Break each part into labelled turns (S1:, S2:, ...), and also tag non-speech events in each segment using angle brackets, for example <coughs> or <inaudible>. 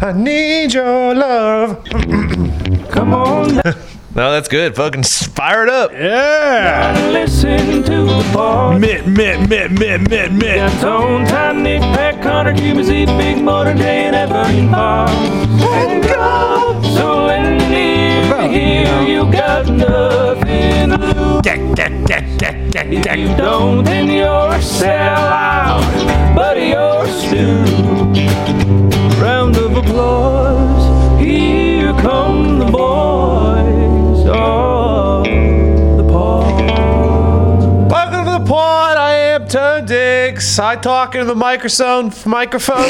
S1: I need your love.
S2: Come on,
S3: <laughs> No, that's good. Fucking s- fire it up.
S1: Yeah.
S2: and listen to the boss.
S1: Mitt, Mitt, Mitt, Mitt, Mitt, Mitt.
S2: Got Tone, Time, Nick, Pat, Connor, Cuban, Z, Big Motor, Day, and Everton Bob. Let go. So in the
S1: About,
S2: end, here you got nothing to lose. If you don't, then you're a sellout, but you're a stew. Round of applause, here come the boys Oh. of the pod.
S3: Welcome to the pod. I am Tone Diggs. I talk into the microphone.
S4: <laughs>
S3: Microphone.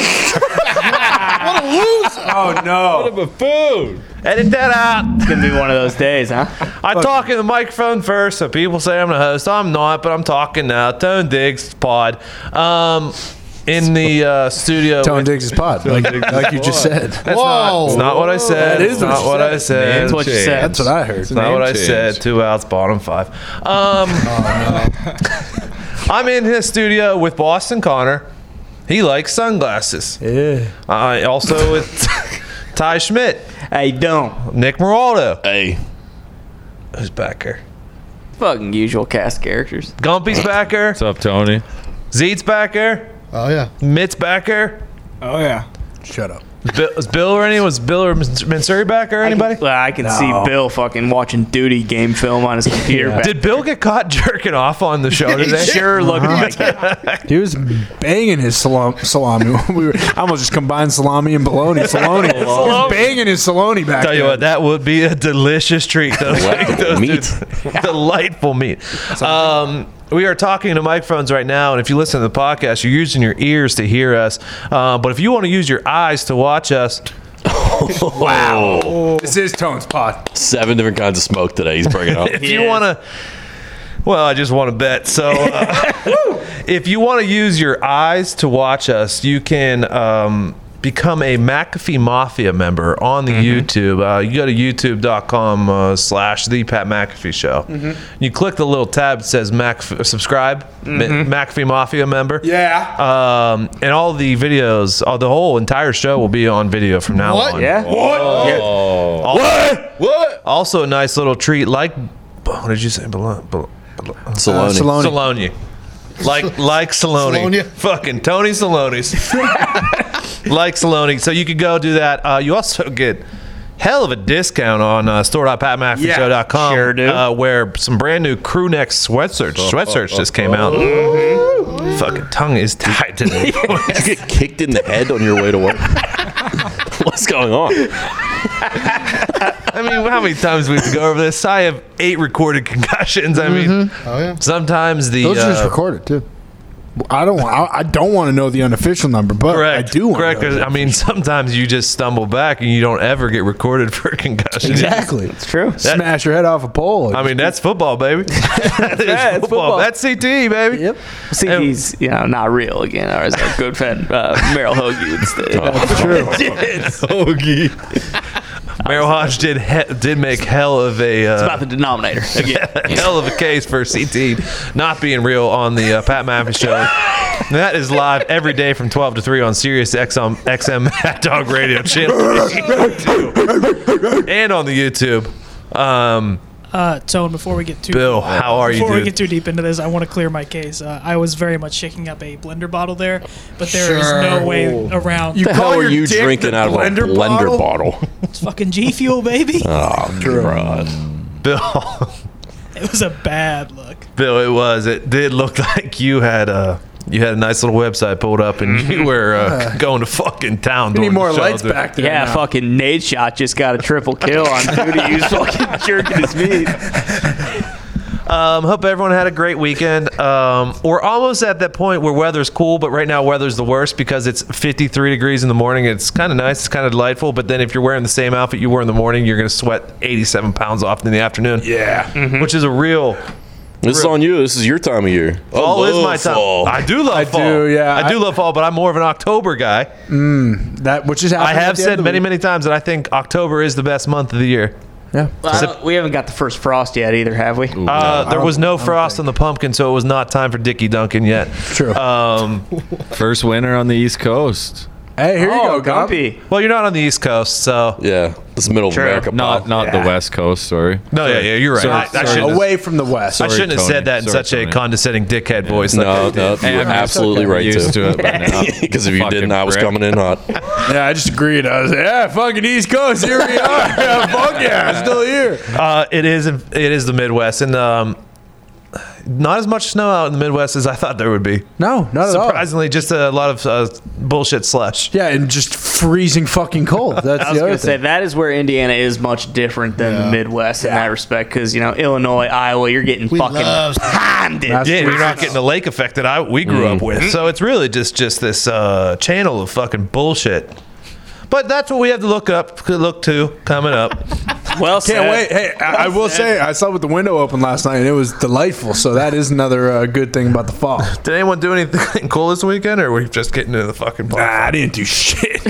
S5: Oh no!
S3: Edit that out.
S4: Gonna be one of those days, huh?
S3: I talk in the microphone first, so people say I'm the host. I'm not, but I'm talking now. Tone Diggs pod. Um, in the uh, studio.
S5: Tone Diggs' pod, like, like you just said.
S3: That's not, it's not what I said.
S5: That is
S3: It's
S5: what
S3: not
S5: you
S3: what
S5: said.
S3: I said.
S4: That's what you said.
S5: That's what I heard.
S3: Not what I
S6: Name
S3: said.
S6: change.
S3: Two outs,
S5: <laughs>
S3: bottom five. Um,
S5: Oh,
S3: <laughs> I'm in his studio with Boston Connor. He likes sunglasses.
S5: Yeah.
S3: I
S4: <laughs>
S3: also with Ty Schmidt,
S4: Hey, don't.
S3: Nick Moraldo,
S4: Hey.
S3: who's back here.
S4: Fucking usual cast characters. <coughs>
S3: Gumpy's back here.
S6: What's up, Tony?
S3: Zeet's back here.
S7: Oh yeah.
S3: Mitt's back here.
S5: Oh yeah. Shut up.
S3: Bill, is Bill or any was Bill or Mansuri back here? Anybody?
S4: I can, well, I can see Bill fucking watching duty game film
S3: <laughs>
S4: on his computer. back.
S3: Did Bill get caught <laughs> jerking off on the show
S4: He
S3: today? Oh
S4: sure looked like it.
S3: <laughs>
S5: He was banging his salam- salami. <laughs> we were, I almost just combined salami and bologna.
S3: <laughs>
S5: Saloni. He was banging his saloni back.
S3: Tell you
S5: there.
S3: what, that would be a delicious treat. <laughs> Those, those
S6: meat.
S3: dudes- <laughs> delightful meat. Um, we are talking to microphones right now, and if you listen to the podcast, you're using your ears to hear us. Uh, but if you want to use your eyes to
S4: <laughs>
S3: watch us,
S5: This is Tone's pod.
S8: seven different kinds of smoke today. He's bringing up.
S3: <laughs> if you
S4: Yes.
S3: want to, well, I just want to bet. So, uh, if you want to use your eyes to watch us, you can. Um, Become a McAfee Mafia member on the YouTube. Uh, you go to youtube.com uh, slash the Pat McAfee show. You click the little tab that says McAfee, subscribe, Ma- McAfee Mafia member.
S5: Yeah.
S3: Um, and all the videos, all, the whole entire show will be on video from now
S7: What?
S3: on. Oh.
S4: Yeah.
S3: Also, a nice little treat like, what did you say? Bologna. Bologna.
S8: Saloni.
S5: Saloni.
S3: uh, Saloni. Like like Saloni.
S7: Saloni.
S3: <laughs> Fucking Tony Saloni's. <laughs> like Saloni. So you could go do that. Uh, you also get hell of a discount on uh, store.patmaffeyshow.com
S4: sure do.
S3: uh, where some brand new crew neck sweatshirts sweatshirts just came out.
S4: Mm-hmm.
S3: Fucking tongue is
S8: <laughs>
S3: tied today.
S8: Did you get kicked in the head on your way to
S3: <laughs>
S8: work? What's going on?
S3: I mean, how many times we have to go over this? I have eight recorded concussions. I mean,
S7: Oh yeah.
S3: sometimes the
S5: Mm-hmm. Those are just
S3: uh,
S5: recorded too. I don't. want- I, I don't want to know the unofficial number, but
S3: Correct.
S5: I do want.
S3: Correct.
S5: To
S3: 'cause,
S5: know
S3: I mean, sometimes you just stumble back and you don't ever get recorded for a concussion.
S5: exactly. It's
S4: true.
S5: Smash your head off a pole.
S3: I mean, that's
S4: <laughs>
S3: football, baby. that's
S4: it's football.
S3: That's CTE, baby.
S5: Yep.
S4: See,
S3: And-
S4: he's you know not real again, or as our good friend uh, Merrill Hoagie would
S3: <laughs>
S4: say. <laughs>
S5: It's true.
S4: it's <laughs>
S3: Merrill Hodge did he- did make hell of a
S4: about
S3: uh,
S4: the denominator again.
S3: <laughs> hell of a case for CTE not being real on the uh, Pat Maffey show. And that is live every day from 12 to 3 on Sirius XM, <laughs> XM Mad Dog Radio channel 82, and on the YouTube. Um,
S9: Uh, Tone, before we get too
S3: Bill, how are you,
S9: before we
S3: dude?
S9: get too deep into this, I want to clear my case. Uh, I was very much shaking up a blender bottle there, but there is no way around.
S5: You
S8: The hell are you drinking out of a blender bottle? Ah.
S9: It's fucking G Fuel,
S8: <laughs>
S9: baby.
S3: Bill.
S9: it was a bad look.
S3: Bill, it was. It did look <laughs> like you had a you had a nice little website pulled up, and
S5: <laughs>
S3: you were uh, going to fucking town.
S5: We need
S3: during the
S5: more
S3: show,
S5: lights
S3: dude.
S5: back there.
S4: Yeah,
S5: now.
S4: fucking Nate shot just got a triple kill on duty. He was fucking jerking his meat.
S3: <laughs> Um, hope everyone had a great weekend. Um, we're almost at that point where weather's cool, but right now weather's the worst because it's 53 degrees in the morning. It's kind of nice. It's kind of delightful. But then if you're wearing the same outfit you wore in the morning, you're going to sweat 87 pounds off in the afternoon.
S5: Yeah.
S4: Mm-hmm.
S3: which is a real.
S8: This is on you. This is your time of year. Oh,
S3: Fall is
S8: love
S3: my time.
S8: fall.
S3: I do love
S5: I
S3: fall.
S5: do, yeah.
S3: I do
S5: I-
S3: love fall, but I'm more of an October guy.
S5: Mm, That which is
S3: I
S5: happening at
S3: have
S5: the end of
S3: said
S5: the
S3: many,
S5: week.
S3: many times that I think October is the best month of the year.
S5: Yeah.
S4: I don't- we haven't got the first frost yet either, have we?
S3: Uh, there was no frost on the pumpkin, so it was not time for Dickie Duncan yet.
S5: <laughs> True.
S3: Um,
S6: First winter on the East Coast.
S5: Hey, here
S4: oh,
S5: you go, Gump.
S4: Gumpy.
S3: Well, you're not on the East Coast, so
S8: Yeah, this is middle
S4: Sure.
S8: of America.
S6: Not
S8: pal.
S6: not the West Coast. Sorry.
S3: no, oh, yeah, yeah, you're right.
S6: Sorry,
S3: I, I
S6: sorry.
S3: shouldn't, have,
S5: Away from the west.
S3: I shouldn't have
S6: Sorry,
S3: said that in
S6: Tony.
S3: such
S6: Sorry,
S3: a
S6: Tony.
S3: condescending dickhead voice. like I
S8: no,
S3: did.
S8: no, you're
S6: I'm
S8: absolutely
S6: I'm
S8: right to.
S6: used to it by
S8: <laughs>
S6: now.
S8: Because if you
S6: Fucking
S8: didn't, I was
S6: prick.
S8: coming in hot.
S5: Yeah, I just agreed. I was like, yeah, fucking East Coast. Here <laughs> we are. Fuck yeah, it's still here.
S3: Uh, it is. It is the Midwest, and um, not as much snow out in the Midwest as I thought there would be.
S5: No, not at all.
S3: Surprisingly, just a lot of uh, bullshit slush.
S5: Yeah, and just freezing fucking <laughs> cold. That's
S4: I was
S5: the
S4: going
S5: other
S4: to say
S5: thing.
S4: that is where Indiana is much different than the Midwest in that respect because you know Illinois, Iowa, you're getting fucking
S7: love-
S4: timed. in.
S5: That's
S3: Yeah,
S5: true. Mm.
S3: you're not getting the lake effect that I we grew up with. So it's really just just this uh, channel of fucking bullshit. But that's what we have to look up, look to coming up.
S4: Well said.
S5: Can't wait. Hey, I, I will say I slept with the window open last night and it was delightful. So that is another uh, good thing about the <laughs> fall.
S3: Did anyone do anything cool this weekend, or were we just getting into the fucking? Park?
S5: I didn't do shit.
S3: <laughs>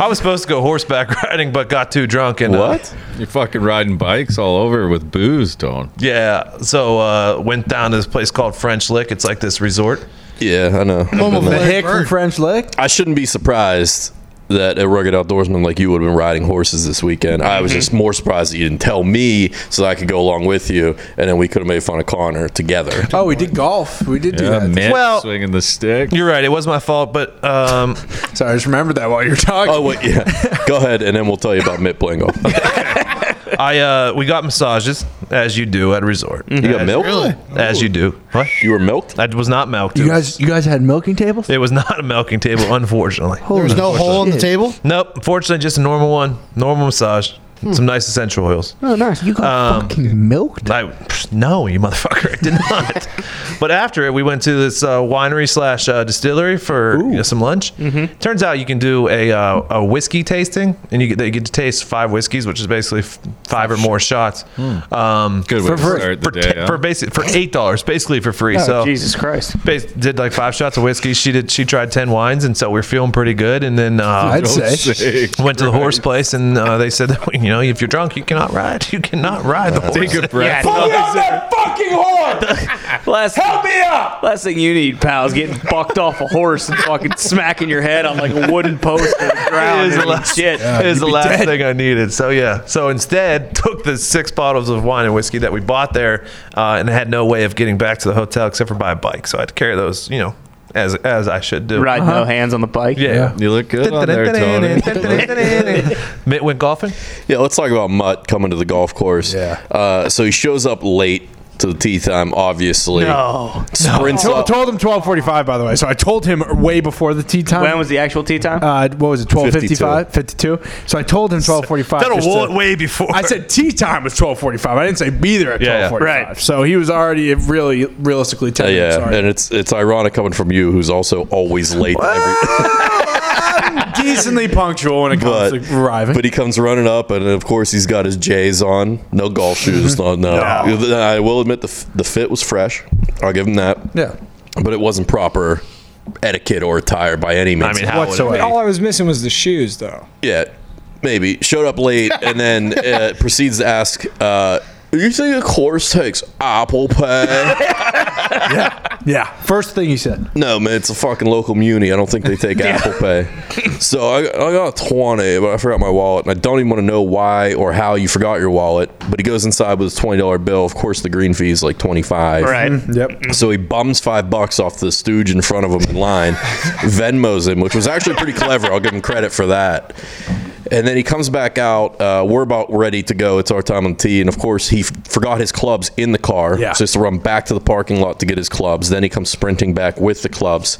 S3: I was supposed to go horseback <laughs> riding, but got too drunk and uh,
S8: What?
S6: You're fucking riding bikes all over with booze, Tone.
S3: yeah, so uh, went down to this place called French Lick. It's like this resort.
S8: Yeah, I know. I've
S7: Mama
S8: been there.
S7: Blair.
S5: The hick from
S7: Bird.
S5: French Lick.
S8: I shouldn't be surprised that a rugged outdoorsman like you would have been riding horses this weekend. I
S5: Mm-hmm.
S8: was just more surprised that you didn't tell me so that I could go along with you, and then we could have made fun of Connor together.
S5: Oh, we did golf. We did
S6: Yeah,
S5: do that.
S6: man,
S3: Well-
S6: swinging the stick.
S3: You're right. It was my fault, but um,
S5: Sorry, I just remembered that while you were
S3: <laughs>
S5: talking.
S8: Oh wait, yeah. Go ahead, and then we'll tell you about Mitt playing golf.
S3: I uh, we got massages as you do at a resort,
S8: You got milked?
S7: Really?
S3: as you do. What?
S8: You were milked?
S3: I was not milked.
S5: you
S3: It was-
S5: guys, you guys had milking tables.
S3: It was not a milking table, unfortunately.
S7: There was no hole in the table.
S3: Nope. Unfortunately, just a normal one. Normal massage. Some nice essential oils. Um,
S5: Oh, nice. You got fucking milked.
S3: I, psh, no, you motherfucker, I did not. but after it, we went to this uh, winery slash uh, distillery for you know, some lunch. Turns out you can do a, uh, a whiskey tasting, and you get, they get to taste five whiskeys, which is basically f- five or more shots. Um,
S6: Good way
S5: For-
S6: to
S5: for-
S6: start the
S3: for,
S6: day.
S3: ten- for
S6: huh?
S3: basic for eight dollars, basically for free. so
S4: Jesus Christ.
S3: bas- did like five shots of whiskey. She did. She tried ten wines, and so we are feeling pretty good. And then uh,
S5: I'd
S6: Don't
S5: say.
S6: say.
S3: <laughs> went to the horse place and uh, they said that <laughs> you know if you're drunk you cannot ride you cannot ride the horse
S6: Take a
S3: <laughs>
S6: breath.
S4: Last, Help me up! Last thing you need, pal, is getting bucked off a horse and fucking smacking your head on like a wooden post or the ground.
S3: <laughs> It is the
S4: and
S3: last-
S4: shit.
S3: it was the last thing I needed. So yeah. So instead, <laughs> took the six bottles of wine and whiskey that we bought there, uh, and had no way of getting back to the hotel except for by bike. So I had to carry those, you know, as as I should do.
S4: Ride
S5: Uh-huh.
S4: no hands on the bike.
S3: Yeah.
S6: You look good on there, Tony.
S3: <laughs> Mitt went golfing.
S8: Yeah, let's talk about Mutt coming to the golf course.
S5: Yeah.
S8: Uh, so he shows up late to the tee time, obviously.
S4: No.
S8: Sprints
S5: Told,
S8: up.
S5: told him twelve forty-five, by the way. So I told him way before the tea time.
S4: When was the actual tea time?
S5: uh, what was it? 1255, 52. So I told him 1245.
S3: That'll
S5: just
S3: wa-
S5: to-
S3: way before.
S5: I said tea time was 1245. I didn't say be there at
S3: Yeah, yeah.
S5: 1245.
S4: Right.
S5: So he was already really realistically 10
S8: Uh,
S5: minutes
S8: yeah, and
S5: already.
S8: it's it's ironic coming from you, who's also always late. to every,
S5: Decently punctual when it comes
S8: But-
S5: to arriving.
S8: But he comes running up, and of course he's got his J's on. No golf shoes. No,
S5: <laughs>
S8: no. I will admit the f- the fit was fresh. I'll give him that.
S5: yeah.
S8: But it wasn't proper etiquette or attire by any
S3: I
S8: means.
S3: mean, how would it
S5: Whatsoever.
S3: be?
S10: All I was missing was the shoes, though.
S8: yeah, maybe showed up late, and
S5: <laughs>
S8: then uh, proceeds to ask. Uh, you think a course takes Apple Pay?
S5: <laughs> Yeah. First thing he said.
S8: no, man, it's a fucking local muni. I don't think they
S5: <laughs>
S8: take Apple Pay. So I, I got a 20, but I forgot my wallet, and I don't even want to know why or how you forgot your wallet. But he goes inside with his $20 bill. Of course, the green fee is like 25
S4: right.
S8: <laughs>
S5: Yep.
S8: So he bums five bucks off the stooge in front of him in line, Venmos him, which was actually pretty clever. I'll give him credit for that. And then he comes back out. Uh, we're about ready to go. It's our time on the tee. And of course, he f- forgot his clubs in the car.
S5: Yeah.
S8: So he has to run back to the parking lot to get his clubs. Then he comes sprinting back with the clubs.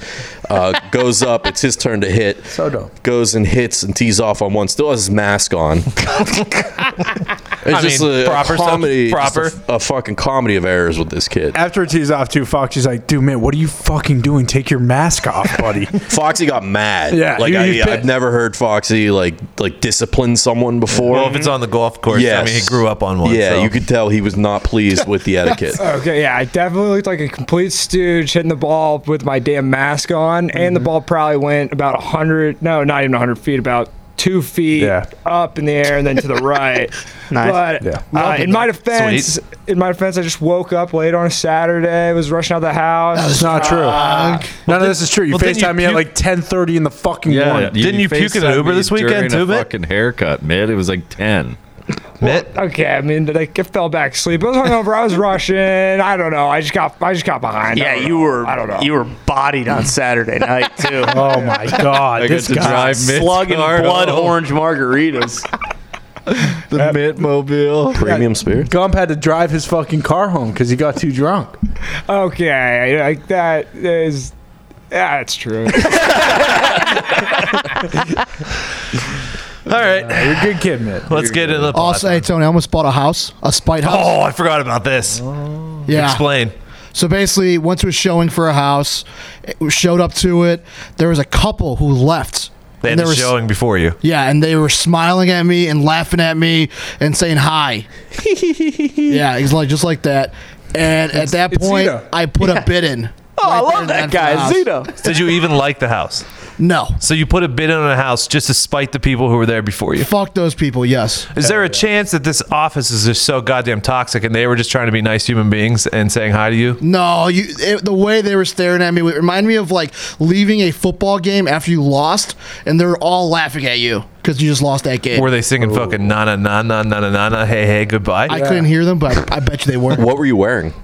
S8: Uh, goes up. It's his turn to hit. So
S5: dumb.
S8: Goes and hits and tees off on one. Still has his mask on. it's just
S3: mean,
S8: a, proper
S3: proper stuff,
S8: comedy. just a
S3: proper.
S8: f- a fucking comedy of errors with this kid.
S5: After it tees off, too, Fox, she's like, dude, man, what are you fucking doing? Take your mask off, buddy.
S8: Foxy got mad.
S5: Yeah,
S8: like
S5: he-
S8: I,
S5: he's
S8: I've
S5: pissed.
S8: never heard Foxy like like discipline someone before.
S3: Well, if it's on the golf course, I mean, he
S8: Yes.
S3: grew up on one.
S8: Yeah,
S3: so.
S8: you could tell he was not pleased with the
S5: <laughs>
S8: etiquette.
S10: <laughs> Okay, yeah, I definitely looked like a complete stooge hitting the ball
S5: Mm-hmm.
S10: with my damn mask on, and the ball probably went about 100, no, not even 100 feet, about two feet
S5: Yeah.
S10: up in the air and then to the
S5: <laughs>
S10: right.
S4: Nice.
S10: But
S5: Yeah.
S10: uh, in my defense, in my defense, I just woke up late on a Saturday. Was rushing out of the house.
S5: That's not true. None of this is true. You
S3: well, didn't you
S5: FaceTime me at
S3: puke-
S5: like 10:30 in the fucking
S3: Yeah.
S5: morning.
S3: Didn't you puke in an
S6: FaceTimed
S3: Uber
S6: me
S3: this weekend
S6: during a
S3: too, Mitt?
S6: Fucking haircut, Mitt. It was like ten.
S3: Mitt?
S10: Okay, I mean, like I fell back asleep. I was hungover.
S4: <laughs>
S10: I was rushing. I don't know. I just got, I just got behind. I
S4: Yeah,
S10: don't
S4: you
S10: know.
S4: were.
S10: I don't know.
S4: You were bodied on Saturday
S10: <laughs>
S4: night too.
S5: Oh
S3: <laughs>
S5: my god,
S6: I got
S5: this
S6: to
S5: guy.
S6: drive Mitt's
S4: Slug and
S6: car
S4: blood
S3: Oh.
S6: home.
S4: orange margaritas.
S6: the Mitt mobile.
S8: Premium spirit.
S5: Gump had to drive his fucking car home because he got too drunk.
S10: Okay, like that is. Yeah, that's true.
S3: All right,
S5: You're a good kid, Mitt.
S3: <laughs> let's get into the plot.
S7: Also, hey Tony, I almost bought a house, a spite house.
S3: Oh, I forgot about this.
S7: yeah.
S3: Explain.
S7: So basically, went to a showing for a house, it- showed up to it. There was a couple who left.
S3: They
S7: And
S3: had
S7: there
S3: a
S7: was-
S3: showing before you.
S7: Yeah, and they were smiling at me and laughing at me and saying
S3: <laughs>
S7: hi. yeah, it's like just like that. And at that
S5: it's
S7: point,
S5: Zito.
S7: I put a bid in.
S4: Oh, I
S7: Right there
S4: love that
S7: and then for the
S4: guy,
S7: house. <laughs>
S4: Zito.
S3: Did you even like the house?
S7: No,
S3: So you put a bid on a house just to spite the people who were there before you.
S7: fuck those people. Yes.
S3: Is there a chance that this office is just so goddamn toxic and they were just trying to be nice human beings and saying hi to you?
S7: No, you. It, the way they were staring at me it reminded me of like leaving a football game after you lost, and they're all laughing at you because you just lost that game.
S3: Were they singing fucking na na na na na na na na hey hey goodbye?
S7: I couldn't hear them, but I, I bet you they were.
S8: What were you wearing?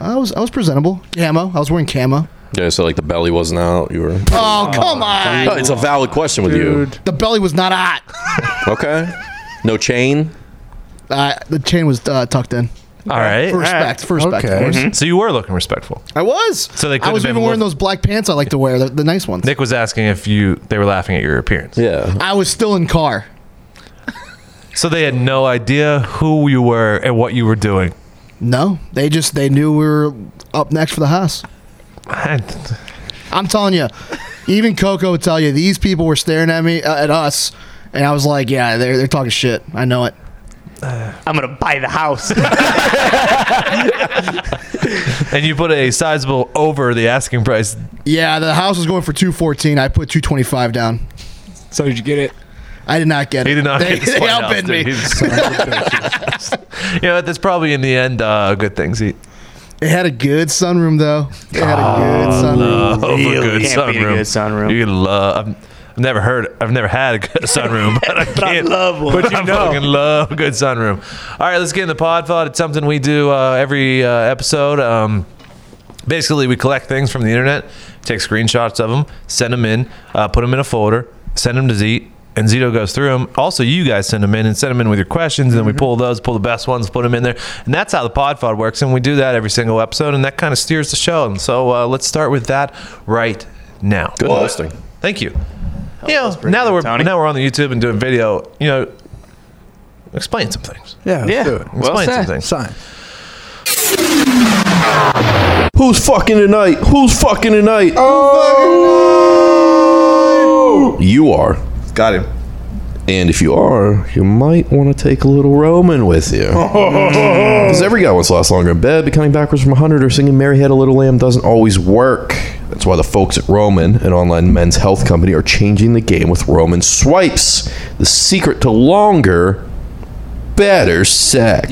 S7: I was I was presentable. Camo. I was wearing camo.
S8: Yeah, so like the belly wasn't out. You were.
S7: Oh, come on!
S8: No, it's a valid question with
S5: Dude,
S7: The belly was not hot.
S8: you. Okay. No chain.
S7: Uh, the chain was uh, tucked in.
S3: All right.
S7: For respect, for respect,
S5: Okay.
S7: of course.
S3: So you were looking respectful.
S7: I was.
S3: So they could
S7: I was
S3: have
S7: even
S3: been
S7: wearing
S3: more-
S7: those black pants I like to wear, the, the nice ones.
S3: Nick was asking if you they were laughing at your appearance.
S8: Yeah.
S7: I was still in car.
S3: So they had no idea who you were and what you were doing.
S7: No, they just they knew we were up next for the house. I'm telling you, even Coco would tell you these people were staring at me uh, at us, and I was like, yeah, they're they're talking shit. I know it.
S4: I'm gonna buy the house.
S7: <laughs>
S3: And you put a sizable over the asking price.
S7: Yeah, the house was going for two fourteen. I put two twenty five down.
S10: so did you get it?
S7: I did not get it.
S3: He did not
S7: They,
S3: get his
S7: <laughs> they
S3: point off,
S7: outbid
S3: dude.
S7: me.
S3: He's- <laughs> you know what? That's probably in the end uh, a good thing. See,
S7: It had a good sunroom though. It had a good
S3: uh, Oh,
S7: sunroom.
S4: Really can't beat a good sunroom.
S3: You love. I've- I've never heard. I've never had a good <laughs> sunroom, but I can't.
S4: I love one.
S3: But you know. fucking love a good sunroom. All right, let's get in the pod pod. It's something we do uh, every uh, episode. Um, basically, we collect things from the internet, take screenshots of them, send them in, uh, put them in a folder, send them to Zete, and Zito goes through them. Also, you guys send them in and send them in with your questions, and then we pull those, pull the best ones, put them in there, and that's how the pod pod works. And we do that every single episode, and that kind of steers the show. And so uh, let's start with that right now.
S8: Good hosting.
S3: Thank you. You know, now that we're
S4: Tony.
S3: now we're on the YouTube and doing video, you know, explain some things.
S5: yeah, let's do
S4: yeah.
S5: it.
S4: Well
S3: Explain some
S4: said.
S3: things.
S5: Sign.
S8: Who's fucking tonight? Who's fucking tonight?
S5: Oh,
S8: You are.
S3: Got him.
S8: And if you are, you might want to take a little Roman with
S3: <laughs>
S8: you. Because every guy wants to last longer in bed, but counting backwards from 100 or singing Mary Had a Little Lamb doesn't always work. That's why the folks at Roman, an online men's health company, are changing the game with Roman swipes. The secret to longer, better sex.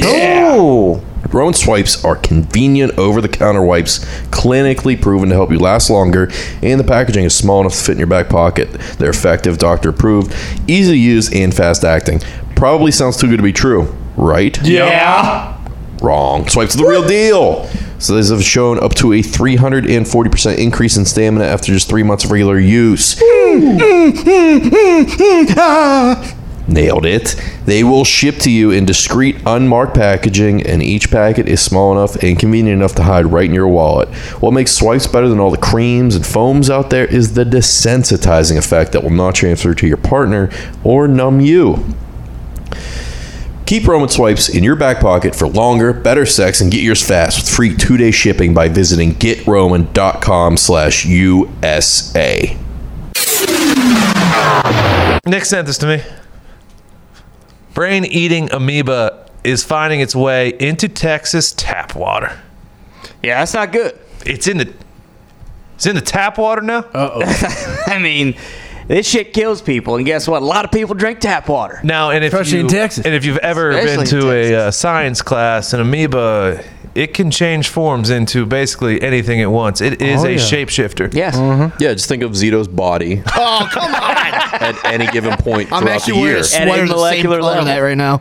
S8: Roman swipes are convenient over the counter wipes, clinically proven to help you last longer, and the packaging is small enough to fit in your back pocket. They're effective, doctor approved, easy to use, and fast acting. Probably sounds too good to be true, right?
S4: Yeah.
S8: Wrong. Swipes are the real deal. So these have shown up to a 340% increase in stamina after just three months of regular use. Nailed it. They will ship to you in discreet, unmarked packaging, and each packet is small enough and convenient enough to hide right in your wallet. What makes swipes better than all the creams and foams out there is the desensitizing effect that will not transfer to your partner or numb you. Keep Roman swipes in your back pocket for longer, better sex, and get yours fast with free two-day shipping by visiting getroman.com/usa.
S3: Nick sent this to me. Brain eating amoeba is finding its way into Texas tap water.
S4: Yeah, that's not good.
S3: It's in the it's in the tap water now.
S4: <laughs> I mean, This shit kills people, and guess what? A lot of people drink tap water.
S3: Now, and if
S4: Especially
S3: you,
S4: in Texas.
S3: and if you've ever
S4: Especially
S3: been
S4: in
S3: to a uh, science class, an amoeba, it can change forms into basically anything it wants. It is
S8: Oh,
S3: a
S8: yeah.
S3: shapeshifter.
S4: Yes.
S8: Yeah, just think of Zito's
S3: <laughs>
S8: body <laughs>
S7: Oh, come on.
S8: at any given point
S7: I'm
S8: throughout the
S7: actually wearing
S8: year.
S7: a sweater the same color that right now.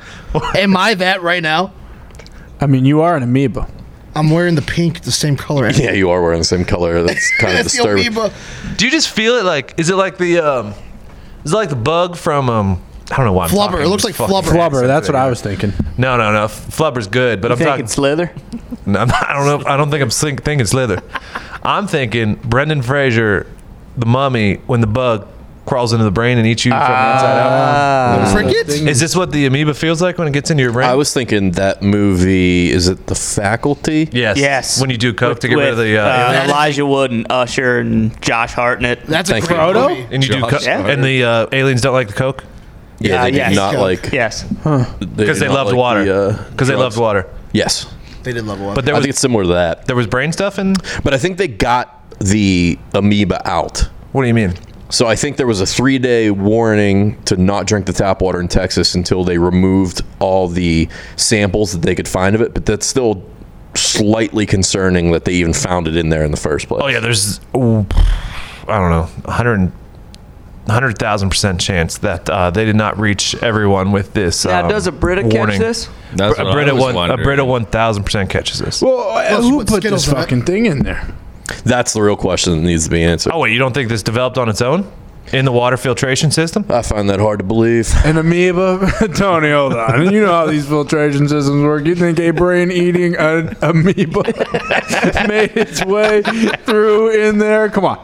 S7: Am I that right now?
S5: I mean, you are an amoeba.
S7: I'm wearing the pink, the same color. as-
S8: Yeah, you are wearing the same
S7: <laughs>
S8: color. That's kind of
S7: That's the
S8: disturbing.
S7: amoeba.
S3: Do you just feel it? Like, is it like the um, is it like the bug from um, I don't know why. I'm
S7: Flubber.
S3: talking
S7: It looks
S3: this
S7: like
S3: fucking
S7: flubber.
S3: accent
S5: Flubber, that's what
S3: today.
S5: I was thinking.
S3: No, no, no. F- Flubber's good, but I'm
S4: Thinking
S3: talking.
S4: Slither.
S3: No, <laughs> I'm not- I don't know. I don't think I'm think, thinking Slither. I'm thinking Brendan Fraser, the Mummy, when the bug crawls into the brain and eats you from the inside
S8: Ah.
S3: out.
S7: Crickets?
S3: Ah. Is this what the amoeba feels like when it gets into your brain?
S8: I was thinking that movie is it The Faculty?
S3: yes.
S4: Yes.
S3: When you do coke to get rid of the uh,
S4: uh,
S7: alien.
S4: Elijah Wood and Usher and Josh Hartnett.
S7: That's a
S8: Thank
S7: great
S8: you.
S7: movie.
S3: and you do
S8: Josh
S3: co- and the uh, aliens don't like the coke
S8: Yeah,
S4: Uh,
S8: they did
S4: yes.
S8: not like
S4: Yes.
S3: because they, loved water because they loved water.
S8: uh, Yes,
S7: They did level up.
S3: But there
S8: I
S3: was
S8: think it's similar to that.
S3: there was brain stuff in.
S8: But I think they got the amoeba out.
S3: What do you mean?
S8: So I think there was a three-day warning to not drink the tap water in Texas until they removed all the samples that they could find of it. But that's still slightly concerning that they even found it in there in the first place.
S3: Oh yeah, there's oh, I don't know 100 100,000 percent chance that uh, they did not reach everyone with this.
S4: Now,
S3: um,
S4: does a Brita catch
S3: warning.
S4: this?
S6: That's
S3: a
S6: what I
S3: Brita
S6: was
S3: one a
S6: wondering.
S3: Brita 1000 percent catches this.
S5: Well,
S7: Plus, you
S5: who
S7: put
S5: put
S7: uh, Skittles
S5: this
S7: in it.
S5: fucking thing in there?
S8: That's the real question that needs to be answered.
S3: Oh wait, you don't think this developed on its own in the water filtration system?
S8: I find that hard to believe.
S5: An amoeba? <laughs> Tony, hold on. You know how these filtration systems work. You think a brain eating an amoeba <laughs> made its way through in there? Come on.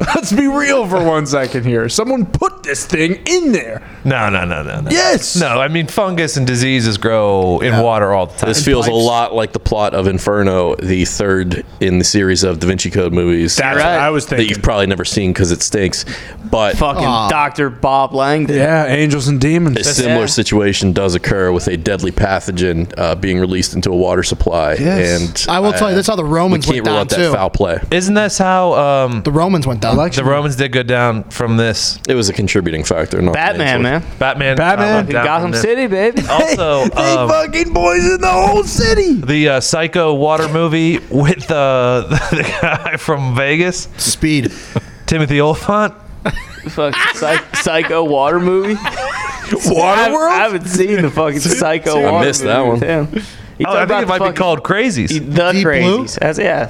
S5: Let's be real for one second here. Someone put this thing in there.
S3: No, no, no, no, no.
S5: Yes.
S3: No, I mean fungus and diseases grow in water all the time.
S8: This feels a
S7: pipes.
S8: lot like the plot of Inferno, the third in the series of Da Vinci Code movies
S5: That's what I was
S8: that
S5: thinking.
S8: you've probably never seen because it stinks. But
S4: Fucking
S7: Aw.
S4: Dr. Bob Langdon.
S5: Yeah, angels and demons.
S8: a similar situation does occur with a deadly pathogen uh, being released into a water supply.
S5: Yes.
S8: And uh,
S7: I will tell you, that's how the
S8: we
S7: Romans
S8: can't
S7: went
S8: rule
S7: down,
S8: out that
S7: too.
S8: foul play.
S3: Isn't this how um,
S7: The Romans went down.
S3: the Romans did go down from this?
S8: It was a contributing factor. Not
S4: Batman, man.
S3: Batman.
S5: Batman.
S3: went
S4: Fucking
S3: down from
S4: Gotham
S3: this.
S4: City, baby.
S3: Also, um,
S5: fucking poisoned the whole city.
S3: the uh, Psycho water movie with uh, <laughs> the guy from Vegas,
S7: Speed.
S3: Timothy Oliphant.
S4: Fuck, psych, psycho water
S3: <laughs>
S4: movie. I've- I
S5: Waterworld?
S4: haven't seen the fucking psycho
S8: I
S4: water.
S8: missed that one.
S4: You
S3: Oh,
S4: talk
S3: I
S4: about
S3: think it
S4: the
S3: might be
S4: fucking-
S3: called Crazies.
S4: the
S7: Deep
S4: crazies.
S7: Blue?
S4: That's yeah.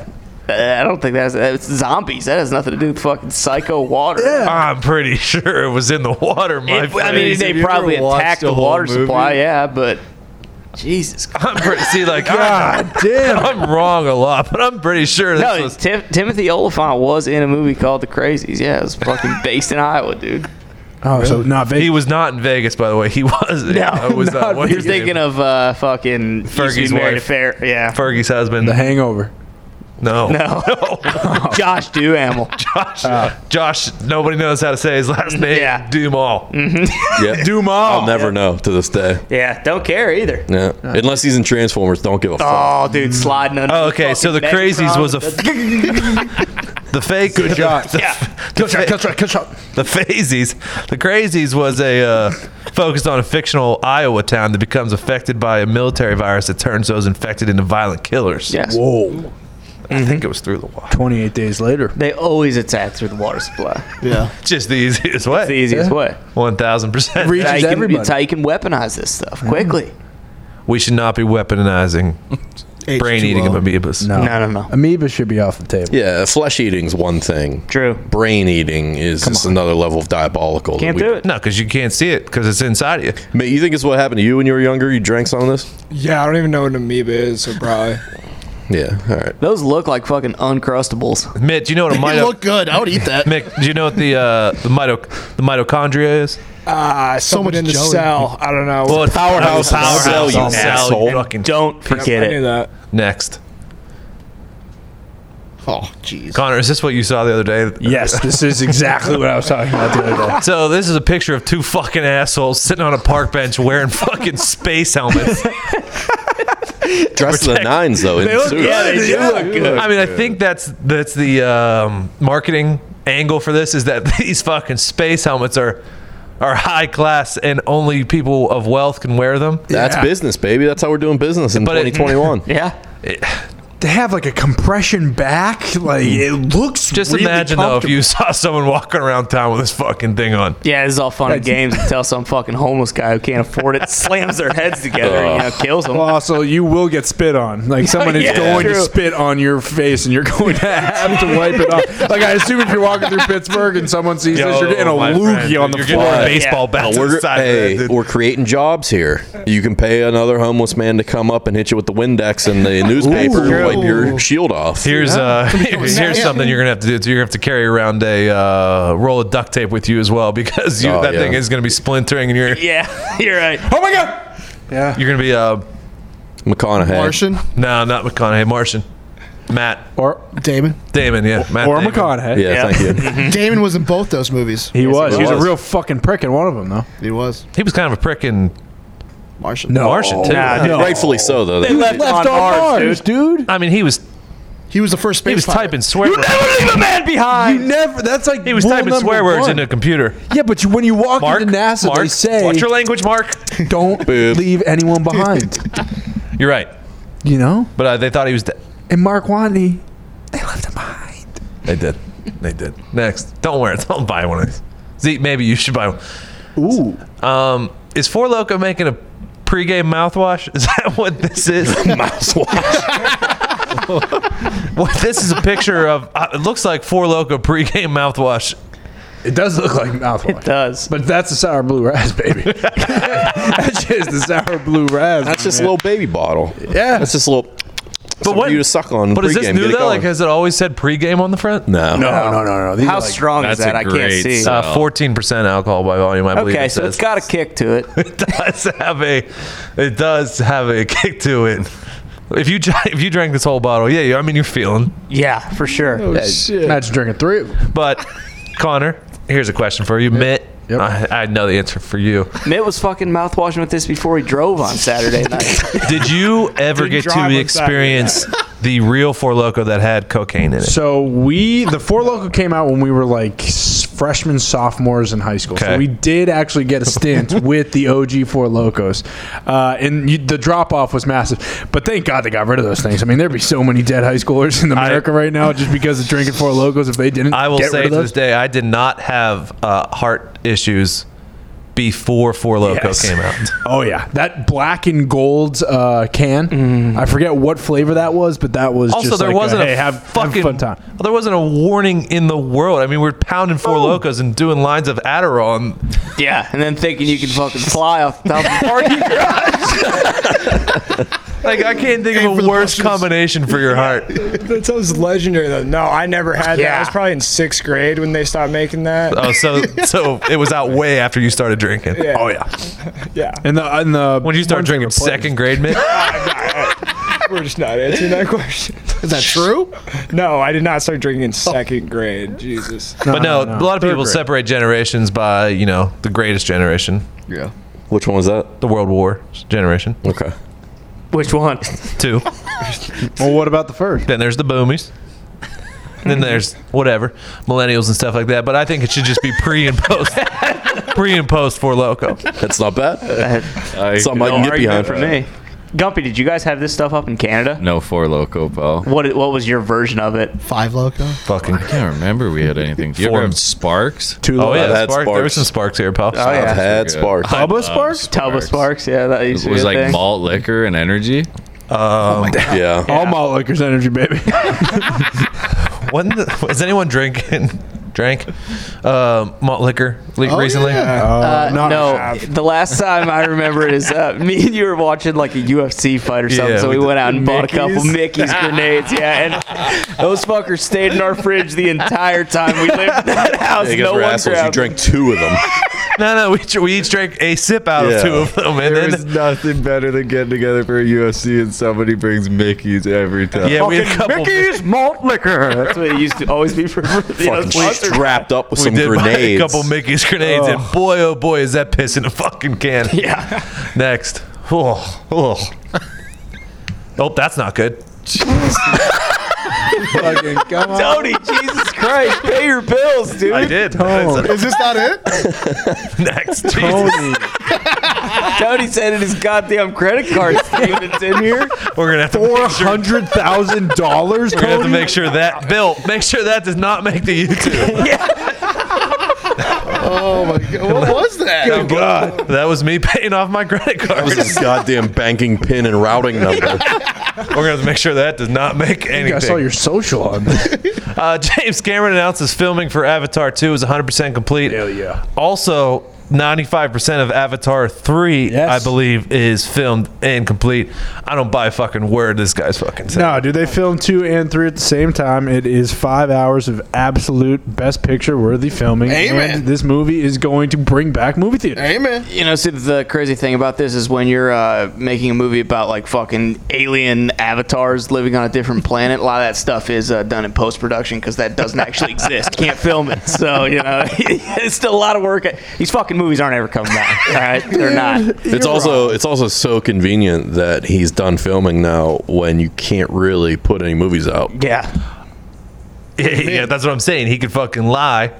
S4: Uh, I don't think that's, that's zombies. That has nothing to do with fucking psycho water.
S3: I'm pretty sure it was in the water, my
S4: It- I mean,
S3: friend.
S4: they probably attacked the water supply. Yeah, but Jesus. Christ.
S3: <laughs> I'm pretty, see, like, God damn, <laughs> I'm wrong a lot, but I'm pretty sure this
S4: No,
S3: was.
S4: Tim- Timothy Oliphant was in a movie called The Crazies. Yeah, it was
S3: <laughs>
S4: fucking based in Iowa, dude.
S5: Oh, so not
S3: He
S5: Vegas.
S3: was not in Vegas, by the way. He was. No, was, uh, what's
S4: You're
S3: his name?
S4: thinking of uh, fucking
S3: Fergie's
S4: Fergie's married
S3: wife.
S4: affair. Yeah,
S3: Fergie's husband.
S5: The hangover.
S3: no, <laughs>
S4: no, Josh Duhamel.
S3: Josh. Josh. Nobody knows how to say
S4: <laughs>
S3: his last name.
S4: Yeah. Mm-hmm.
S3: Dumal. <laughs>
S8: Yeah.
S4: Oh.
S8: I'll never know to this day.
S4: Yeah, don't care either.
S8: Yeah. Unless he's in Transformers, don't give a fuck.
S4: Oh, dude, sliding under.
S3: Oh, okay, so the
S4: fucking
S3: crazies
S4: Megatron.
S3: was a <laughs>
S4: <laughs>
S3: f- the fake. <laughs> Good
S5: shot.
S3: The,
S4: Yeah.
S3: the, fa- the phases. The crazies was a uh, focused on a fictional Iowa town that becomes affected by a military virus that turns those infected into violent killers.
S4: Yes.
S5: Whoa.
S3: I think it was through the water.
S5: 28 days later.
S4: They always attack through the water supply.
S7: Yeah.
S4: <laughs>
S3: Just the easiest
S4: It's the
S3: way.
S4: easiest way.
S3: One thousand percent.
S5: Reach-
S4: That's how, you can,
S5: everybody.
S4: it's how you can weaponize this stuff quickly.
S3: We should not be weaponizing <laughs> brain eating of
S7: H2O.
S3: amoebas.
S5: No.
S4: No, no, no.
S5: Amoeba should be off the table.
S8: Yeah, flesh eating's one thing.
S4: True.
S8: Brain eating is just another level of diabolical. that
S4: Can't
S8: we-
S4: do it.
S3: No, because you can't see it because it's inside of you.
S8: Mate, you think it's what happened to you when you were younger? You drank some
S4: <laughs>
S8: of this?
S11: <laughs> Yeah, I don't even know what an amoeba is, so probably.
S8: Yeah. All right.
S4: Those look like fucking uncrustables.
S3: Mitt, do you
S7: <laughs>
S3: know what a
S7: It
S3: mito?
S7: looked good. I would eat that.
S3: Mick, do you know what the uh, the mito the mitochondria is?
S11: Ah, so
S7: much
S11: much in the
S7: jelly.
S11: cell. I don't know.
S3: it's powerhouse,
S8: powerhouse,
S3: cell, you
S8: you asshole.
S3: fucking
S4: Don't forget
S11: I knew
S4: it.
S11: that.
S3: Next,
S7: Oh, jeez.
S3: Connor, is this what you saw the other day?
S5: Yes, this is exactly what I was talking about the other day.
S3: <laughs> So this is a picture of two fucking assholes sitting on a park bench wearing fucking space helmets.
S8: Dressed to the nines though. In suits.
S4: Yeah, they do look good.
S3: I mean, I think that's that's the um, marketing angle for this is that <laughs> these fucking space helmets are are high class and only people of wealth can wear them.
S8: That's business, baby. That's how we're doing business in
S3: But
S4: <laughs>
S8: <laughs>
S3: it-
S8: 2021.
S4: yeah.
S5: They have like a compression back. Like it looks.
S3: Just
S5: really
S3: imagine though if
S5: comfortable.
S3: you saw someone walking around town with this fucking thing on.
S4: Yeah, this is all fun and
S3: That's-
S4: games until some fucking homeless guy who can't afford
S8: <laughs>
S4: it slams their heads together and you know, kills them.
S5: Well, also, you will get spit on. Like someone is
S4: Yeah,
S5: going to
S4: true.
S5: spit on your face, and you're <laughs> going to have to wipe it off. Like I assume if you're walking through Pittsburgh and someone sees this, you're getting a loogie on the floor.
S8: we're, hey, we're creating jobs here. You can pay another homeless man to come up and hit you with the Windex and the newspaper and wipe your shield off. <laughs>
S3: Here's uh <laughs> here's, here's something you're gonna have to do. too. You're gonna have to carry around a uh, roll of duct tape with you as well <laughs> because you,
S8: Oh,
S3: that
S8: yeah.
S3: thing is gonna be splintering and you're
S4: Yeah, <laughs> you're right.
S5: Oh my god! Yeah.
S3: You're gonna be uh
S8: McConaughey.
S7: Martian?
S3: No, not McConaughey. Martian. Matt.
S5: Or
S7: Damon.
S3: Damon, yeah. Matt
S5: or
S3: Damon.
S5: McConaughey. Yeah, thank
S7: <laughs>
S5: you.
S3: <laughs>
S7: Damon was in both those movies.
S5: He was. He was a real fucking prick in one of them, though.
S7: He was.
S3: He was kind of a prick in
S7: Martian.
S5: No.
S3: Martian too.
S5: Nah, dude.
S8: Rightfully so, though. They
S5: left left on on Mars, Mars, dude.
S3: I mean, he was.
S7: He was the first space.
S3: He was typing swear.
S7: You
S3: words.
S7: never leave a man
S5: behind. You never. That's like
S3: He was
S5: rule
S3: typing
S5: number
S3: swear words
S5: one.
S3: into a computer.
S5: Yeah, but you, when you walk
S3: Mark,
S5: into NASA, they
S3: Mark,
S5: say,
S3: watch your language, Mark."
S5: <laughs> Don't leave anyone behind.
S3: You're right.
S5: You know.
S3: But uh, they thought he was. De-
S5: And Mark Watney,
S3: they did. They did. Next, don't wear it. <laughs> Don't buy one of these. Zeke, maybe you should buy one. Ooh. Um, is Four Loco making a pregame mouthwash? Is that
S5: <laughs>
S3: what this is? <laughs> mouthwash. well, this is a picture of. Uh, it looks like Four Loco pregame mouthwash.
S5: It does look like mouthwash. It
S4: does.
S5: But that's the sour blue razz, baby. <laughs> that's just the sour blue razz.
S8: That's just
S5: man.
S8: a little baby bottle.
S5: Yeah.
S8: That's just a little. But
S3: what-
S8: you to suck on.
S3: But is this
S8: Mm, pregame,
S3: new
S8: get it
S3: though? Like,
S8: going.
S3: has it always said pregame on the front?
S8: No.
S5: No, no, no, no, no. These
S4: How
S5: are like-
S4: strong is that? I can't see.
S3: Uh, Fourteen percent alcohol by volume, I believe.
S4: Okay,
S3: it
S4: so
S3: says.
S4: it's got a kick to it.
S3: <laughs> it does have a, it does have a kick to it. If you dr- if you drank this whole bottle, yeah, you- I mean you're feeling.
S4: Yeah, for sure.
S5: Yeah, Imagine drinking three. of
S4: <laughs>
S5: 'em.
S3: But Connor, here's a question for you, Mitt. I, I know the answer for you.
S4: Mitt was fucking mouthwashing with this before he drove on
S8: <laughs>
S4: Saturday night.
S3: Did
S4: <laughs>
S3: you ever
S4: Didn't
S3: get
S4: drive on
S3: to
S4: Saturday.
S3: experience the real Four Loco that had cocaine in it?
S5: So we, the Four Local came out when we were like s- freshmen, sophomores in high school.
S3: Okay.
S5: So we did actually get a stint
S3: <laughs>
S5: with the OG Four Locos, uh, and you, the drop off was massive. But thank God they got rid of those things. I mean, there'd be so many dead high schoolers in America right now just because of drinking Four Locos. If they didn't,
S3: I will
S5: get
S3: say
S5: rid
S3: to
S5: of those.
S3: this day, I did not have uh, heart issues before Four Loco
S5: Yes.
S3: came
S4: <laughs>
S3: out.
S5: <laughs> Oh yeah, that black and gold uh, can. I forget what flavor that was, but that was
S3: Mm. Also,
S5: Just
S3: there
S5: like
S3: wasn't
S5: a,
S3: a
S5: hey, have,
S3: fucking
S5: have fun time.
S3: Well, there wasn't a warning in the world. I mean, we're pounding Four Locos and doing lines of Adderall. And
S4: Oh. <laughs> yeah, and then thinking you can fucking fly off the top
S3: <laughs>
S4: of the parking
S3: like, I can't think of a worse combination for your heart.
S11: That sounds legendary though. No, I never had that.
S4: Yeah.
S11: I was probably in sixth grade when they stopped making that.
S3: Oh, so so it was out way after you started drinking.
S11: Yeah. Oh,
S5: yeah.
S11: <laughs> Yeah.
S5: And the and the
S3: When did you start drinking second grade, Mitt?
S11: We're just not answering that question.
S7: Is that true?
S11: <laughs> No, I did not start drinking in second grade. Jesus.
S3: but no, a lot of
S11: Third
S3: people
S11: grade.
S3: separate generations by you know the greatest generation.
S7: Yeah.
S8: Which one was that?
S3: The World War generation.
S8: Okay.
S4: Which one?
S3: Two.
S5: <laughs> well, what about the first?
S3: Then there's the boomies. then there's whatever millennials and stuff like that. But I think it should just be pre and post, <laughs> pre and post for loco.
S8: That's not bad. Something I
S4: No
S8: can get
S4: argument
S8: behind.
S4: for me. Gumpy, did you guys have this stuff up in Canada?
S6: No four loco, pal.
S4: What what was your version of it?
S7: Five loco.
S3: Fucking.
S6: I can't remember we had anything. Do you ever
S3: Form.
S6: have sparks?
S5: Two
S3: Oh yeah,
S8: I've had
S3: spark, there were
S8: Sparks.
S3: some sparks here, pal.
S4: Oh, yeah.
S8: I've had
S6: Good.
S8: sparks.
S6: I love
S4: Tuba Sparks, yeah, that used
S6: It
S4: to be
S6: was
S4: a
S6: like
S4: thing.
S6: malt liquor and energy.
S3: Um,
S8: Oh Yeah.
S5: All malt liquor's energy,
S3: <laughs>
S5: baby.
S3: when the, is anyone drinking? <laughs> Drank uh, malt liquor le- recently.
S4: Uh,
S5: Oh, not
S4: no,
S5: half.
S4: the last time I remember it is uh, <laughs> me and you were watching like a UFC fight or something,
S3: Yeah,
S4: so we
S3: with
S4: went out and bought a couple
S11: Mickey's?
S4: Mickey's grenades, yeah, <laughs> and those fuckers stayed in our fridge the entire time we lived in that
S3: <laughs>
S4: house.
S8: Yeah, you guys
S4: no
S8: were
S4: one
S8: assholes. You
S4: grabbed
S8: drank two of them.
S3: No, no, we, tr- we each drank a sip out
S6: Yeah.
S3: of two of them, and
S12: There
S3: then
S12: is nothing better than getting together for a UFC and somebody brings Mickey's every time.
S3: yeah, we had a couple.
S4: malt liquor. That's what it used to always be for. the other
S8: Fucking
S4: sponsors.
S8: strapped up with
S3: We
S8: some
S3: did buy a
S8: grenades.
S3: couple Mickey's grenades, and boy, oh boy, is that piss in a fucking can.
S4: Yeah.
S3: Next. Oh, <laughs> oh. oh that's not good.
S5: Fucking come on.
S4: <laughs> Tony, Jesus Christ, pay your bills, dude.
S3: I did.
S7: Is this not it? <laughs>
S4: <laughs>
S3: <laughs> Next,
S4: Tony. Tony said it is goddamn credit card statements in here.
S3: We're gonna have to
S4: four hundred
S5: thousand dollars.
S3: We're gonna have to make sure that Bill, make sure that does not make the YouTube.
S7: Oh my god, what was that?
S3: That- Oh that was me <laughs> paying off my credit card.
S8: That was his goddamn banking pin and routing number.
S3: <laughs> We're gonna have to make sure that does not make anything.
S5: I saw your social on that.
S3: Uh, James Cameron announces filming for Avatar 2 is 100% complete. Hell yeah. Also, 95% of Avatar 3, I believe, is filmed and complete. I don't buy a fucking word this guy's fucking saying.
S5: No, dude, they filmed two and three at the same time. It is five hours of absolute best picture worthy filming.
S4: Amen.
S5: And this movie is going to bring back movie theater.
S7: Amen.
S4: You know, see, the crazy thing about this is when you're uh, making a movie about like fucking alien avatars living on a different planet, a lot of that stuff is uh, done in post production because that doesn't
S7: <laughs>
S4: actually exist. Can't film it. So, you know, <laughs> it's still a lot of work. These fucking movies aren't ever coming back.
S7: <laughs>
S4: All right? They're not. <laughs>
S8: It's also it's also so convenient that he's done filming now when you can't really put any movies out.
S4: Yeah.
S3: <laughs> Yeah, yeah, that's what I'm saying. He could fucking lie.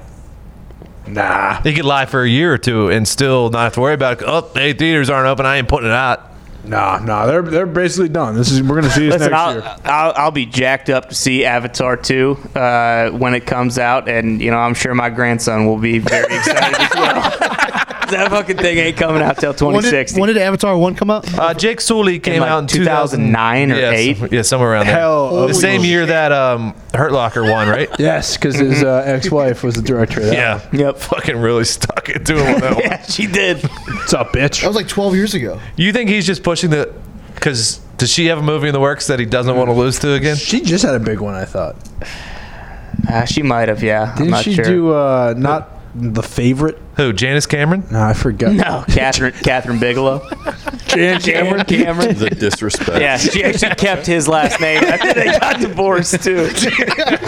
S5: Nah.
S3: He could lie for a year or two and still not have to worry about, oh, hey, theaters aren't open. I ain't putting it out.
S5: Nah, nah, they're they're basically done. This is we're gonna see this
S4: Listen,
S5: next
S4: I'll,
S5: year.
S4: I'll, I'll be jacked up to see Avatar 2 uh, when it comes out, and, you know, I'm sure my grandson will be very excited as well. <laughs> that fucking thing ain't coming out till
S7: When did,
S4: 2060.
S7: when did Avatar One come out?
S3: Uh, Jake Sully came
S4: like,
S3: out in 2009
S4: or eight?
S3: yeah, somewhere around there.
S5: Hell,
S3: the
S5: holy
S3: same year that um, Hurt Locker won, right?
S5: <laughs>
S3: Mm-hmm.
S5: Yes, because
S4: Mm-hmm.
S5: his uh, ex-wife was the director. Of that.
S3: Yeah.
S4: Yep.
S3: Fucking really stuck it to him
S5: <laughs>
S3: on that one.
S4: yeah, she did.
S5: What's up, bitch?
S7: That was like 12 years ago.
S3: You think he's just pushing the? Because does she have a movie in the works that he doesn't want to lose to again?
S5: She just had a big one, I thought.
S4: Uh, she might have, yeah. I'm
S5: Didn't
S4: not
S5: she
S4: sure.
S5: do uh, not the favorite?
S3: Who? Janice Cameron?
S5: No, I forgot.
S4: No, Catherine Catherine Bigelow.
S5: Jan
S4: Cameron. Cameron.
S8: The disrespect.
S4: Yeah, she actually kept his last name. I think they got divorced
S3: <laughs>
S4: too.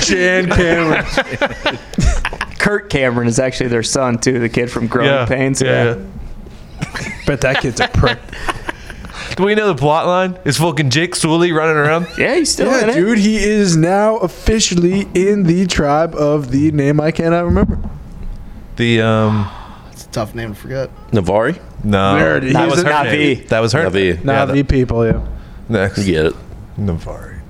S5: Jan Cameron.
S4: Kurt Cameron is actually their son too, the kid from Growing
S3: Yeah,
S4: Pains.
S3: yeah.
S5: Bet that kid's a prick.
S3: <laughs> Do we know the plot line? Is fucking Jake Sully running around?
S4: <laughs> yeah, he's still in
S5: yeah,
S4: it.
S5: dude, he is now officially in the tribe of the name I cannot remember.
S3: The um,
S7: It's a tough name to forget.
S8: Navari?
S3: no,
S5: There it is.
S4: That
S5: He's
S4: was
S5: a-
S4: not
S3: name.
S4: V.
S3: That was her.
S8: Navi.
S3: Yeah,
S5: Navi people, yeah.
S3: that- next,
S8: You get it.
S3: Navari.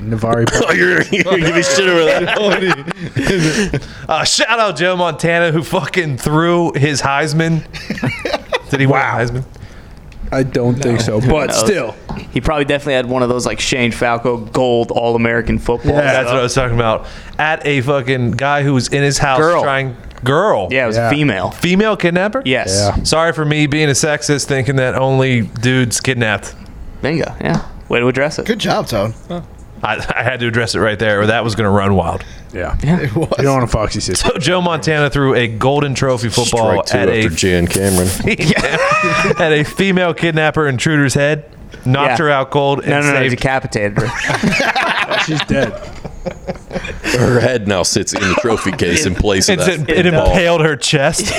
S4: <laughs>
S5: Navari.
S8: <laughs> Oh, you're, you're gonna give me shit over
S3: <laughs>
S8: that.
S3: Uh, shout out Joe Montana who fucking threw his
S8: <laughs>
S3: Heisman. Did he win the Heisman?
S5: I don't think so, but
S4: knows?
S5: still.
S4: He probably definitely had one of those like Shane Falco gold All American football.
S5: Yeah,
S3: That's what I was talking about. At a fucking guy who was in his house
S4: Girl.
S3: trying girl.
S4: yeah, it was
S5: Yeah.
S4: female.
S3: Female kidnapper?
S4: Yes.
S5: Yeah.
S3: Sorry for me being a sexist thinking that only dudes kidnapped.
S4: Bingo. Yeah. Way to address it.
S7: Good job, Tone.
S3: I, I had to address it right there, or that was going to run wild.
S5: Yeah.
S7: It was.
S5: You don't want a Foxy
S3: <laughs>
S5: sister.
S3: Joe Montana threw a golden trophy football
S8: Strike two
S3: at
S8: after
S3: a,
S8: Jan
S3: <laughs>
S8: Cameron.
S3: at a female kidnapper intruder's head, knocked
S4: Yeah.
S3: her out cold, and
S4: No, no, no.
S3: saved.
S4: Decapitated her.
S5: She's dead.
S8: Her head now sits in the
S3: <laughs>
S8: trophy case in place of
S3: it's,
S8: that.
S3: it, it
S8: ball.
S3: impaled her chest.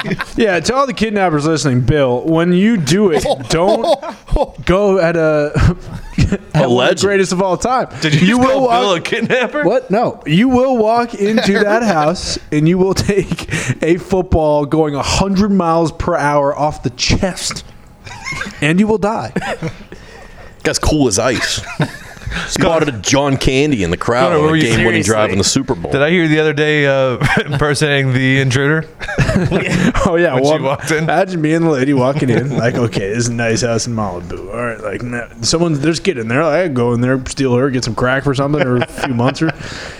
S5: <laughs> Yeah, to all the kidnappers listening, Bill, when you do
S3: <laughs>
S5: it,
S3: Oh.
S5: don't go at a, <laughs> at one of the
S8: legend.
S5: greatest of all time.
S3: Did you, just call Bill a
S5: walk,
S3: kidnapper?
S5: What? No, you will walk
S3: <laughs>
S5: into that house and you will take a football going hundred miles per hour off the chest, and you will die.
S8: Guy's cool as
S3: <laughs>
S8: ice. Spotted a John Candy in the crowd
S3: Connor,
S8: on
S3: were
S8: a
S3: you-
S8: game-winning drive
S4: Seriously.
S8: in the Super Bowl.
S3: <laughs> Did I hear the other day uh, <laughs> impersonating the intruder?
S5: <laughs> Oh yeah,
S3: When she
S5: walk-
S3: walked in.
S5: Imagine me and the lady walking in, like, okay, this is a nice house in Malibu. All right, like, no, someone there's a kid in there. Like, I go in there, steal her, get some crack for something, or a
S3: <laughs>
S5: few months, or,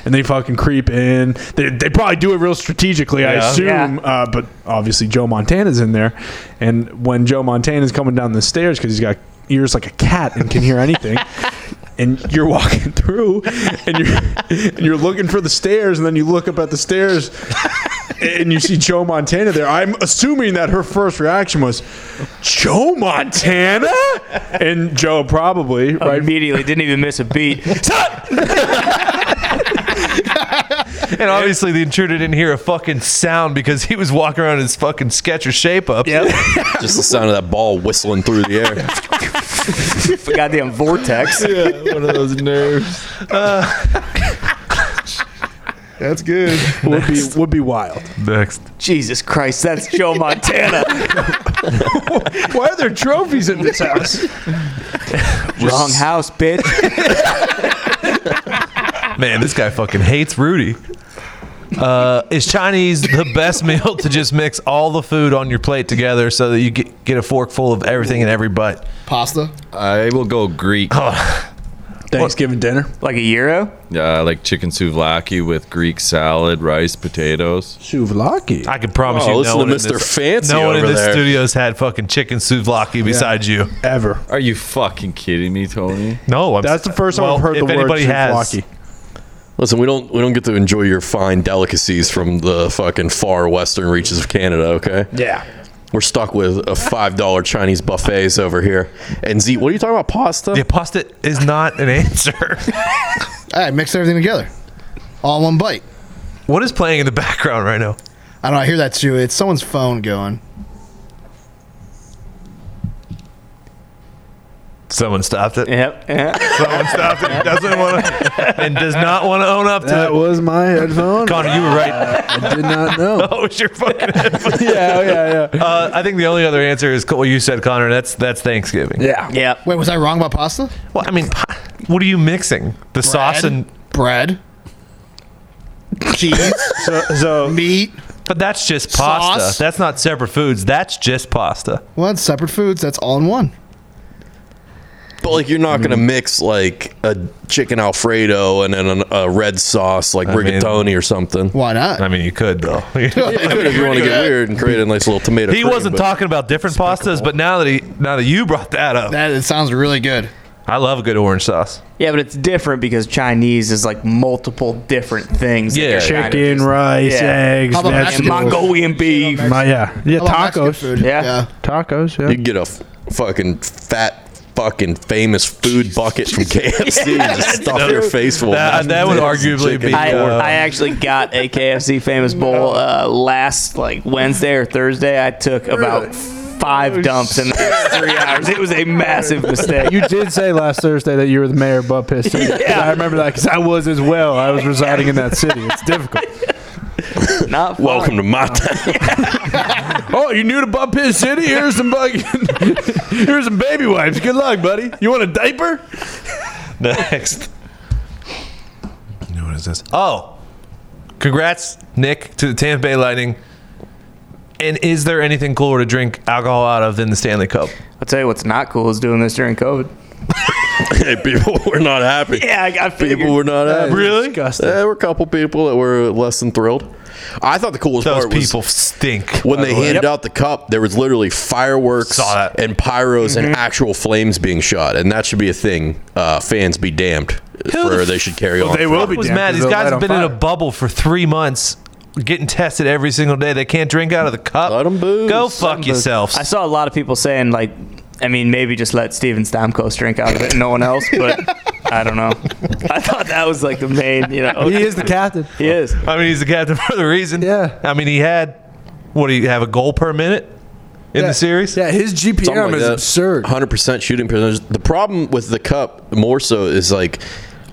S5: and they fucking creep in. They, they probably do it real strategically, I
S3: Yeah.
S5: assume.
S4: Yeah.
S5: Uh, but obviously, Joe Montana's in there, and when Joe Montana's coming down the stairs because he's got ears like a cat and can hear
S3: <laughs>
S5: anything. and you're walking through and you're and you're looking for the stairs and then you look up at the stairs and you see Joe Montana there. I'm assuming that her first reaction was Joe Montana and Joe probably right
S4: <laughs> Immediately didn't even miss a beat. <laughs>
S3: And obviously the intruder didn't hear a fucking sound because he was walking around in his fucking Skechers shape up. <laughs>
S4: Yep.
S8: Just the sound of that ball whistling through the air.
S4: Goddamn vortex. <laughs>
S12: one of those nerves. That's good.
S5: would be would be wild.
S3: Next.
S4: Jesus Christ, that's Joe
S3: <laughs>
S4: Montana.
S5: Why are there trophies in this house?
S4: <laughs> Wrong house, bitch.
S3: Man, this guy fucking hates Rudy. Uh, is Chinese the best meal to just mix all the food on your plate together so that you get, get a forkful of everything in every bite?
S7: Pasta.
S6: I will go Greek.
S5: Thanksgiving dinner,
S4: like a euro.
S6: Yeah, I like chicken souvlaki with Greek salad, rice, potatoes.
S5: Souvlaki.
S3: I can promise
S6: Oh,
S3: you, no one in this- No one in this studio's had fucking chicken souvlaki besides you.
S5: ever.
S6: Are you fucking kidding me, Tony?
S3: No, I'm
S5: That's the first time
S3: Well,
S5: I've heard
S3: if
S5: the word
S3: anybody has-
S5: souvlaki.
S8: Listen, we don't we don't get to enjoy your fine delicacies from the fucking far western reaches of Canada, okay?
S5: Yeah.
S8: We're stuck with a five dollar Chinese buffets over here. And Z, what are you talking about? Pasta? Yeah,
S3: pasta is not an <laughs> answer.
S7: All right, mix everything together, all in one bite.
S3: What is playing in the <laughs> background right now?
S7: I don't know. I hear that too. It's someone's phone going.
S3: Someone stopped it.
S4: Yep.
S3: <laughs> Someone stopped it. Doesn't want to and does not want to own up to
S5: That
S3: it.
S5: was my headphone. Uh,
S3: Connor, you were right.
S5: I did not know.
S3: <laughs> That was your fucking headphone.
S5: <laughs> yeah,
S7: <laughs>
S5: oh, yeah,
S3: yeah. Uh, I think the only other answer is what you said, Connor. and That's that's Thanksgiving.
S5: Yeah.
S4: Yeah.
S7: Wait, was I wrong about pasta?
S3: Well, I mean, pa- what are you mixing? The sauce and
S7: bread, cheese,
S5: so,
S4: <laughs>
S5: so
S7: meat.
S3: But that's just pasta.
S7: Sauce?
S3: That's not separate foods. That's just pasta.
S7: Well, it's separate foods. That's all in one.
S8: But like, you're not gonna
S5: Mm-hmm.
S8: mix like a chicken alfredo and then an, a red sauce like
S3: I mean-
S8: rigatoni or something.
S7: Why not?
S3: I mean, you could though. you
S8: could if <laughs> you want to get weird and create a nice little tomato.
S3: He
S8: cream,
S3: wasn't
S8: but-
S3: talking about different pastas, but now that he now that you brought that up,
S7: that it sounds really good.
S3: I love a good orange sauce.
S4: Yeah, but it's different because Chinese is like multiple different things. that
S3: Yeah.
S4: you're trying to-
S5: Chicken, rice, eggs,
S4: How about
S5: vegetables.
S4: Mongolian beef.
S5: My, yeah, yeah,
S4: How about Mexican
S5: tacos.
S4: food? Yeah.
S5: tacos. Yeah,
S8: You can get a f- fucking fat, fucking famous food bucket from KFC
S4: Yeah,
S8: and just
S4: that's
S8: stuff
S4: true.
S8: your face full. of
S3: That-
S8: mashed
S3: that would
S8: potatoes and
S3: arguably
S8: chicken
S3: be, uh,
S8: and
S4: I,
S8: corn.
S4: I actually got a KFC famous bowl uh, last like Wednesday or Thursday. I took about five dumps in the next three hours. It was a massive mistake.
S5: You did say last Thursday that you were the mayor of Butt <laughs> Piston.
S4: Yeah.
S5: I remember that because I was as well. I was residing in that city. It's <laughs> difficult.
S4: Not fun.
S8: Welcome to my town.
S5: <laughs> Oh, you new to Butt Piss City? Here's some bug- <laughs> Here's some baby wipes. Good luck, buddy. You want a diaper?
S3: <laughs> Next. No, what is this? Oh, congrats, Nick, to the Tampa Bay Lightning. And is there anything cooler to drink alcohol out of than the Stanley Cup?
S4: I'll tell you what's not cool is doing this during COVID.
S8: hey, people were not happy.
S4: Yeah, I got
S8: People were not happy.
S3: Really?
S8: There were a couple people that were less than thrilled. I thought the coolest
S3: Those
S8: part was
S3: people stink.
S8: when
S3: by
S8: they
S3: the way.
S8: handed out the cup, there was literally fireworks
S3: Saw that.
S8: and pyros
S4: Mm-hmm.
S8: and actual flames being shot, and that should be a thing. Uh, fans be damned
S3: Who
S8: for
S3: the
S8: they should carry
S3: Well,
S8: on.
S3: they
S8: for-
S3: will be. Was
S5: damned
S3: mad.
S5: 'cause
S3: These
S5: they'll
S3: guys
S5: light
S3: have
S5: on
S3: been in a
S5: fire.
S3: bubble for three months, getting tested every single day. They can't drink out of the cup. Let
S8: them booze.
S3: Go fuck yourselves.
S4: I saw a lot of people saying like, I mean, maybe just let Steven Stamkos drink out of it and no one else,
S3: <laughs>
S4: but I don't know. I thought that was like the main, you know.
S5: He is the captain.
S4: He is.
S3: I mean, he's the captain <laughs> for the reason. Yeah. I mean, he had what do you have a goal per minute in the series?
S5: Yeah, his
S8: Something
S5: GPM
S8: like
S5: is
S8: that.
S5: absurd.
S8: 100% shooting percentage. The problem with the cup more so is like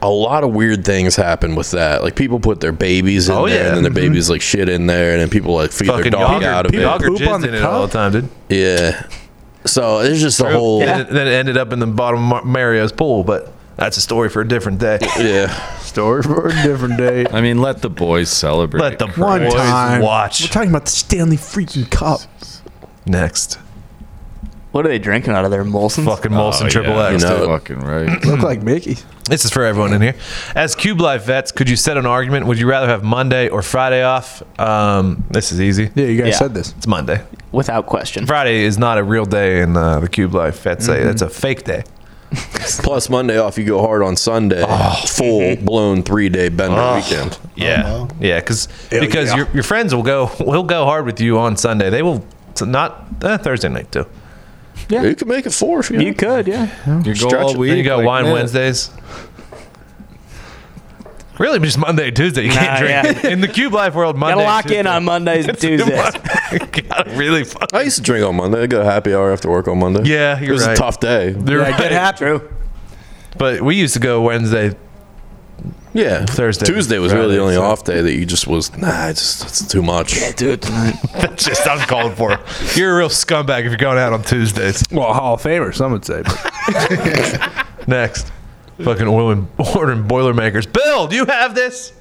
S8: a lot of weird things happen with that. Like people put their babies in
S3: Oh,
S8: there
S3: yeah.
S8: and then their babies like shit in there and then people like feed
S3: Fucking
S8: their dog
S3: Yager-
S8: out of
S3: Yager
S8: it.
S5: poop
S3: jizzed
S5: on the
S3: in it
S5: cup?
S3: all the time, dude.
S8: Yeah. So it's just a
S3: True.
S8: whole
S3: And it- then it ended up in the bottom of Mar- Mario's pool, but that's a story for a different day.
S8: yeah.
S5: Story for a different day.
S6: <laughs> I mean, let the boys celebrate.
S3: Let the
S5: One
S3: boys
S5: time. We're
S3: watch
S5: talking about the Stanley freaking Cup.
S3: next.
S4: What are they drinking out of their Molson's?
S3: Fucking Molson Triple X.
S8: You know
S3: dude.
S8: it.
S6: Oh, fucking right.
S5: Look like Mickey.
S3: This is for everyone in here. As Cube Life vets, could you set an argument? Would you rather have Monday or Friday off? Um, this is easy.
S5: Yeah, you guys
S4: Yeah.
S5: said this.
S3: It's Monday.
S4: Without question.
S3: Friday is not a real day in uh, the Cube Life. That's a
S5: Mm-hmm.
S3: that's a fake day.
S8: Plus Monday off, you go hard on Sunday.
S3: Oh.
S8: Full blown three day bender weekend.
S3: Yeah, Mm-hmm. yeah, cause, because your your friends will go <laughs> will go hard with you on Sunday. They will so not uh, Thursday night too.
S8: You could make it four if you,
S4: You could, yeah.
S6: You go
S8: Stretch
S6: all
S8: it.
S6: week.
S3: Then you got
S6: like,
S3: wine
S6: man,
S3: Wednesdays. Really, just Monday, Tuesday. You can't
S4: Nah,
S3: drink in the Cube Life world. Monday,
S4: Gotta lock in
S3: Tuesday.
S4: on
S8: <laughs>
S4: Mondays and Tuesdays.
S3: Gotta really fuck.
S8: I used to drink on Monday. I go happy hour after work on Monday.
S3: Yeah,
S8: It
S3: you're
S8: was
S3: right.
S8: a tough day.
S3: They're
S4: <laughs>
S5: Yeah,
S3: right.
S5: get happy.
S4: True.
S3: But we used to go Wednesday,
S8: Yeah,
S3: <laughs> Thursday.
S8: Tuesday was really
S3: Friday,
S8: the only
S3: so-
S8: off day that you just was nah. It's just it's too much. Yeah,
S4: do it tonight.
S3: <laughs> That's just uncalled for. You're a real scumbag if you're going out on Tuesdays.
S5: Well, Hall of Famer, some would say.
S3: <laughs> Next, fucking <laughs> ordering, ordering Boilermakers. Bill, do you have this?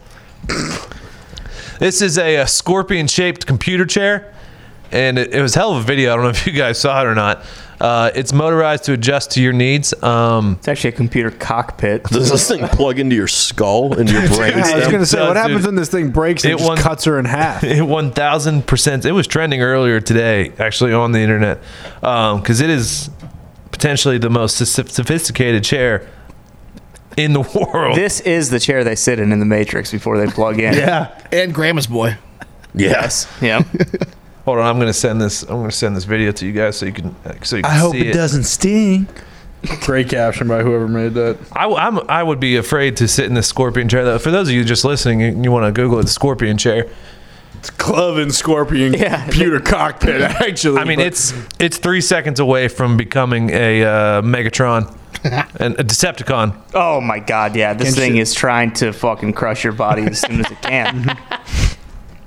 S3: This is a, scorpion shaped computer chair, and it, it was a hell of a video. I don't know if you guys saw it or not. Uh, it's motorized to adjust to your needs. Um, it's
S4: actually a computer cockpit.
S8: Does this thing plug into your skull and your brain?
S5: I was
S3: stem
S5: going to say,
S3: cells,
S5: what happens
S3: dude.
S5: when this thing breaks
S3: It
S5: and it
S3: won-
S5: just cuts her in half?
S3: It one thousand percent. It was trending earlier today, actually on the internet, because it is potentially the most soph- sophisticated chair in the <laughs> world.
S4: This is the chair they sit in in the Matrix before they plug in.
S7: And Grandma's boy.
S8: Yes.
S5: <laughs>
S4: Yeah.
S3: Hold on, I'm gonna send this. I'm gonna send this video to you guys so you can uh, so you can
S5: I hope
S3: see
S5: it, doesn't sting. Great caption by whoever made that.
S3: I, am I would be afraid to sit in this scorpion chair. Though, for those of you just listening, you, you want to Google it, the scorpion chair.
S5: It's club and scorpion computer cockpit, actually.
S3: <laughs> I mean,
S5: but-
S3: it's it's three seconds away from becoming a
S5: <laughs>
S3: uh, Megatron, and a Decepticon.
S4: Oh my God! Yeah, this
S3: Can't
S4: thing
S3: you-
S4: is trying to fucking crush your body as soon as it
S8: <laughs>
S4: can.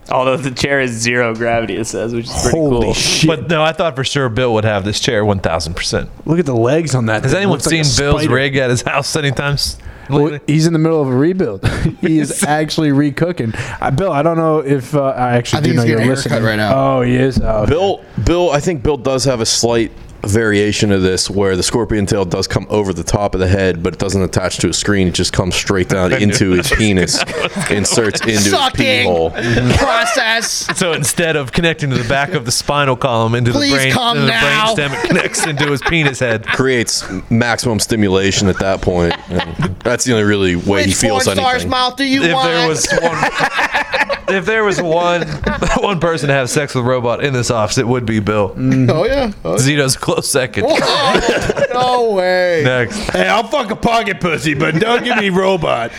S4: Although the chair is zero gravity, it says, which is pretty cool.
S3: But no, I thought for sure Bill would have this chair 1,000. percent
S5: Look at the legs on that.
S3: Has
S5: thing. It
S3: anyone
S5: looks like a
S3: seen Bill's
S5: spider.
S3: rig at his house anytime? s-
S5: Well, he's in the middle of a rebuild.
S3: <laughs>
S5: he is actually recooking. Uh, Bill, I don't know if uh, I actually
S8: I
S5: do
S8: think
S5: know
S8: he's
S5: you're
S8: getting a
S5: listening
S8: haircut right now.
S5: Oh, he is. Oh, okay.
S8: Bill, Bill, I think Bill does have a slight variation of this where the scorpion tail does come over the top of the head, but it doesn't attach to a screen. It just comes straight down
S3: <laughs> I knew
S8: into his
S3: that was
S8: penis,
S3: gonna- that was gonna-
S8: inserts into his pee hole.
S3: <laughs>
S7: process.
S3: So instead of connecting to the back of the spinal column into
S7: Please
S3: the brain,
S7: come
S3: into the
S7: now.
S3: brainstem, it connects into his penis head.
S8: <laughs> Creates maximum stimulation at that point. <laughs> And that's the only really way he feels anything.
S7: mouth do you
S3: if There
S7: want? <laughs>
S3: was one, if there was one <laughs> one person to have sex with a robot in this office, it would be Bill.
S7: Oh, yeah. Oh,
S3: Zito's a close second.
S7: yeah. no way.
S3: Next. Hey, I'll fuck a pocket pussy, but don't give
S5: <laughs>
S3: me robot.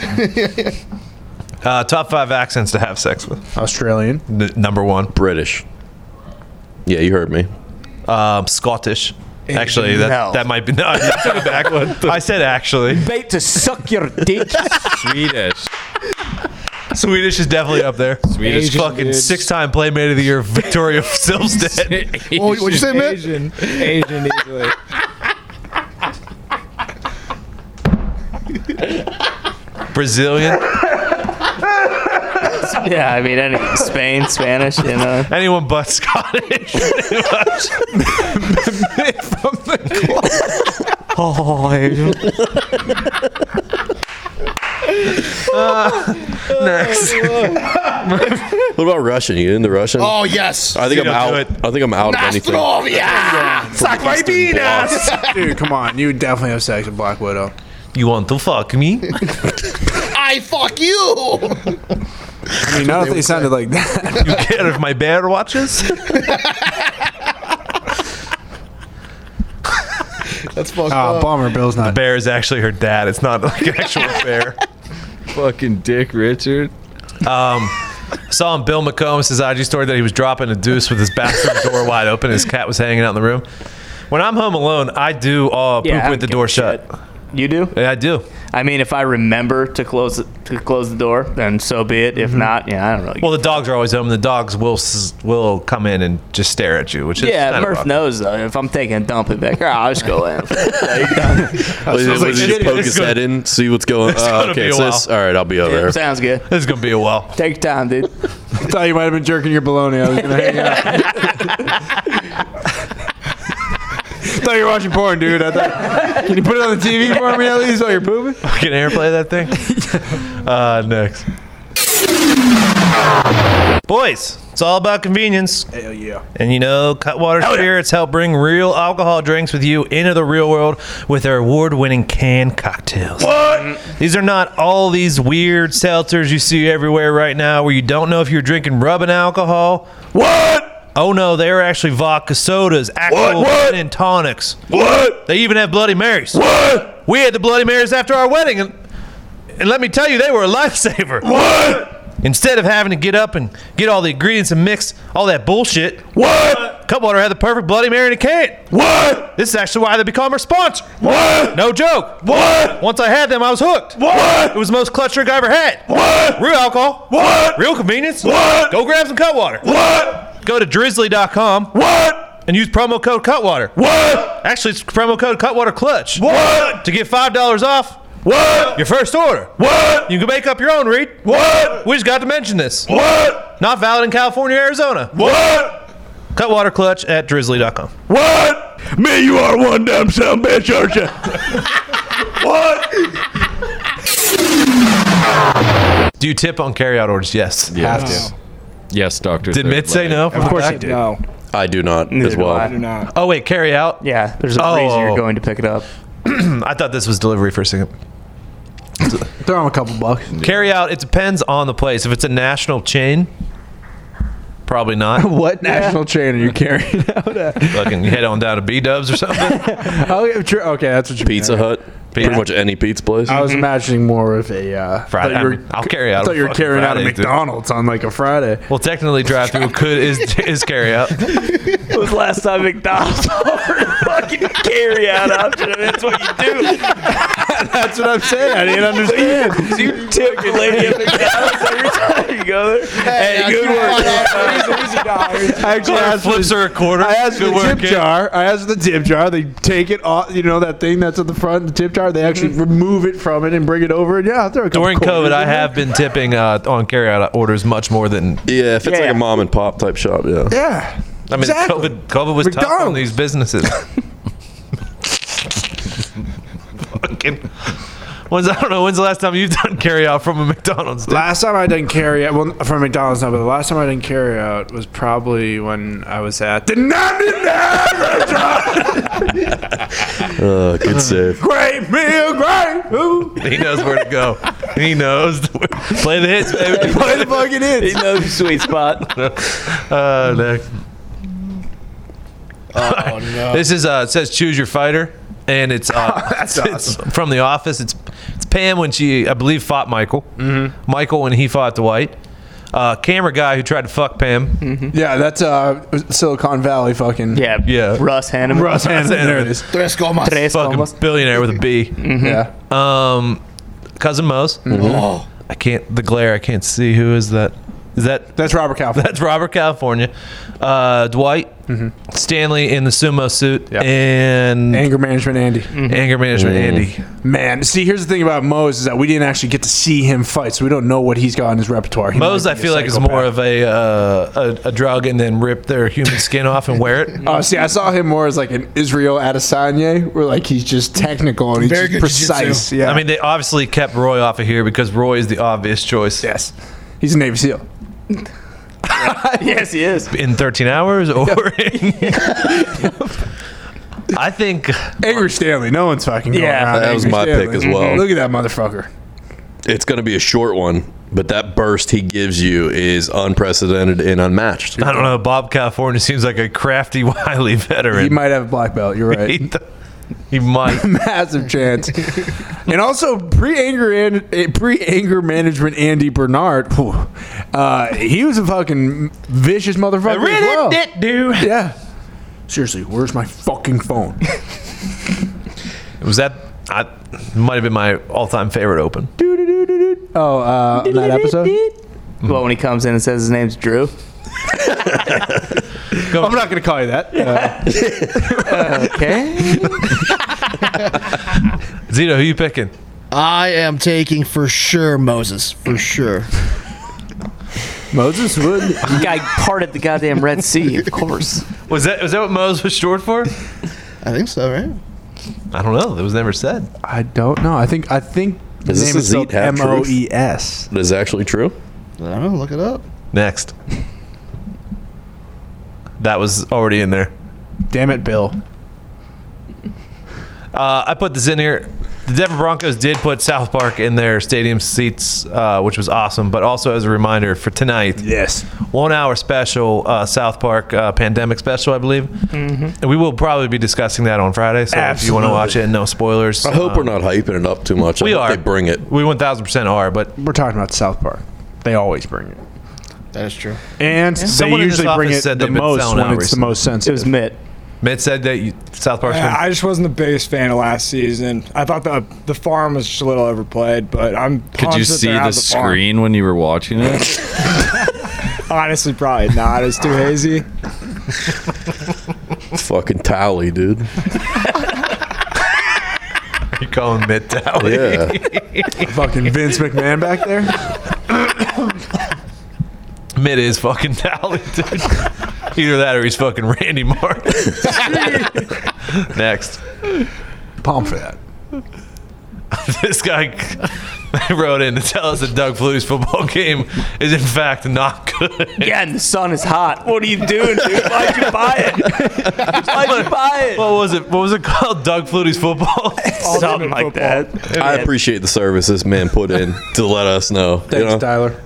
S3: Uh, top five accents to have sex with.
S5: Australian.
S3: number one. <laughs>
S8: British. Yeah, you heard me.
S3: Um, Scottish. Actually, that,
S8: No. <laughs>
S3: that might be. <laughs> No, I took it back. I said actually.
S4: Bait to suck your dick.
S6: Swedish.
S3: Swedish is definitely up there.
S6: Swedish
S3: Swedish fucking
S6: dudes.
S3: six-time Playmate of the Year, Victoria Silvstedt.
S7: What- what'd you say, Matt?
S11: Asian, Asian easily.
S4: <laughs>
S3: Brazilian.
S4: yeah, I mean, any Spain, Spanish, you know.
S3: Anyone
S4: <laughs>
S3: but Scottish.
S4: <laughs> oh, Asian.
S3: <laughs> next.
S7: <laughs>
S8: What about Russian? You into Russian?
S7: Oh, yes.
S8: I think
S7: Dude, I'll
S8: I'm out.
S7: do
S8: I think I'm out of anything.
S7: Nostrovia!
S8: Suck my penis!
S5: <laughs> Dude, come on. You would definitely have sex with Black Widow.
S3: You want to fuck me?
S7: I fuck you!
S5: I mean, not if they sounded like that.
S3: <laughs> You care if my
S5: <laughs>
S3: bear watches?
S7: That's fucked
S5: Ah,
S7: up.
S5: bummer. Bill's
S3: The
S5: not.
S3: bear is actually her dad. It's not like an actual bear.
S12: Fucking Dick Richard.
S3: Um, saw on Bill McCombs' IG story that he was dropping a deuce with his bathroom door wide open. His cat was hanging out in the room. When I'm home alone, I do uh, poop
S4: Yeah, I don't
S3: with the
S4: give a
S3: door shut.
S4: You do?
S3: Yeah, I do.
S4: I mean, if I remember to close it, to close the door, then so be it.
S3: Mm-hmm.
S4: If not, yeah, I don't really.
S3: Well, the dogs are always home. The dogs will s- will come in and just stare at you, which is
S4: yeah,
S3: kind of
S4: Murph
S3: awkward.
S4: knows though. If I'm taking a dump, it back. Oh, I'll just go
S3: <laughs>
S4: in.
S8: Was it,
S3: Sounds like
S8: was it
S3: shit.
S8: just poke
S3: It's
S8: his
S3: gonna-
S8: head in, see what's going
S3: It's
S8: on?
S3: gonna be
S8: okay,
S3: a
S8: so this, all right, I'll be over there.
S4: Sounds good.
S3: This is gonna be a while.
S4: Take your time, dude.
S5: <laughs> I thought you might have been jerking your bologna. I was going to hang
S3: <laughs>
S5: out. thought you were watching porn, dude. I thought, can you put it on the TV for me at least while you're
S3: <laughs>
S5: pooping?
S3: Can airplay that
S5: <laughs>
S3: thing? uh, next. Boys, it's all about convenience.
S5: Hell yeah.
S3: And you know, Cutwater Spirits help bring real alcohol drinks with you into the real world with their award winning canned cocktails. What? These are not all these weird seltzers you see everywhere right now where you don't know if you're drinking rubbing alcohol. What? Oh no, they're actually vodka sodas, actual gin and tonics. What? They even have Bloody Marys. What? We had the Bloody Marys after our wedding, and, and let me tell you, they were a <laughs> lifesaver. What? Instead of having to get up and get all the ingredients and mix all that bullshit. What? Cutwater had the perfect Bloody Mary in a can. What? This is actually why they become our sponsor. What? No joke. What? Once I had them, I was hooked. What? It was the most clutch drink I ever had. What? Real alcohol. What? Real convenience. What? Go grab some Cutwater. What? Go to drizzly.com. What? And use promo code Cutwater. What? Actually, it's promo code Cutwater Clutch. What? To get five dollars off. What? Your first order. What? You can make up your own, Reed. What? We just got to mention this. What? Not valid in California, Arizona. What? Cutwater Clutch at drizzly.com.
S13: What? Man, you are one dumb son of a bitch,
S4: <laughs>
S13: aren't you? what?
S3: Do you tip on carryout orders? Yes.
S6: Yes. Have to.
S3: Yes, doctor. Did Mitt say no?
S6: Of course he did.
S3: No.
S8: I do not
S6: Neither
S8: as
S6: do
S8: well.
S6: I.
S8: do not.
S3: Oh wait, carry out.
S4: Yeah, there's a
S3: Oh.
S4: reason you're going to pick it up.
S3: <clears throat> I thought this was delivery for a second.
S5: Throw him a couple bucks.
S3: Carry out. It depends on the place. If it's a national chain, probably
S5: <laughs>
S3: not.
S5: what national chain are you carrying out at?
S3: Fucking head on down to B Dubs or something.
S5: Oh, yeah, true. Okay, that's what you
S8: Pizza Hut. Pretty much any pizza place.
S5: <laughs> <laughs> I was imagining more of a uh,
S3: Friday.
S5: thought you were-
S3: I'm- I'll carry out
S5: I thought
S3: a
S5: you were
S3: fucking
S5: carrying out a
S3: Friday, dude. <laughs>
S5: McDonald's on like a Friday.
S3: Well, technically, drive
S5: <laughs>
S3: through could is is carry out.
S4: It was last time McDonald's offered a fucking carry out option. and That's what you do.
S5: That's what I'm saying. I didn't understand.
S4: So you, so <laughs> you tip your lady at McDonald's every time you go there. Hey, good work.
S5: I actually
S4: Clark
S5: asked for
S4: flips
S5: the-
S4: her a quarter.
S5: I asked for
S4: Good
S5: the
S4: work,
S5: tip
S4: kid.
S5: jar. I asked for the tip jar. They take it off. You know that thing that's at the front, the tip jar. They actually remove it from it and bring it over. And yeah, I'll throw a couple
S3: Mm-hmm. During
S5: quarters
S3: COVID,
S5: in
S3: I
S5: there.
S3: have been tipping uh, on carryout orders much more than.
S8: Yeah, if it's like
S3: Yeah.
S8: a mom and pop type shop, yeah.
S5: Yeah.
S3: I mean,
S5: Exactly.
S3: COVID, COVID was tough on
S5: McDonald's.
S3: these businesses.
S5: <laughs>
S3: Fucking. When's, I don't know. When's the last time you've done carryout from a McDonald's? dude?
S5: Last time I didn't carry out, well, from McDonald's now, but the last time I didn't carry out was probably when I was at the
S8: Uh, good save.
S5: Great meal, great food.
S3: He knows where to go. He knows. where- <laughs> Play the hits, baby.
S5: Play the fucking hits.
S4: He knows the sweet spot.
S3: <laughs> uh, next.
S4: Oh, no.
S3: This is uh, it says choose your fighter, and it's uh, <laughs>
S5: That's
S3: it's from The Office. It's it's Pam when she I believe fought Michael. Mm-hmm. Michael when he fought Dwight. Uh, camera guy who tried to fuck Pam.
S5: Yeah, that's uh, Silicon Valley fucking.
S4: Yeah,
S3: Mm-hmm. yeah.
S4: Russ Hanneman.
S5: Russ Hanneman. There it is.
S7: Tres comas.
S3: Fucking billionaire with a B.
S5: Yeah.
S3: Um, cousin Moe's.
S7: Oh.
S5: Mhm.
S3: I can't. The glare. I can't see. Who is that? Is that?
S5: That's Robert California.
S3: That's Robert California. Uh, Dwight. Stanley in the sumo suit
S5: Mm-hmm.
S3: and Mm-hmm.
S5: anger management Andy.
S3: Anger management
S7: Mm.
S3: Andy.
S5: Man, see, here's the thing about Moe's is that we didn't actually get to see him fight, so we don't know what he's got in his repertoire. He
S3: Moe's,
S5: might
S3: I
S5: be a
S3: feel like, is
S5: psychopath.
S3: more of a, uh, a a drug, and then rip their human skin off and wear it.
S5: <laughs> Oh, see, I saw him more as like an Israel Adesanya, where like he's just technical and he's just precise. Yeah,
S3: I mean, they obviously kept Roy off of here because Roy is the obvious choice.
S5: Yes, he's a Navy SEAL.
S4: <laughs> yes, he is.
S3: In 13 hours, or <laughs> I think
S5: Angry Stanley. No one's fucking. Going
S8: Yeah.
S5: around
S8: That was
S5: Angry
S8: my
S5: Stanley. Mm-hmm.
S8: pick as well.
S5: Look at that motherfucker.
S8: It's going to be a short one, but that burst he gives you is unprecedented and unmatched.
S3: I don't know. Bob California seems like a crafty, <laughs> wily veteran.
S5: He might have a black belt. You're <laughs> right.
S3: he, th- he might.
S5: <laughs> Massive chance. and also pre-anger and eh, pre-anger management Andy Bernard. whew, uh, he was a fucking vicious motherfucker. as
S3: Really
S5: well.
S3: did do.
S5: Yeah. Seriously, where's my fucking phone?
S3: Was that? I might have been my all-time favorite open.
S5: Oh, uh, on that episode.
S4: Well, when he comes in and says his name's
S3: <laughs>
S4: Drew.
S5: <laughs> I'm not going to call you that. Uh, <laughs>
S4: okay.
S3: Zito, who you picking?
S7: I am taking for sure Moses. For sure.
S5: Moses would.
S4: guy parted the goddamn Red Sea, of course.
S3: Was that was that what Mose was short
S7: <laughs>
S3: for?
S7: I think so, right?
S3: I don't know. That was never said.
S5: I don't know. I think I think the
S8: Does this
S5: name is
S8: Zeke
S5: spelled
S8: have
S5: M
S8: truth?
S5: O E S.
S8: That is actually true.
S7: I don't know. Look it up.
S3: Next. That was already in there.
S5: Damn it, Bill.
S3: Uh, I put this in here. The Denver Broncos did put South Park in their stadium seats, uh, which was awesome. But also as a reminder for tonight,
S5: yes,
S3: one hour special uh, South Park uh, pandemic special, I believe.
S4: Mm-hmm.
S3: <laughs> And we will probably be discussing that on Friday. So if you want to
S8: Absolutely.
S3: watch it, and no spoilers.
S8: I hope
S3: um,
S8: we're not hyping it up too much. I
S3: We
S8: hope
S3: are.
S8: They bring it.
S3: We 1000% are, but
S5: we're talking about South Park. They always bring it.
S7: That is true.
S5: And they
S3: Someone in this
S5: usually bring
S3: office
S5: it
S3: said
S5: the
S3: they've been
S5: most
S3: selling
S5: when
S3: out
S5: it's the
S3: recently.
S5: most sensitive. It was
S4: Mitt.
S3: Mitt said that you, South Park's been
S11: Uh, I I just wasn't the biggest fan of last season. I thought the the farm was just a little overplayed, but I'm
S6: Could
S11: pumped
S6: you
S11: that
S6: see
S11: they're out
S6: the
S11: of the farm.
S6: screen when you were watching it?
S11: Honestly, probably not. It's too hazy.
S8: Fucking tally, dude.
S3: you calling Mitt tally?
S5: <laughs> Fucking Vince McMahon back there.
S3: Mitt is fucking talented. Either that or he's fucking
S5: <laughs>
S3: Randy Martin. Next.
S5: Palm for that.
S3: <laughs> this guy wrote in to tell us that Doug Flutie's football game is in fact not good.
S4: Yeah, and the sun is hot. What are you doing, <laughs> dude? Why'd you buy it? Why'd you buy it?
S3: What was it? What was it called? Doug Flutie's football?
S4: <laughs> Something like that.
S8: I appreciate the service this man put in to let us know. Thanks,
S5: Tyler.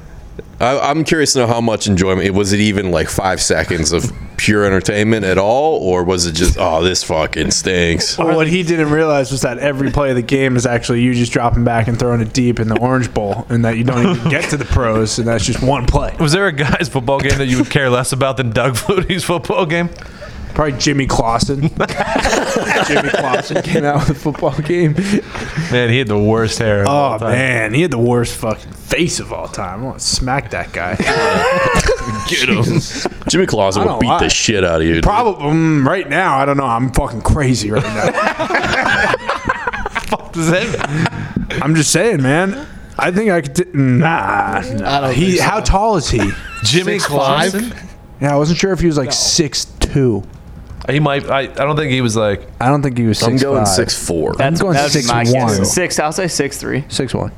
S8: I, I'm curious to know how much enjoyment. It, was it even like five seconds of pure entertainment at all, or was it just oh this fucking stinks?
S5: <laughs> Well, what he didn't realize was that every play of the game is actually you just dropping back and throwing it deep in the Orange Bowl, and that you don't <laughs> even get to the pros, and that's just one play.
S3: Was there a guy's football game that you would care less about than Doug Flutie's football game?
S5: Probably Jimmy
S3: <laughs>
S5: Clausen. <laughs> Jimmy Clausen came out with a football game.
S3: Man, he had the worst hair. of all
S5: Oh
S3: time.
S5: man, he had the worst fucking face of all time. I want to smack that guy.
S8: Get him. <laughs> Jimmy Clausen
S5: I
S8: will
S5: don't
S8: beat
S5: lie.
S8: the shit out of you. dude.
S5: Probably mm, right now. I don't know. I'm fucking crazy right now.
S3: does that
S5: I'm just saying, man. I think I could. T- nah, nah.
S7: I don't
S5: he.
S7: think so.
S5: How tall is he?
S3: Jimmy Clausen?
S5: Yeah, I wasn't sure if he was like six two.
S3: He might. I, I don't think he was like.
S5: I don't think he was.
S3: I'm
S5: 6'5".
S3: going 6'4".
S5: I'm going
S4: That would be
S5: six
S4: my
S5: one.
S4: guess. Six. I'll say six three.
S5: Six one.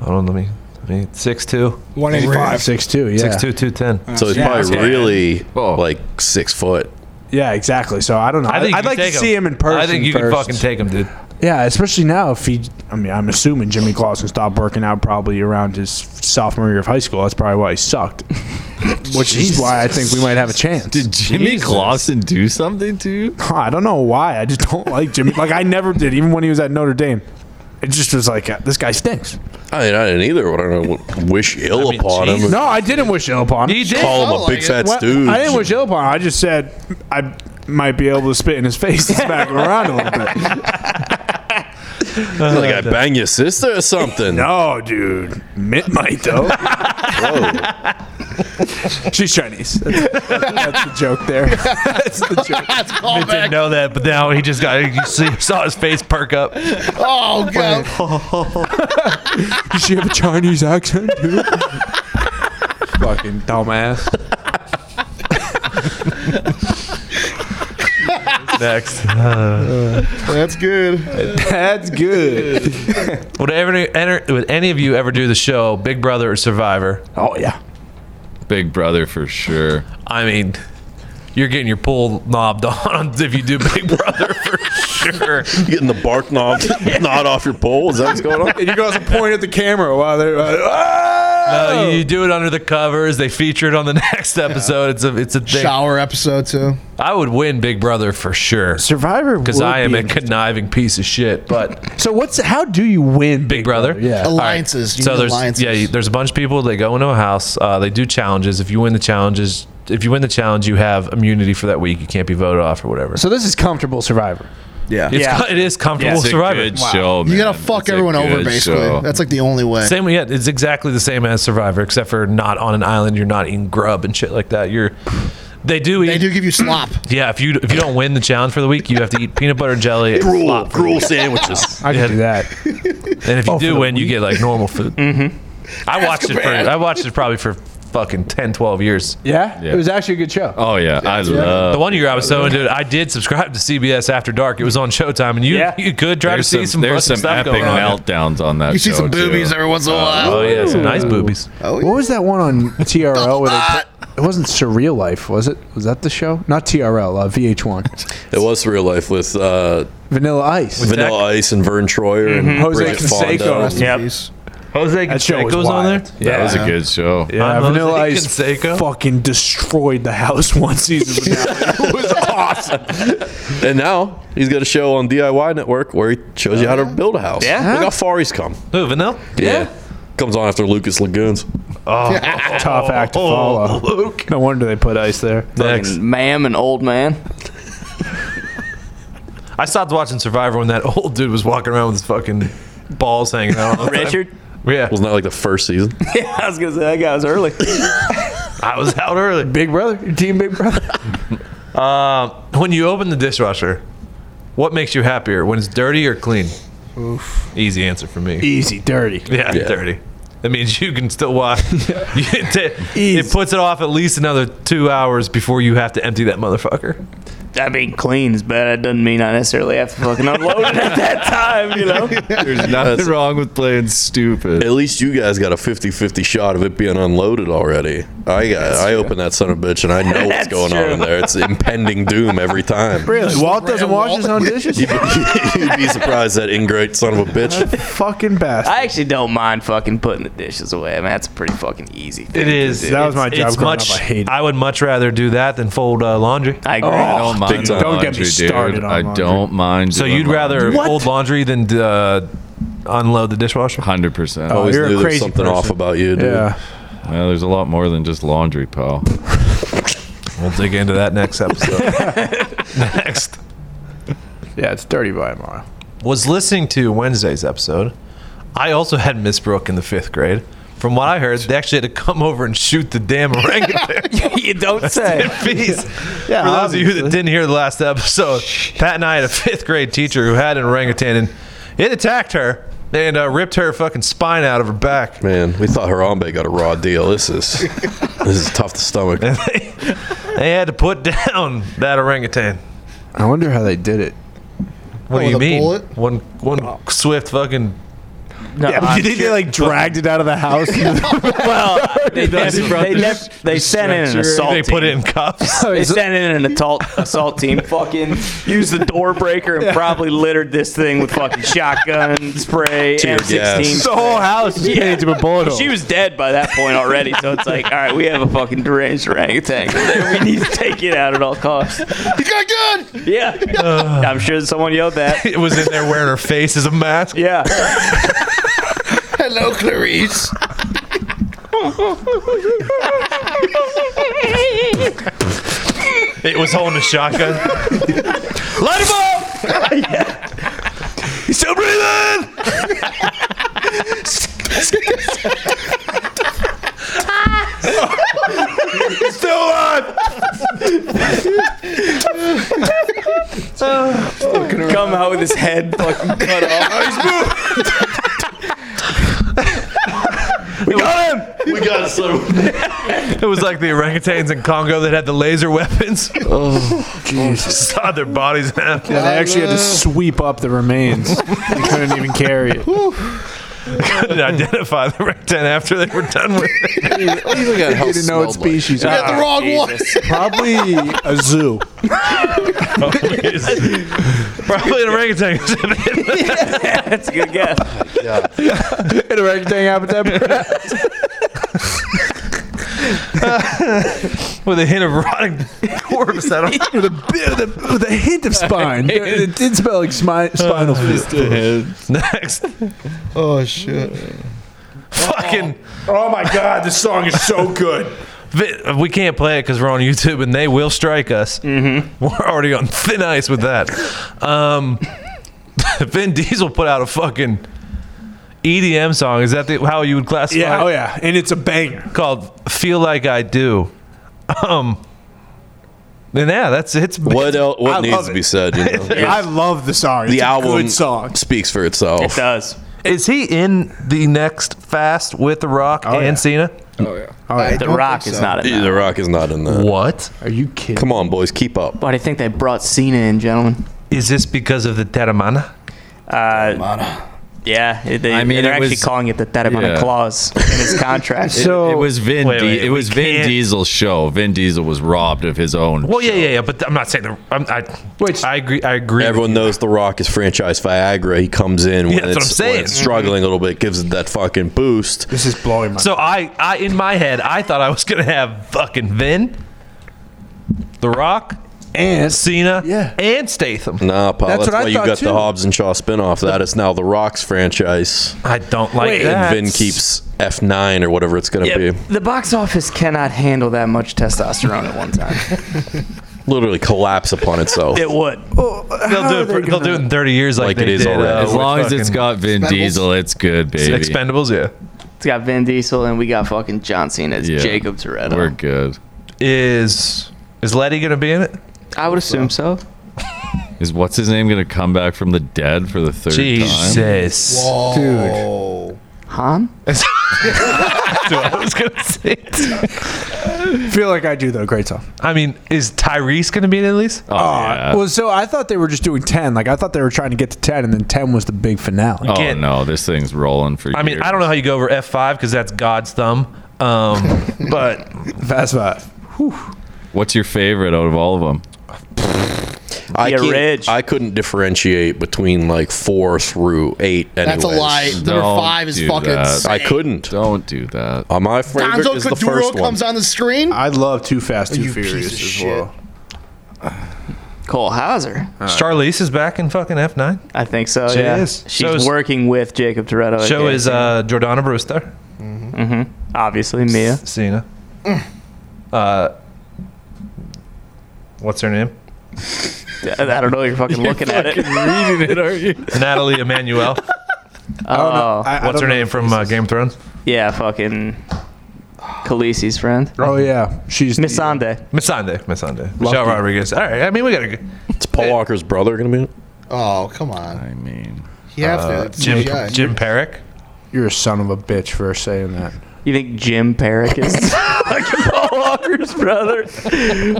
S3: Hold on, let me. Let me six two.
S11: 185.
S5: Six two. Yeah.
S3: Six two two ten.
S8: So he's probably really like six foot.
S5: Yeah, exactly. So I don't know. I
S3: you
S5: would
S3: could
S5: like to
S3: take him.
S5: see him in person.
S3: I think you could
S5: first.
S3: fucking take him, dude.
S5: Yeah, especially now if he. I mean, I'm assuming Jimmy Clausen stopped working out probably around his sophomore year of high school. That's probably why he sucked. Which is why I think we might have a chance. Did
S6: Jimmy Clausen do something to you?
S5: I don't know why. I just don't like Jimmy. Like I never did, even when he was at Notre Dame. It just was like uh, this guy stinks.
S8: I mean, I didn't either. I don't know, wish ill upon him.
S5: No, I didn't wish ill upon him.
S8: You did. Call him a big fat
S5: Well,
S8: stooge.
S5: I didn't wish ill upon him. I just said I might be able to spit in his face and smack him around a little bit.
S8: like I bang your sister or something.
S5: Uh, No, dude. Mitt might though. She's Chinese. That's, that's the joke there. <laughs> That's the joke.
S7: That's
S3: I
S7: callback.
S3: didn't know that, but now he just got. You see, saw his face perk up.
S7: Oh god.
S5: <laughs> Does she have a Chinese accent,
S7: <laughs>
S5: dude? <laughs> Fucking dumbass.
S3: <laughs> Next. <laughs>
S12: That's good.
S5: That's good.
S3: would ever enter, would any of you ever do the show Big Brother or Survivor?
S5: Oh yeah.
S6: Big Brother for sure.
S3: I mean, you're getting your pool knobbed <laughs> on if you do Big Brother
S5: <laughs>
S3: for sure.
S8: You <laughs> getting the bark knob knot off your pole? Is that what's going on?
S5: And you guys point at the camera while they're uh,
S3: No, you do it under the covers. They feature it on the <laughs> next episode. It's a it's a thing.
S7: Shower episode too.
S3: I would win Big Brother for sure.
S5: Survivor
S3: because
S5: would
S3: I am
S5: be
S3: a conniving piece of shit. But
S5: So what's how do you win?
S3: Big Brother,
S5: yeah.
S3: All right.
S7: Alliances. You
S3: So
S7: need
S3: there's
S7: alliances.
S3: yeah, you- there's a bunch of people. They go into a house. Uh, they do challenges. If you win the challenges, if you win the challenge, you have immunity for that week. You can't be voted off or whatever.
S5: So this is comfortable Survivor.
S12: Yeah,
S3: It's co- it is comfortable
S6: It's a
S3: Survivor.
S6: good show, man.
S7: You gotta fuck
S6: It's a
S7: everyone
S6: good
S7: over basically.
S6: show.
S7: That's like the only way.
S3: Same, yeah, it's exactly the same as Survivor, except for not on an island. You're not eating grub and shit like that. You're, they do eat.
S7: They do give you slop.
S3: Yeah, if you if you don't win the challenge for the week, you have to eat peanut butter and jelly. and
S8: Gruel,
S3: slop.
S8: gruel sandwiches.
S5: I can
S3: Yeah.
S5: do that.
S3: <laughs> And if you
S5: Oh, for
S3: do
S5: the
S3: win, you get like normal food. mm-hmm. I watched it for I watched it probably for fucking 10, 12 years.
S5: Yeah?
S6: Yeah.
S5: It was actually a good show.
S6: Oh yeah, I
S3: The
S6: love.
S3: one year I was so into it, I did subscribe to CBS After Dark. It was on Showtime, and you you could try
S6: There's
S3: to
S6: some,
S3: see some
S6: there's
S3: fucking
S6: some
S3: stuff
S6: epic
S3: going on.
S6: meltdowns on that.
S7: You see
S6: show,
S7: some
S6: too. Uh,
S7: boobies every once in a while.
S3: Oh yeah, some nice boobies.
S7: Oh,
S5: What was that one on <laughs> TRL where they put, it wasn't Surreal Life, was it? Was that the show? Not TRL, uh, VH1.
S8: It was real life with uh,
S5: Vanilla Ice.
S8: Vanilla Ice and Vern Troyer and
S5: Mm-hmm. Jose
S8: Bridget Fonda.
S5: Canseco.
S7: Yep.
S3: Jose
S5: That show was
S3: Canseco's on there.
S5: wild.
S6: That was a
S5: Yeah.
S6: good show.
S5: Yeah,
S3: I'm
S5: Vanilla
S3: Jose
S5: Ice
S3: Canseco.
S5: fucking destroyed the house <laughs> one season. it was awesome.
S8: And now he's got a show on DIY Network where he shows you how to build a house.
S4: Yeah.
S8: Look how far he's come.
S3: Who Vanilla?
S8: Yeah. Comes on after Lucas Lagoons.
S5: Oh, <laughs> tough act to follow.
S3: oh,
S5: No wonder they put ice there.
S4: Fucking ma'am and old man.
S3: I stopped watching Survivor when that <laughs> old dude was walking around with his fucking balls hanging out. all the time.
S4: Richard?
S3: Yeah.
S8: Wasn't that like the first season?
S4: yeah, I was gonna say that guy was early.
S3: I was out early.
S5: Big brother, your team, big brother.
S4: <laughs>
S3: Uh, when you open the dishwasher, what makes you happier? When it's dirty or clean? Oof. Easy answer for me.
S5: Easy, dirty.
S3: Yeah,
S5: Yeah.
S3: dirty. That means you can still wash. <laughs> it puts it off at least another two hours before you have to empty that motherfucker.
S4: I mean, clean is bad. It doesn't mean I necessarily have to fucking unload it at that time, you know?
S8: <laughs> There's nothing wrong with playing stupid. At least you guys got a 50-50 shot of it being unloaded already. I got, I open that son of a bitch and I know
S5: <laughs>
S8: what's going on in there. It's impending doom every time.
S5: Really? Walt doesn't wash his own
S3: <laughs>
S5: dishes?
S8: You'd be, you'd be surprised that ingrate son of a bitch.
S5: fucking bastard.
S4: I actually don't mind fucking putting the dishes away. I mean, that's a pretty fucking easy thing.
S3: It
S4: to
S3: is.
S4: do.
S3: It's- It's much. I, would much rather do that than fold uh, laundry.
S4: I agree.
S6: I don't mind doing Oh, laundry, dude. I don't mind.
S3: So
S6: doing
S3: you'd rather
S6: laundry.
S3: fold laundry than uh, unload the dishwasher?
S6: Hundred percent.
S3: Oh, Always you're a knew there was crazy something person. off
S8: about you,
S3: dude. Yeah.
S6: Well, there's a lot more than just laundry, pal.
S3: <laughs> we'll dig into that
S6: <laughs>
S3: next episode. next.
S5: Yeah, it's dirty by a mile.
S3: Was listening to Wednesday's episode. I also had Miss Brooke in the fifth grade. From what I heard, they actually had to come over and shoot the damn
S5: <laughs>
S3: orangutan.
S4: you don't say.
S3: Yeah, For those of you that didn't hear the last episode, Pat and I had a fifth grade teacher who had an orangutan, and it attacked her and uh, ripped her fucking spine out of her back.
S8: Man, we thought Harambe got a raw deal. This is this is tough to stomach.
S3: <laughs> They had to put down that orangutan.
S5: I wonder how they did it.
S3: What do you mean? One one swift fucking.
S4: No,
S5: yeah, but you think they like dragged it out of the house?
S4: <laughs> well, they, they, they, nev- they sent in an assault.
S3: They put it in
S4: team.
S3: cuffs.
S4: They sent in an assault assault team. Fucking used the door breaker and probably littered this thing with fucking shotgun spray,
S5: Tear
S4: M16.
S5: gas. The whole house is painted with bullet holes. <laughs>
S4: She was dead by that point already, so it's like, all right, we have a fucking deranged orangutan. We need to take it out at all costs.
S7: He's got a gun.
S4: Yeah, I'm sure someone yelled that.
S3: <laughs> It was in there wearing her face as a mask.
S4: Yeah.
S7: Hello,
S4: <laughs>
S7: Clarice.
S3: <laughs> It was holding a shotgun.
S5: <laughs>
S4: Light him <laughs> up!
S3: He's still breathing!
S13: Still alive!
S4: Come out with his head fucking cut
S5: <laughs>
S4: off.
S3: We got him! We got some.
S4: <laughs>
S3: it was like the orangutans in Congo that had the laser weapons. <laughs> Oh, Jesus. <laughs> Saw their bodies half.
S5: Yeah, they actually
S3: <laughs>
S5: had to sweep up the remains. they couldn't even carry
S3: <laughs>
S5: it.
S3: couldn't identify the orangutan after they were done with <laughs> it. Ah,
S5: They didn't know what species.
S3: You
S5: it
S3: got the
S5: was.
S3: wrong
S5: Jesus. Probably a
S3: <laughs>
S5: zoo.
S3: Oh, Probably an
S5: <laughs>
S3: orangutan. <laughs>
S4: That's a good
S7: <laughs> Oh
S4: guess.
S5: An orangutan habitat.
S7: <laughs>
S3: with a hint of rotting <laughs> corpse. I don't
S5: with, a, bit- with a, with a hint
S4: <laughs>
S5: of spine. It did smell like smi- spinal fluid.
S3: <laughs> Next.
S7: Oh, shit.
S3: Fucking.
S13: <laughs> Oh my god, this song is so good.
S3: Vi- We can't play it because we're on YouTube and they will strike us. Mm-hmm. We're already on thin ice with that. Um, <laughs> Vin Diesel put out a fucking EDM song. Is that the, how you would classify?
S5: Yeah,
S3: it?
S5: oh yeah, and it's a banger
S3: called "Feel Like I Do." Um, and yeah, that's it's.
S8: What el-
S3: I
S8: what
S3: love
S8: needs to
S3: it.
S8: be said? You know?
S5: <laughs> I love the song.
S8: the
S5: It's a
S8: album
S5: good song.
S8: speaks for itself. It
S4: does.
S3: Is he in the next Fast with The Rock and Cena?
S8: Oh yeah.
S5: Oh, yeah. I
S4: The don't Rock think is so. not in that.
S8: The Rock is not in that.
S3: What?
S5: Are you kidding?
S8: Come on, boys, keep up.
S4: Why do you think they brought Cena in, gentlemen?
S3: Is this because of the Terramana?
S4: Uh, yeah, they,
S6: I mean,
S4: they're
S6: it
S4: actually
S6: was-
S4: calling it the Terramana
S6: Yeah.
S4: clause in
S6: <laughs>
S4: his contract.
S6: So it, was Vin.
S4: Wait,
S6: Di-
S4: wait,
S6: it was
S4: we
S6: Vin
S4: can't-
S6: Diesel's show. Vin Diesel was robbed of his own.
S3: Well, yeah, yeah, yeah. But I'm not saying the. I'm, I, I agree. I agree.
S8: Everyone knows The Rock is franchise Viagra. He comes in when,
S3: Yeah, that's what I'm
S8: it's, when
S3: saying.
S8: it's struggling a little bit, gives it that fucking boost.
S5: This is blowing my.
S3: So I, I in my head, I thought I was gonna have fucking Vin, The Rock, and Cena, yeah, and Statham.
S8: Nah, Paul,
S3: That's
S8: that's,
S3: what I
S8: why you
S3: thought,
S8: got
S3: too.
S8: the Hobbs and Shaw spinoff. That is now the Rocks franchise.
S3: I don't like Wait. that.
S8: And Vin keeps F9 or whatever it's going to be.
S4: The box office cannot handle that much testosterone at one time.
S8: Literally collapse upon
S3: <laughs>
S8: itself.
S4: it would.
S3: They'll do it. For, they'll do it in thirty years, like,
S8: Like
S3: they
S8: it is
S3: did,
S8: already.
S3: uh,
S8: As
S3: with
S8: long as
S3: fucking-
S6: it's good,
S3: It's Expendables, yeah.
S4: It's got Vin Diesel and we got fucking John Cena. It's
S3: Yeah.
S4: Jacob Toretto.
S6: We're good.
S3: Is is Letty gonna be in it?
S4: I would assume so.
S6: Is what's his name going to come back from the dead for the third
S3: Jesus.
S6: time?
S4: Dude. Han?
S3: I was gonna
S5: <laughs>
S3: say.
S5: Feel like I do though. Great stuff.
S3: I mean, is Tyrese gonna be in it at least?
S6: Oh,
S4: Uh,
S5: Well, so I thought they were just doing ten. Like I thought they were trying to get to ten, and then ten was the big finale.
S6: Oh no, this thing's rolling for.
S3: I mean, I don't know how you go over F five because that's God's thumb. Um, but
S5: fast five.
S6: What's your favorite out of all of them?
S8: I,
S6: Yeah,
S8: can't-
S6: Ridge.
S8: I couldn't differentiate between like four through eight. Anyways.
S7: That's a lie. Number Don't five is do fucking that. insane.
S8: I couldn't.
S6: Don't do that.
S8: Uh, my favorite
S7: Gonzo
S8: is the first
S7: Caduro
S8: one.
S7: comes on the screen.
S5: I love Too Fast, Too
S7: You piece
S5: Furious
S7: of
S5: as
S7: shit.
S5: well.
S4: Cole Hauser.
S3: Charlize is back in fucking F nine.
S4: I think so.
S3: She
S4: yeah.
S3: is.
S4: She's
S3: So is-
S4: working with Jacob Toretto. at
S3: Show
S4: the
S3: is
S4: end.
S3: uh, Jordana Brewster.
S4: Mhm. Obviously, Mia. Mm.
S3: Cena. Uh, what's her name?
S4: I don't know. You're fucking looking at it.
S6: reading it, are you?
S3: <laughs> Natalie Emanuel.
S4: Oh,
S3: what's her name from uh, Game of Thrones?
S4: Yeah, fucking Khaleesi's friend.
S5: Oh yeah, she's
S4: Missande.
S3: Missande. Missande. Michelle Rodriguez. All right. I mean, we got to.
S8: It's Paul Walker's brother going to be in it?
S7: Oh, come on.
S6: I mean,
S7: yeah,
S3: Jim, Jim Perrick.
S5: uh, You're a son of a bitch for saying that.
S4: You think Jim
S7: <laughs>
S4: Perrick is fucking Paul Walker's brother?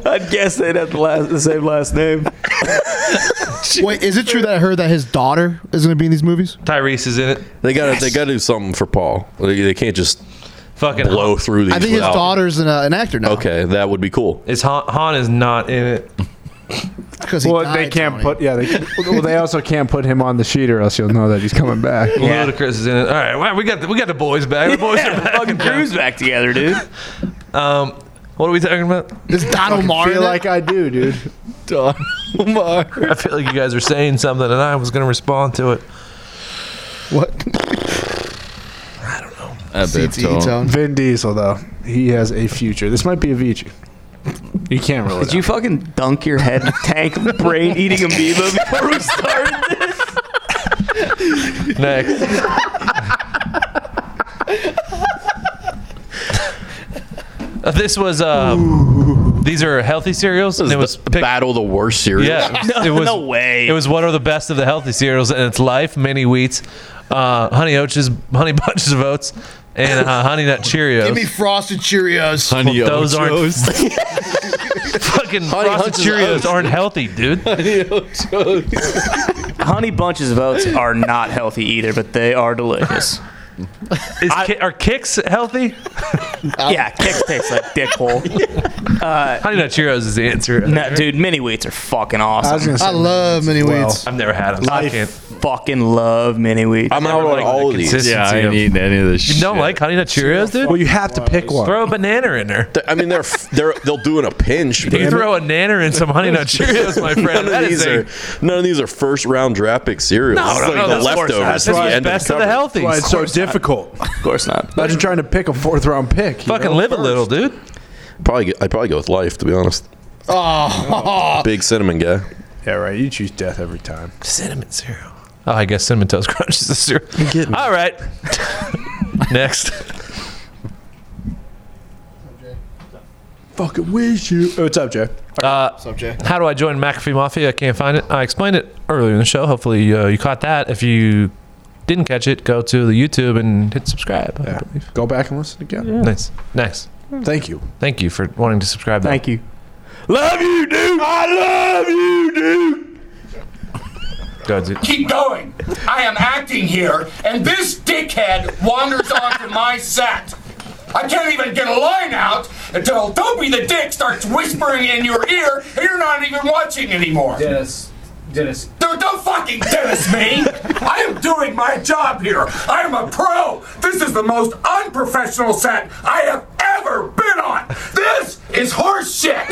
S4: I'd guess they'd have the, last, the same last name.
S7: <laughs> Wait, is it true that I heard that his daughter is going to be in these movies?
S3: Tyrese is in it.
S8: They got to they got to do something for Paul. They, they can't just
S3: fucking
S8: blow through these.
S7: I think his
S8: without-
S7: daughter's an, uh, an actor now.
S8: Okay, that would be cool.
S3: Is Han, Han is not in it.
S7: Because
S5: well, they can't put. Yeah, they. well, they also can't put him on the sheet, or else you'll know that he's coming back.
S3: Ludacris is in it. All right, well, we got the, we got the boys back.
S4: <laughs>
S3: The boys are back. Fucking
S4: crews back together, dude.
S3: Um, what are we talking about?
S7: Is Don
S5: Fucking
S7: Omar
S5: Feel
S7: in it?
S5: like I do, dude.
S3: Don Omar. I feel like you guys are saying something, and I was gonna respond to it.
S7: What?
S6: I bet so.
S5: Vin Diesel though, he has a future. This might be Avicii. You can't
S3: <laughs>
S5: really.
S4: Did you fucking dunk your head in a tank of brain eating amoeba before
S3: <laughs>
S4: we started this?
S3: Next. Uh, this was um, these are healthy cereals. and it was pick-
S8: battle the worst cereal.
S3: yeah.
S8: <laughs>
S5: <laughs>
S4: No-
S3: it was,
S4: no way.
S3: It was what are the best of the healthy cereals, and it's Life, Mini Wheats, uh, Honey Oats, Honey <laughs> Bunches of Oats, and uh, Honey Nut Cheerios.
S7: <laughs> Give me Frosted Cheerios.
S3: Honey Well, those aren't- Ocho's. fucking
S7: Honey
S3: Frosted
S7: Bunches of
S3: Cheerios
S7: Oats.
S3: aren't healthy, dude.
S4: Honey bunches of oats are not healthy either, but they are delicious.
S3: <laughs> Is, Ki- are kicks healthy?
S4: <laughs> yeah, kicks taste like dick hole. Uh,
S3: Honey Nut Cheerios is the
S4: <laughs>
S3: answer.
S4: no, dude, mini wheats are fucking awesome.
S7: I, love mini wheats.
S3: I've never had them. so I
S4: I
S3: can't.
S4: fucking love mini wheats.
S8: I'm out on all of these.
S6: Yeah, I ain't eating any of this
S3: You
S6: shit.
S3: don't like Honey Nut Cheerios, dude?
S5: Well, you have to pick one.
S3: Throw a banana in there.
S8: I mean, they're f- they're they'll do in a pinch.
S3: You
S8: but-
S3: throw a nanner in some Honey
S8: <laughs>
S3: Nut Cheerios, my
S8: None
S3: friend. That
S8: of,
S3: is
S8: these
S3: a
S8: are, none of these are first round draft pick cereals.
S3: No,
S8: It's
S3: no,
S8: like
S3: no,
S8: the
S3: of course not.
S8: leftovers.
S3: This
S8: at
S3: is
S8: the end
S3: best
S8: of
S3: of
S8: the
S3: the
S8: cover.
S3: healthy.
S5: Why it's so difficult?
S4: Of course not.
S5: Imagine trying to pick a fourth round pick. you
S3: Fucking
S5: know?
S3: live a little, dude.
S8: Probably, go- I'd probably go with life to be honest.
S3: Ah.
S7: Oh,
S8: Big cinnamon guy.
S5: Yeah, right. You choose death every time.
S3: Cinnamon cereal. Oh, I guess Cinnamon Toast Crunch is the cereal. All right. <laughs> Next.
S5: Fucking wish you. Oh, what's up, Jay?
S3: <laughs> Uh,
S7: What's up, Jay?
S3: How do I join McAfee Mafia? I can't find it. I explained it earlier in the show. Hopefully, uh, you caught that. If you didn't catch it, go to the YouTube and hit subscribe. I believe.
S5: Go back and listen again.
S3: Nice. Next.
S5: Thank you.
S3: Thank you for wanting to subscribe. though.
S4: Thank you.
S13: Love you, dude. I love you, dude.
S3: Go, dude.
S14: Keep going. I am acting here, and this dickhead wanders onto my set. I can't even get a line out until Dopey the Dick starts whispering in your ear, and you're not even watching anymore.
S2: Dennis. Dennis.
S14: Dude, don't fucking diss me! I am doing my job here. I am a pro. This is the most unprofessional set I have ever been on. This is horse shit.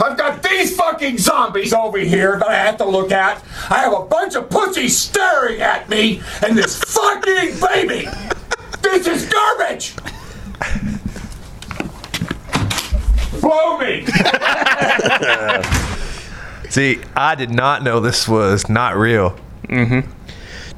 S14: I've got these fucking zombies over here that I have to look at. I have a bunch of pussies staring at me and this fucking baby. This is garbage. Blow me.
S3: See, I did not know this was not real.
S8: Mm-hmm.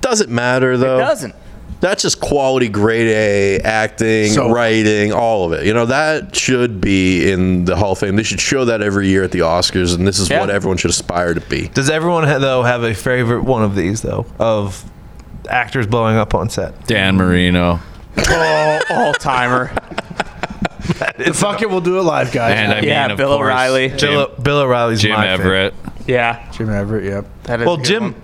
S8: Doesn't matter though. It
S4: doesn't.
S8: That's just quality grade A acting,
S4: So-
S8: writing, all of it. You know, that should be in the Hall of Fame. They should show that every year at the Oscars, and this is what everyone should aspire to be.
S3: Does everyone ha- though have a favorite one of these though of actors blowing up on set?
S6: Dan Marino.
S4: Oh, all
S5: <laughs>
S4: timer.
S15: The fuck it, we'll do it live, guys.
S6: And I mean, of course,
S3: Bill, Bill O'Reilly's
S6: Jim
S3: my favorite.
S6: Everett.
S4: Yeah.
S5: Jim Everett, yep.
S4: That
S3: Well, Jim,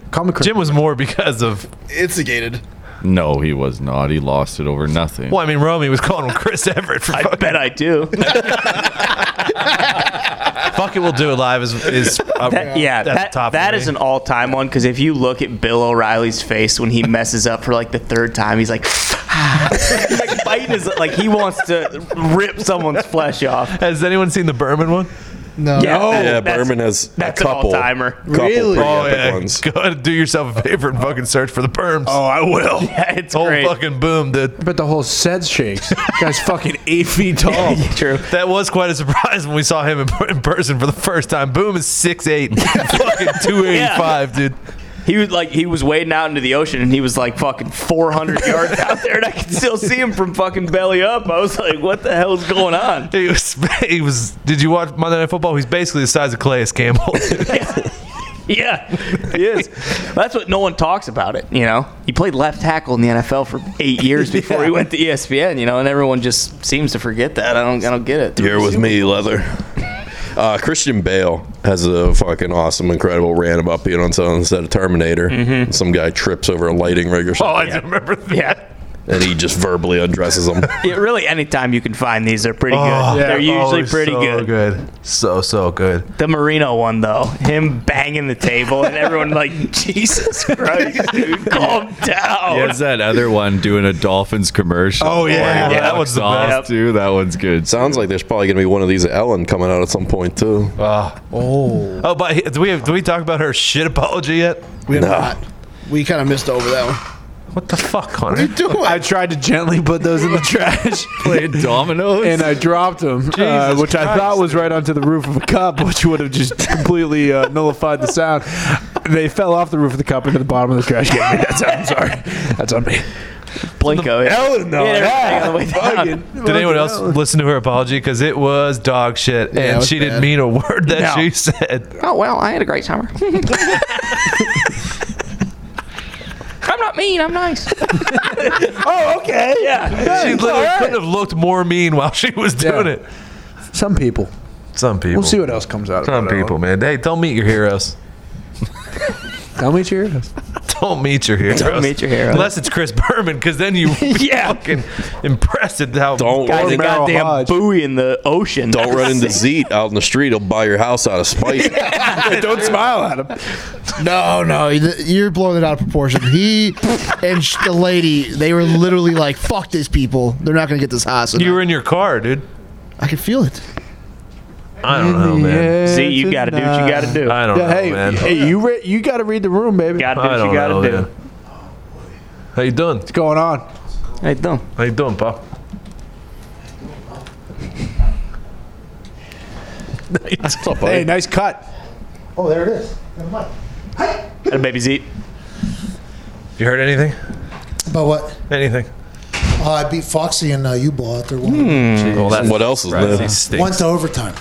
S3: Jim was more because of
S15: instigated.
S6: No, he was not. He lost it over nothing.
S3: Well, I mean, Romy was calling him Chris Everett. For I bet
S4: I
S3: <laughs>
S4: do.
S3: Fuck it, we'll do it live. Is is uh,
S4: That- yeah,
S3: that's
S4: that,
S3: top
S4: that is an all time one because if you look at Bill O'Reilly's face when he messes up for like the third time, he's like, <laughs> like biting his, like he wants to rip someone's flesh off.
S3: Has anyone seen the Berman one?
S5: Oh.
S7: No.
S4: Yeah,
S8: No.
S4: that-
S8: Yeah,
S4: that's-
S8: Berman has a
S4: that's an
S8: couple-
S4: all-timer.
S8: couple Really? pretty
S3: Oh,
S8: epic
S3: yeah.
S8: ones.
S3: <laughs> Go ahead and do yourself a favor and fucking search for the perms.
S15: Oh, I will.
S4: <laughs> Yeah, it's
S3: Whole fucking boom, dude.
S5: I bet the whole set
S4: <laughs>
S5: shakes. guy's fucking eight feet tall.
S4: True.
S3: That was quite a surprise when we saw him in, in person for the first time. Boom <laughs> is 6'8", fucking 285, dude.
S4: He was like he was wading out into the ocean and he was like fucking 400 yards <laughs> out there and I could still see him from fucking belly up. I was like, what the hell is going on?
S3: He was, he was. Did you watch Monday Night Football? He's basically the size of Clayus
S8: <laughs>
S3: Campbell.
S4: <laughs> Yeah, he is. That's what no one talks about it. You know, he played left tackle in the NFL for <laughs> eight years before he went to E ESPN. You know, and everyone just seems to forget that. I don't. I don't get it.
S8: You're with me, leather. Uh, Christian Bale has a fucking awesome, incredible rant about being on set of Terminator. Some guy trips over a lighting rig or something,
S3: Oh, I remember that.
S4: Mm-hmm. Yeah.
S8: and he just verbally undresses him.
S4: <laughs> Yeah, really, anytime you can find these, they're pretty
S3: Oh,
S4: good. They're
S3: yeah.
S4: usually
S3: Oh,
S4: pretty
S3: so
S4: good.
S3: good. So so good.
S4: The Marino one though, him banging the table and everyone like, <laughs> Jesus Christ, dude, calm
S3: Oh.
S4: down.
S6: What's that other one doing a Dolphins commercial? Like, exhaust,
S8: too. That one's good. Sounds like there's probably gonna be one of these at Ellen coming out at some point too.
S6: Ah.
S3: oh. Oh, but he- do we have, do we talk about her shit apology yet?
S8: We have No. not.
S7: We kind of missed over that one.
S3: What the fuck, Connor? What
S7: are you doing?
S5: I tried to gently put those in
S4: <laughs>
S5: the trash.
S6: Playing dominoes?
S5: And I dropped them, uh,
S6: Jesus
S5: which I thought was right onto the roof of a cup, which would
S4: <laughs>
S5: have just completely uh, nullified the sound. They fell off the roof of the cup into the bottom of the trash can. That's I'm sorry. That's on me.
S4: Blinko.
S5: Ellen, though.
S4: Yeah,
S5: Yeah.
S4: everything on the way down.
S3: Did anyone else listen to her apology? Because it was dog shit,
S4: it
S3: and
S4: was
S3: she didn't
S4: bad.
S3: mean a word that
S4: No.
S3: she said.
S4: Oh well, I had a great <laughs> summer. I'm not mean. I'm nice.
S5: oh, okay.
S4: Yeah.
S3: <laughs> she literally couldn't have looked more mean while she was doing it.
S5: Some people.
S3: Some people.
S5: We'll see what else comes out.
S3: Some
S5: about
S3: people, man. Hey, don't meet
S5: <laughs>
S3: your heroes.
S5: Ellen. Tell me it's your
S3: <laughs> Don't meet your heroes.
S5: Don't meet your heroes.
S3: Unless it's Chris Berman, because
S5: <laughs>
S3: then you yeah. fucking impressed at how
S8: Don't
S4: Guy's a goddamn buoy in the ocean.
S8: Don't
S4: <laughs>
S8: run into Zeet out in the street. He'll buy your house out of
S6: <laughs>
S8: spite.
S5: Don't smile at him.
S7: No, no, th- you're blowing it out of proportion. He and sh- the lady, they were literally like, "Fuck these people. They're not gonna get this hostage."
S3: You were in your car, dude.
S7: I can feel it.
S3: I don't know, man.
S4: See, you gotta do what you gotta do.
S3: I don't
S5: Yeah,
S3: know,
S5: hey,
S3: man.
S5: hey, you re- you got to read the room, baby.
S4: Gotta
S3: I don't
S4: <laughs>
S3: know, man. How you doing? What's
S5: going on?
S4: How you doing?
S3: How you doing, pop?
S5: Hey, nice cut.
S7: Oh, there it is. Never mind.
S4: And babies eat.
S3: You heard anything?
S16: But what?
S3: Anything?
S16: Uh, I beat Foxy and uh, you ball out there. One,
S3: Hmm.
S8: Well, that's what else is
S6: surprising.
S8: new?
S6: He stinks.
S16: Went to overtime.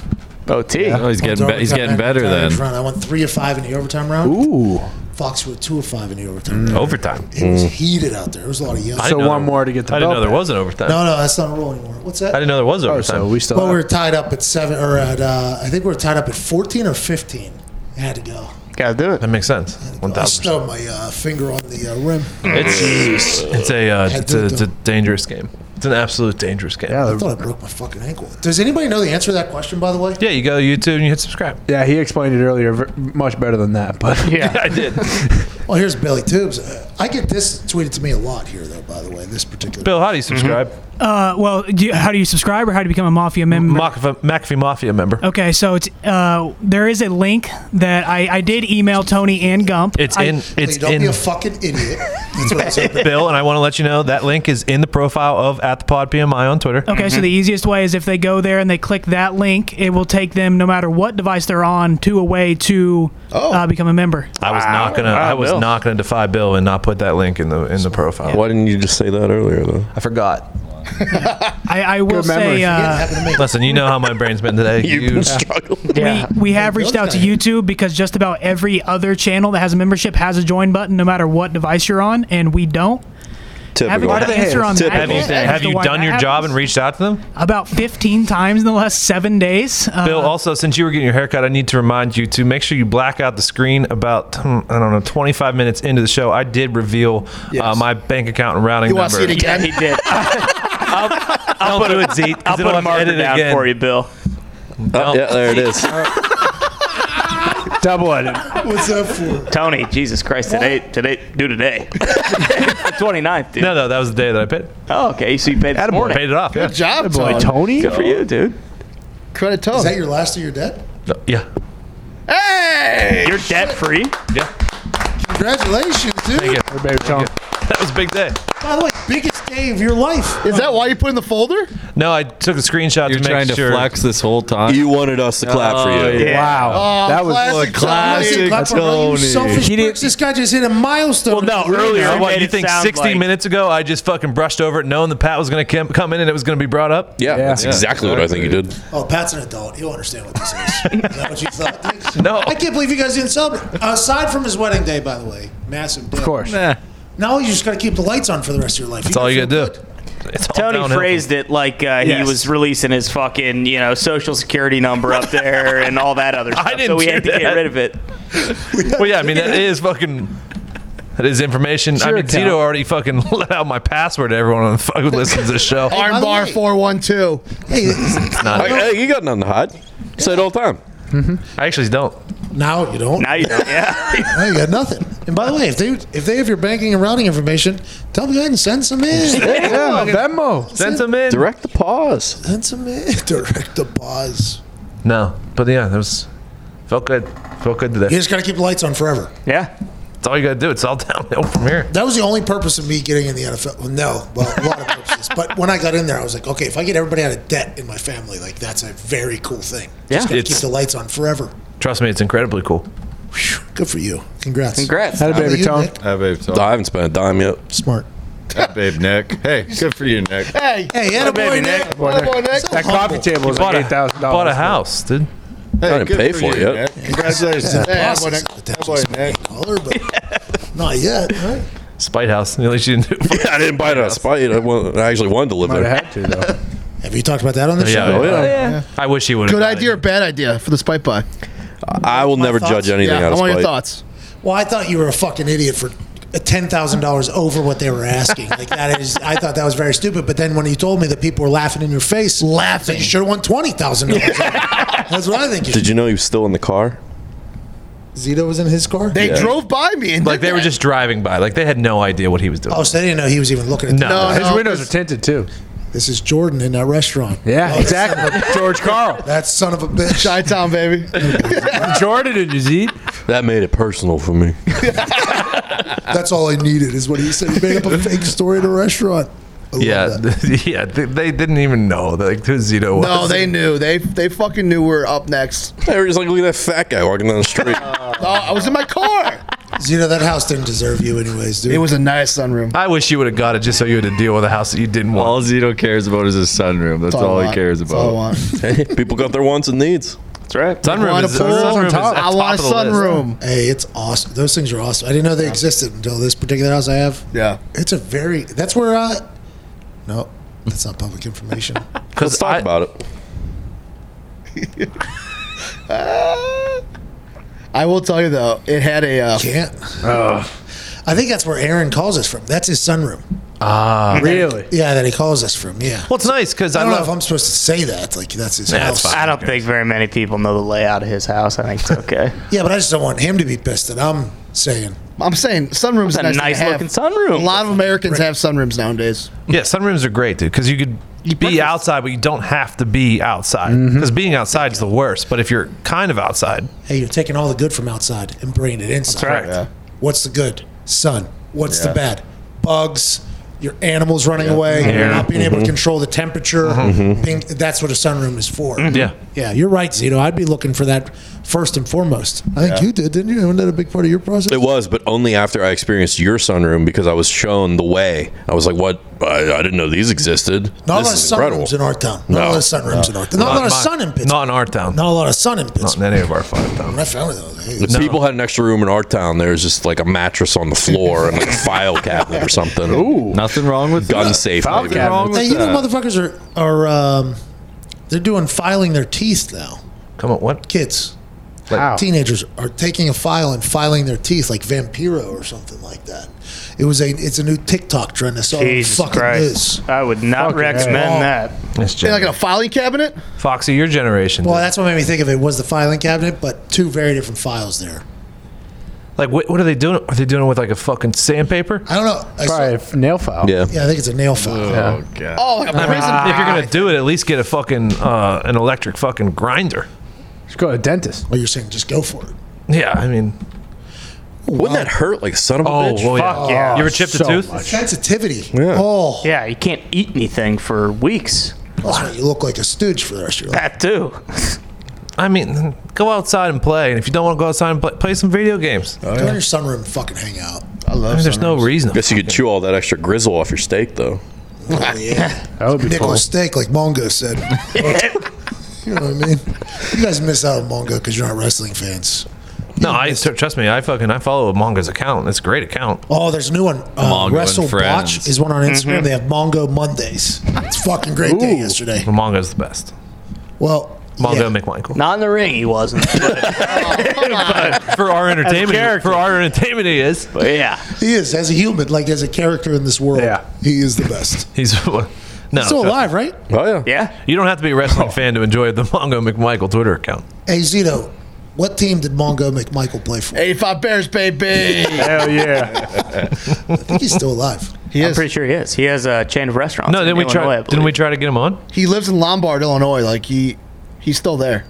S4: OT.
S6: Oh,
S16: Went
S6: he's getting
S16: to
S6: be- he's
S16: overtime
S6: getting
S16: and
S6: better
S16: overtime
S6: then.
S16: round. I went three of five in the overtime round.
S5: Ooh.
S16: Foxy with two of five in the overtime. round.
S3: Mm. Overtime.
S16: It was heated out there. It was a lot of yelling.
S3: I didn't know there- I didn't know there was an overtime.
S16: No, no, that's not a rule anymore. What's
S3: I
S16: that?
S3: didn't know there was overtime.
S5: we still.
S16: Well, we were tied up at seven, or at uh, I think we were tied up at fourteen or fifteen. I had to go.
S4: Gotta do it.
S3: That makes sense. One
S16: I
S3: thousand.
S16: stubbed my uh, finger on the uh, rim.
S3: It's it's a uh,
S16: I
S3: it's,
S16: did
S3: a, it's a
S16: though.
S3: dangerous game. It's an absolute dangerous game.
S16: I thought I broke my fucking ankle. Does anybody know the answer to that question? By the way,
S3: Yeah, you go to YouTube and you hit subscribe.
S5: <laughs> Yeah, he explained it earlier v- much better than that, but
S3: I did.
S16: <laughs> Well, here's Billy Tubes. Uh, I get this tweeted to me a lot here, though. By the way, this particular
S3: Bill, how do you subscribe?
S9: Uh, well, do you, how do you subscribe or how do you become a Mafia member?
S3: McAfee, McAfee Mafia member.
S9: Okay, so it's uh, there is a link that I, I did email Tony and Gump.
S3: It's
S9: I-
S3: in. It's
S16: Hey, don't
S3: in.
S16: be a fucking idiot. That's what I'm saying.
S3: <laughs> Bill, and I want to let you know that link is in the profile of at the pod PMI on Twitter.
S9: Okay, so the easiest way is if they go there and they click that link, it will take them, no matter what device they're on, to a way to uh, become a member.
S3: I was not gonna. I was not gonna defy Bill and not put that link in the in the profile.
S8: Why didn't you just say that earlier though?
S3: I forgot.
S9: I, I will
S3: Good
S9: say,
S3: memory.
S9: uh,
S3: <laughs> Listen, you know how my brain's been today. you
S9: we, we have reached out to YouTube because just about every other channel that has a membership has a join button, no matter what device you're on, and we don't. Haven't got an answer on that
S3: Have you,
S9: yet as
S3: have
S9: to
S3: you
S9: why
S3: done
S9: that
S3: your job
S9: happens.
S3: and reached out to them?
S9: About 15 times in the last seven days. Uh,
S3: Bill, also, since you were getting your haircut, I need to remind you to make sure you black out the screen about, hmm, I don't know, 25 minutes into the show. I did reveal uh, my bank account and routing
S4: You
S3: number.
S4: wanna see it again? Yeah, he did.
S3: I'll do it, Zeke. 'cause
S4: I'll
S3: it'll
S4: put a
S3: have to
S4: marker
S3: edit
S4: down
S3: again.
S4: for you, Bill.
S8: Oh, yeah, there it is.
S4: Double edit.
S16: What's up for?
S4: Tony, Jesus Christ, today, today, do today. <laughs> the 29th, dude.
S3: No, no, that was the day that I paid.
S4: Oh, okay. So you paid this morning.
S3: Paid it off. yeah.
S7: Good job, Tony.
S4: Good for you, dude.
S7: Credit Tony.
S16: Is that your last of your debt?
S3: No, Yeah.
S4: Hey! You're debt free.
S3: Yeah.
S16: Congratulations, dude.
S3: Thank you. That was a big day.
S16: By the way, biggest day of your life.
S7: Is that why you put in the folder?
S3: No, I took a screenshot
S6: You're
S3: to make
S6: trying to
S3: sure.
S6: flex this whole time.
S8: You wanted us to clap for you.
S16: Oh,
S7: Uh,
S16: classic Tony. Clapper, bro, you Selfish
S6: He
S16: pricks. This guy just hit a milestone. Well,
S3: no, earlier, what you think? Sixty minutes ago, I just fucking brushed over it, knowing the pat was going to come in and it was going to be brought up.
S8: Yeah, that's exactly what I <laughs> think you did.
S16: Oh, Pat's an adult. He'll understand what this
S3: <laughs>
S16: is. is that what you thought?
S3: No.
S16: I can't believe you guys didn't celebrate. Aside from his wedding day, by the way, massive day. Of course. Now you just got to keep the lights on for the rest of your life.
S3: That's all you got to do. It's all
S4: Tony
S3: downhill.
S4: phrased it like uh, he
S3: Yes.
S4: was releasing his fucking, you know, social security number up
S3: <laughs>
S4: there and all that other stuff.
S3: didn't
S4: so we
S3: do
S4: had to get
S3: that.
S4: rid of it.
S3: well, yeah, I mean that is fucking. That is information. I
S7: Sure,
S3: mean,
S7: Cal.
S3: Zito already fucking <laughs> let out my password to everyone on the fuck who listens to the show.
S7: Oh. Armbar four one two.
S16: Hey,
S8: Hey, hey, you got nothing to hide. Say it all the time.
S6: Mm-hmm.
S3: I actually don't.
S16: Now you don't.
S4: Now you don't. Yeah.
S16: now you got nothing. And by the way, if they if they have your banking and routing information, tell them go ahead and send some in.
S5: Yeah, Venmo.
S3: Send some in.
S8: Direct the pause.
S16: Send some in. <laughs> Direct the pause.
S3: No, but yeah, that was felt good. Felt good
S16: You
S3: today.
S16: just got to keep the lights on forever.
S4: Yeah,
S3: it's all you got to do. It's all <laughs> downhill from here.
S16: That was the only purpose of me getting in the NFL. Well, no, well, a lot of purposes. But when I got in there, I was like, okay, if I get everybody out of debt in my family, like that's a very cool thing.
S3: Yeah.
S16: just gotta keep
S3: It's-
S16: the lights on forever.
S3: Trust me, it's incredibly cool.
S16: <laughs> Good for you. Congrats.
S4: Congrats.
S16: How about you, Nick?
S6: Hi, babe. Tone.
S8: I haven't spent a dime yet.
S16: Smart.
S6: Hi, babe, Nick. Hey, good for you, Nick.
S7: Hey,
S16: hey,
S6: atta boy, Nick. Atta boy, Nick.
S5: That coffee table is
S3: bought
S5: like
S3: a-
S5: eight thousand dollars.
S3: bought a house, dude.
S8: I didn't pay for it
S6: you,
S8: yet.
S6: Nick. Congratulations.
S16: Yeah,
S6: Atta boy,
S16: process
S6: Nick.
S16: of the Texas color, but not yet. Right?
S3: Spite house. <laughs> At least you didn't
S8: <laughs>
S3: do
S8: I didn't buy it out of spite. I, want, I actually wanted to live there.
S5: to though.
S16: Have you talked about that on the
S3: Yeah,
S16: show?
S8: yeah. Oh,
S7: yeah.
S3: I wish he would have.
S7: Good idea or bad idea for <laughs> the spike pie?
S8: <laughs> I will never judge anything
S7: Yeah, I
S8: out of
S7: want
S8: spite.
S7: your thoughts.
S16: Well, I thought you were a fucking idiot for ten thousand dollars over what they were asking. Like that is, I thought that was very stupid. But then when you told me that people were laughing in your face, laughing, you should have won twenty
S7: <laughs>
S16: thousand dollars. That's what I think. You
S8: Did you know he was still in the car?
S16: Zito was in his car.
S7: They
S3: Yeah.
S7: drove by me and
S3: Like they were just driving by. Like they had no idea what he was doing.
S16: Oh, so they didn't know he was even looking at
S3: No.
S16: them.
S3: No,
S5: His windows are tinted too.
S16: This is Jordan in that restaurant.
S5: Yeah,
S16: Oh, <laughs>
S5: exactly. George Carl,
S16: That son of a bitch.
S7: Chi Town baby.
S5: Jordan and Yazid.
S8: That made it personal for me.
S16: That's all I needed is what he said. He made up a fake story at a restaurant.
S3: yeah, <laughs> yeah. They, they didn't even know like who Zito was.
S7: No, they knew. They they fucking knew we were up next.
S8: They were just like, look at that fat guy walking down
S16: <laughs>
S8: the street.
S7: Oh, I was in my car.
S16: Zito, that house didn't deserve you, anyways, dude.
S7: It was a nice sunroom.
S3: I wish you would have got it just so you had to deal with a house that you didn't want.
S6: All Zito cares about is his sunroom. That's
S7: all I
S6: all he
S7: want.
S6: cares
S7: That's all I
S6: about.
S8: <laughs>
S7: want.
S8: Hey, people got their wants and needs.
S4: That's right.
S7: I want a pool. I want a sunroom.
S16: Hey, it's awesome. Those things are awesome. I didn't know they existed until this particular house I have.
S7: Yeah.
S16: It's a very. That's where. Uh, no, that's not
S7: <laughs>
S16: public information.
S8: Let's talk about it.
S7: <laughs> I will tell you though, it had a. Uh,
S16: Can't. I think that's where Aaron calls us from. That's his sunroom.
S3: Ah,
S5: really?
S16: Yeah, that he calls us from. Yeah.
S3: Well, it's nice because
S16: I
S3: I
S16: don't know if
S3: love.
S16: I'm supposed to say that. Like that's his
S3: Yeah,
S16: house.
S3: it's
S4: I don't think very many people know the layout of his house. I think it's okay.
S16: Yeah, but I just don't want him to be pissed that I'm saying
S7: I'm saying sunrooms.
S4: That's
S7: are
S4: a
S7: nice,
S4: nice
S7: to have.
S4: looking sunroom.
S7: A lot of Americans have sunrooms nowadays.
S3: Yeah, sunrooms are great, dude, because you could be outside, but you don't have to be outside.
S16: Mm-hmm.
S3: Because being outside is the worst. But if you're kind of outside,
S16: Hey, you're taking all the good from outside and bringing it inside.
S3: That's right. Yeah.
S16: What's the good? Sun. What's
S3: Yeah.
S16: the bad? Bugs. Your animals running away.
S3: Air.
S16: Not being able to control the temperature.
S3: Mhm.
S16: Being- that's what a sunroom is for.
S3: Yeah.
S16: Yeah, you're right, Zito. I'd be looking for that first and foremost. I think
S8: Yeah.
S16: you did, didn't you? Wasn't that a big part of your process?
S8: It was, but only after I experienced your sunroom because I was shown the way. I was like, "What? I, I didn't know these existed.
S16: Not a lot
S8: this
S16: of
S8: is incredible."
S16: sunrooms in our town. Not a lot of sunrooms in our town. Not a lot of sun in Pittsburgh.
S3: Not in our town.
S16: Not a lot of sun in
S3: Not in any of our five towns.
S16: My family, though.
S8: If people had an extra room in our town, there was just like a mattress on the floor and like a file cabinet or something. Ooh,
S6: nothing wrong with
S8: gun
S6: that.
S8: safe.
S6: File
S8: maybe.
S16: Hey, you know, motherfuckers are are um, they're doing filing their teeth now.
S3: Come on, what
S16: kids? Teenagers are taking a file and filing their teeth like Vampiro or something like that. It was a it's a new TikTok trend. I saw it on
S4: Jesus
S16: fucking
S4: Christ.
S16: news.
S4: I would not
S16: Fucking hell.
S4: recommend that.
S3: That's
S7: They're like in a filing cabinet.
S3: Foxy, your generation.
S16: Well, that's what made me think of it was the filing cabinet, but two very different files there.
S3: Like, what, what are they doing? Are they doing it with like a fucking sandpaper?
S16: I don't know. I
S5: Probably a nail file.
S3: Yeah.
S16: Yeah, I think it's a nail file.
S3: Oh,
S16: god.
S7: Oh, like a
S3: I mean,
S7: prison.
S3: if you're gonna do it, at least get a fucking uh, an electric fucking grinder.
S5: Just go to a dentist.
S16: Well, you're saying just go for it.
S3: Yeah, I mean,
S8: wouldn't that hurt like son of a
S3: Oh,
S8: bitch?
S3: well, yeah. Fuck yeah. You ever chipped a
S4: Oh,
S3: So tooth? much.
S16: Sensitivity. Oh,
S4: Yeah, you can't eat anything for weeks.
S16: that's why you look like a stooge for the rest of your life.
S4: That too.
S3: <laughs> I mean, go outside and play. And if you don't want to go outside and play, play some video games.
S16: Go in your sunroom and fucking hang out.
S3: I love. there's no reason.
S8: Guess you could chew all that extra grizzle off your steak, though.
S16: Oh, yeah.
S8: That would be
S16: Nickel
S8: cool.
S16: steak, like Mongo said. you know what I mean? You guys miss out on Mongo because you're not wrestling fans.
S3: No, I trust me. I fucking I follow Mongo's account. It's a great account.
S16: Oh, there's a new one.
S3: Mongo
S16: Uh,
S3: and
S16: Wrestle
S3: Friends.
S16: Watch is one on Instagram.
S4: Mm-hmm.
S3: Mhm.
S16: They have Mongo Mondays. It's a fucking great day yesterday.
S3: Mongo's the best.
S16: Well,
S3: Mongo McMichael.
S4: Not in the ring, he wasn't. <laughs>
S3: <laughs> But for our entertainment, for our entertainment, he is.
S4: But yeah,
S16: He is as a human, like as a character in this world. Yeah. He is the best.
S3: <laughs> he's no
S16: He's still alive, right?
S8: Oh yeah,
S4: yeah. Oh.
S3: You don't have to be a wrestling fan to enjoy the Mongo McMichael Twitter account.
S16: Hey Zito, what team did Mongo McMichael play for?
S7: 85 Bears,
S4: <laughs>
S7: baby.
S16: Hell yeah. <laughs> I think he's still alive.
S4: I'm pretty sure he is. He has a chain of restaurants.
S3: No,
S4: in
S3: didn't we
S4: Illinois, I
S3: try?
S4: believe.
S3: Didn't we try to get him on?
S7: He lives in Lombard, Illinois. Like he, he's still there.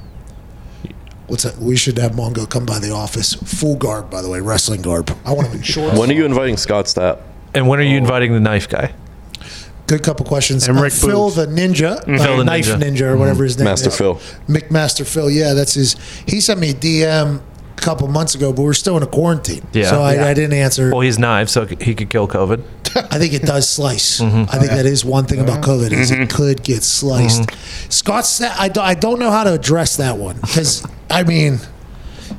S16: What's that? We should have Mongo come by the office. Full garb, by the way, wrestling garb. I want him in shorts.
S8: When are you inviting Scott Stapp?
S3: And when are you inviting the knife guy?
S16: Good couple questions. Uh,
S3: And Rick
S16: Phil
S3: Booth.
S16: the Ninja,
S3: Mhm.
S16: uh,
S3: Phil the
S16: Knife
S3: Ninja.
S16: Ninja, or whatever his name
S8: Master
S16: is.
S8: Phil.
S16: McMaster Phil. Yeah, that's his. He sent me a DM a couple months ago, but we're still in a quarantine.
S3: Yeah.
S16: So I,
S3: Yeah.
S16: I didn't answer.
S3: Well, he's knives, so he could kill COVID.
S16: I think it does
S3: <laughs>
S16: slice.
S3: Mhm.
S16: I think that is one thing about
S3: Mm-hmm.
S16: COVID is it could get sliced. Scott, Sa- I, do- I don't know how to address that one because I mean,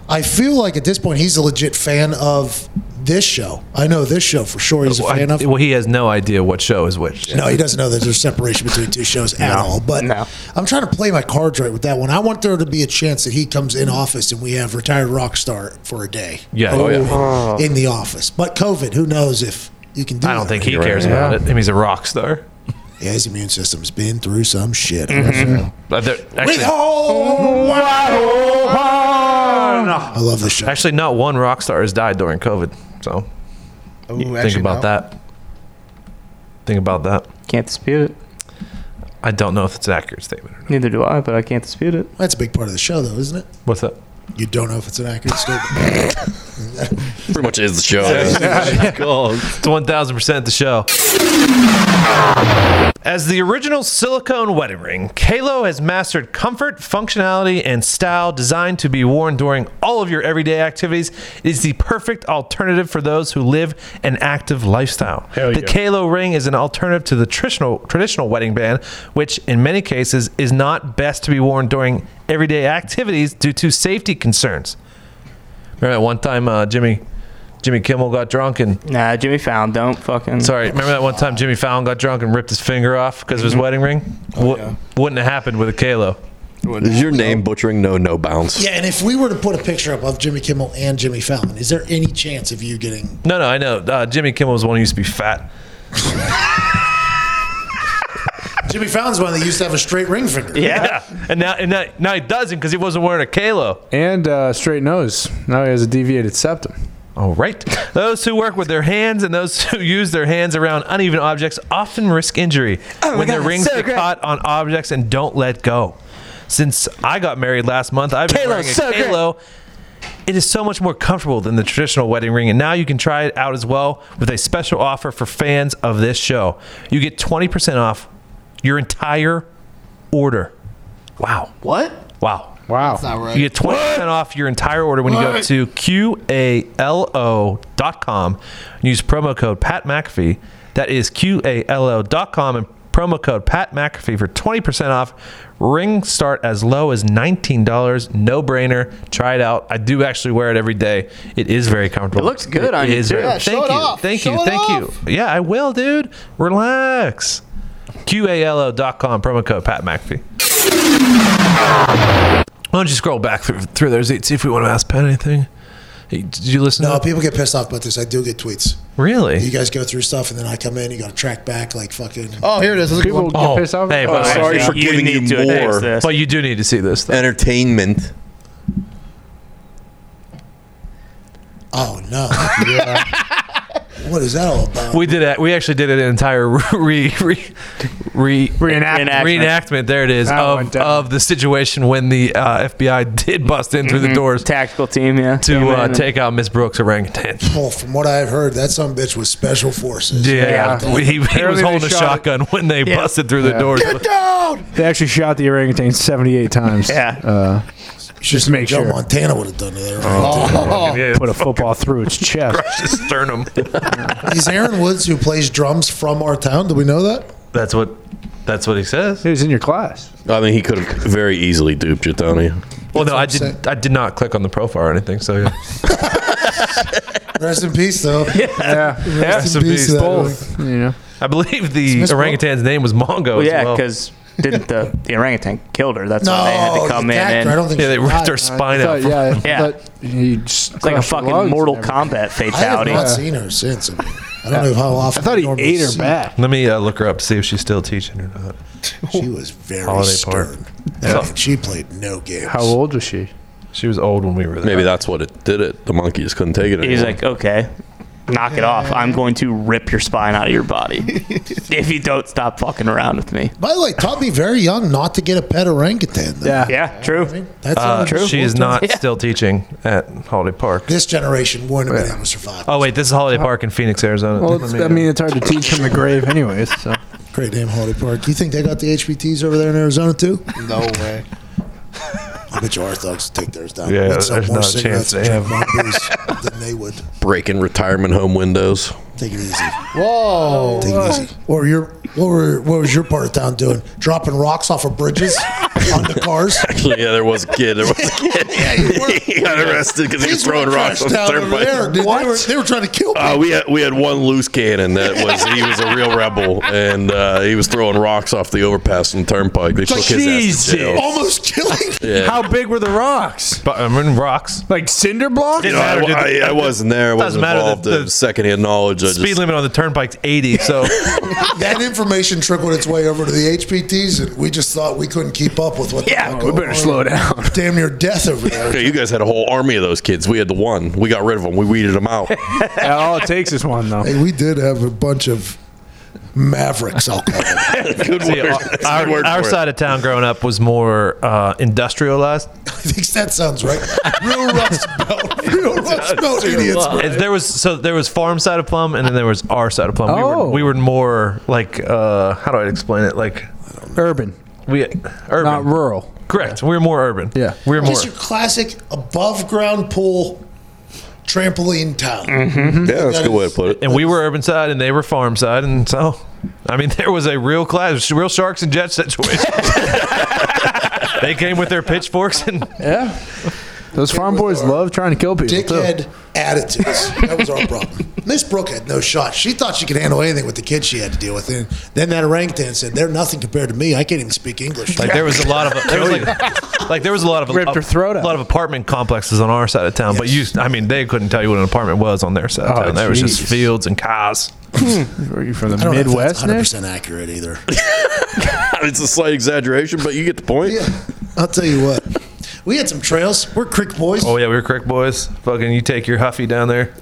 S16: I feel like at this point he's a legit fan of this show. I know this show for sure. He's a fan of.
S3: Well, he has no idea what show is which.
S16: No, he doesn't know that there's separation between two shows at
S3: No.
S16: all. But I'm trying to play my cards right with that one. I want there to be a chance that he comes in office and we have retired rock star for a day.
S3: Yeah. Oh, yeah. Oh.
S16: In the office, but COVID, who knows if you can do.
S3: I don't
S16: that.
S3: think he cares about it. I mean, he's a rock star.
S16: Yeah, his immune system's been through some shit.
S4: Mm-hmm.
S3: But they're-
S16: With
S3: actually,
S16: all my heart. I love the show.
S3: Actually, not one rock star has died during COVID. So
S4: Oh,
S7: Ooh,
S3: think
S7: actually,
S3: about
S7: no.
S3: that. Think about that.
S4: Can't dispute it.
S3: I don't know if it's an accurate statement.
S4: Neither do I, but I can't dispute it.
S16: That's a big part of the show, though, isn't it?
S3: What's that?
S16: You don't know if it's an accurate statement. <laughs>
S8: Pretty much is the
S3: <laughs>
S8: show.
S3: It's one thousand percent the show. As the original silicone wedding <laughs> ring, Kalo has mastered comfort, functionality, and style designed to be worn during all of your everyday activities. It is the perfect alternative for those who live an active lifestyle. the
S13: yeah.
S3: Kalo ring is an alternative to the traditional traditional wedding band, which in many cases is not best to be worn during everyday activities due to safety concerns. Remember that one time uh, Jimmy Jimmy Kimmel got drunk and
S4: Nah, Jimmy Fallon, don't fucking.
S3: Sorry, remember that one time Jimmy Fallon got drunk and ripped his finger off because
S8: Mm-hmm.
S3: of his wedding ring? Wo- Wouldn't have happened with a Kalo.
S8: Oh, Is your name butchering? No, no bounce.
S16: yeah, and if we were to put a picture up of Jimmy Kimmel and Jimmy Fallon, is there any chance of you
S3: <laughs>
S16: getting?
S3: No, no, I know. Uh, Jimmy Kimmel was the one who used to be fat.
S16: Jimmy Fallon's one that used to have a straight ring finger.
S3: and now and now, now he doesn't because he wasn't wearing a Kalo.
S5: And uh, straight nose. Now he has a deviated septum.
S3: All right. Those who work with their hands and those who <laughs> use their hands around uneven objects often risk injury
S2: Oh my
S3: when their
S2: God,
S3: rings
S2: so
S3: get
S2: great.
S3: caught on objects and don't let go. Since I got married last month, I've been
S2: Kalo,
S3: wearing a
S2: so great.
S3: Kalo. It is so much more comfortable than the traditional wedding ring, and now you can try it out as well with a special offer for fans of this show. You get 20% off your entire order. Wow. What? Wow. Wow.
S7: That's not right.
S3: You get 20% off your entire order when you go
S7: What?
S3: to QALO.com and use promo code Pat McAfee. That is QALO.com and promo code Pat McAfee for 20% off. Rings start as low as $19. No brainer. Try it out. I do actually wear it every day. It is very comfortable.
S4: It looks good on you,
S3: is
S4: too.
S3: very-
S4: Yeah, show
S3: thank
S4: it
S3: you.
S4: off.
S3: Thank
S4: Show
S3: you.
S4: it
S3: Thank you. Yeah, I will, dude. Relax. QALO.com, promo code Pat McAfee. Why don't you scroll back through, through there, Zeke, see if we want to ask Pat anything? Hey, did you listen?
S16: No,
S3: to
S16: people get pissed off about this. I do get tweets.
S3: Really?
S16: You guys go through stuff, and then I come in. You got to track back like fucking.
S7: Oh, here it is. This is a good one.
S3: Oh, Hey, but
S8: sorry for giving you more.
S3: But you do need to see this. Though.
S8: Entertainment.
S16: Oh no. <laughs> What is that all about?
S3: We did it. We actually did an entire <laughs> re, re, re,
S2: Reenactment.
S3: Reenactment. There it is
S2: That one
S3: of,
S2: down.
S3: of the situation when the uh, FBI <laughs> did bust in through the
S4: Mhm.
S3: doors.
S4: Tactical team, yeah,
S3: to uh, take out Miss
S4: <laughs>
S3: Brooks orangutan.
S16: Oh, from what I've heard, that some bitch was special forces.
S3: Yeah, We- he, was holding a shotgun when they
S16: Yeah.
S3: busted through the
S16: Yeah.
S3: doors.
S16: Get down!
S5: They actually shot the orangutan 78 times.
S4: Yeah.
S5: Uh, just to make
S16: Joe
S5: sure. Oh.
S16: Montana would have done it.
S3: Oh,
S4: <laughs>
S5: Put a football through its chest.
S3: His sternum.
S16: Is Aaron Woods who plays drums from our town? Do we know that?
S3: That's what. That's what he says.
S5: He was in your class.
S8: I mean, he could have very easily duped you, Tony.
S3: Well, no, I did. I did not click on the profile or anything.
S5: <laughs>
S3: So yeah.
S16: Rest in peace,
S3: <laughs>
S16: though.
S5: Yeah.
S3: Rest in peace,
S16: that
S3: both.
S5: You know.
S3: I believe the
S4: Miss Brooks?
S3: orangutan's name was Mongo.
S4: Well,
S3: as
S4: yeah,
S3: well.
S4: because didn't the, the orangutan killed her? That's why they had
S16: No,
S4: to come in.
S16: attacked her.
S4: And,
S16: I don't think Yeah, she they ripped died. her
S5: spine I thought- out. yeah, I thought
S4: it's like a
S5: crushed her lungs
S4: fucking
S5: and
S4: Mortal
S5: everything.
S4: Kombat
S16: I have
S4: fatality.
S16: not seen her since. I, mean, I don't know how often. I thought he
S5: ate her back.
S3: Let me uh, look her up to see if she's still teaching or
S5: <laughs>
S3: not.
S16: She was very
S3: Holiday
S16: stern.
S3: So-
S16: I mean, she played no games.
S5: How old was she?
S3: She was old when we were there.
S8: Maybe that's what it did. It the monkeys couldn't take it. Anymore.
S4: He's like, okay, knock it off. I'm going to rip your spine out of your body
S16: <laughs>
S4: if you don't stop fucking around with me.
S16: By the way, taught me very young not to get a pet orangutan. though.
S4: yeah, true.
S16: That's
S3: Uh,
S16: not true.
S3: She
S4: <laughs>
S3: is not still teaching at Holiday Park.
S16: This generation wouldn't have been able to survive.
S3: Oh wait, this is Holiday Park in Phoenix, Arizona.
S5: Well, it's, I mean, it's hard to teach from the grave, anyways. So.
S16: Great damn Holiday Park. Do you think they got the HBTs over there in Arizona too?
S7: No way.
S16: <laughs> I bet your orthodox take theirs down.
S8: Yeah,
S16: They'd sell
S8: there's
S16: more
S8: not a chance
S16: cigarettes and
S8: they
S16: drink
S8: have.
S16: more beers than they
S8: <laughs>
S16: would.
S8: breaking retirement home windows.
S16: Take it easy.
S7: Whoa.
S8: Oh,
S16: Take it easy. What were your what were what was your part of town doing? Dropping rocks off of bridges <laughs> onto cars?
S8: Actually, yeah, there was a kid. There was
S16: <laughs>
S8: a kid. <laughs> he got arrested because he was
S16: These were
S8: throwing rocks
S16: trash
S8: on the
S16: down over there,
S8: turnpike.
S16: dude. They, were, they were trying to kill me.
S8: Uh, we had we had one loose cannon that was he was a real rebel and uh, he was throwing rocks off the overpass and turnpike. They took his ass to jail.
S16: <laughs>
S5: Oh
S16: Almost killing.
S8: Yeah.
S5: How big were
S14: <laughs>
S5: the rocks?
S3: But I'm in rocks.
S5: Like cinder blocks?
S8: You know, I, I- I wasn't there. I wasn't
S3: Doesn't matter, the-
S8: involved.
S3: the
S8: in secondhand knowledge. I
S3: Speed
S8: just,
S3: limit on the turnpike's
S8: <laughs>
S3: 80, so
S16: that information trickled its way over to the HPTs, and we just thought we couldn't keep up with what. Yeah, we better slow
S5: down.
S16: <laughs> Damn near death over there.
S8: Yeah, you guys had a whole army of those kids. We had the one. We got rid of them. We weeded them out.
S5: Yeah, all it takes is one, though.
S16: Hey, we did have a bunch of mavericks. I'll call them.
S5: <laughs>
S3: See,
S16: word.
S3: our-
S16: Good
S3: our,
S14: <laughs>
S16: word
S3: our
S16: for it.
S3: side of town growing up was more uh, industrialized.
S16: I think that sounds right. Real rust
S3: <laughs>
S16: belt. Real rust belt idiots. bro.
S3: There was so there was farm side of plum, and then there was our side of plum.
S5: Oh.
S3: We, were, we were more like uh, how do I explain it? Like
S5: urban.
S3: We urban,
S5: Not rural.
S3: Correct. We were more urban. Yeah, we were more.
S16: Just your classic above ground pool trampoline town.
S8: Mm-hmm.
S5: Mm-hmm.
S8: Yeah, that's a good way to put it.
S3: And we were urban side, and they were farm side, and so I mean, <laughs> there was a real class, real sharks and jets situation. <laughs> they came with their pitchforks and
S5: yeah, Those farm boys love trying to kill people.
S16: Dickhead attitudes. That was our problem. Miss Brooke had no shot. She thought she could handle anything with the kids she had to deal with. And then that orangutan said, "They're nothing compared to me. I can't even speak English."
S3: like there was a lot of there
S5: <laughs>
S3: was like, like there was a lot of
S16: Ripped her
S3: throat a lot of apartment complexes on our side of town, but you, I mean, they couldn't tell you what an apartment was on their side of
S5: Oh,
S3: town. There was just
S5: jeez. Hmm.
S3: fields and cars.
S5: Were you from the
S16: I don't know if
S5: Midwest?
S16: that's
S5: Nick?
S16: 100% accurate
S8: <laughs>
S16: either.
S8: it's a slight exaggeration, but you get the point.
S16: I'll tell you what. We had some trails. We're creek boys.
S3: Oh yeah, we were crick boys. Fucking, you take your huffy
S5: <laughs>
S3: down there.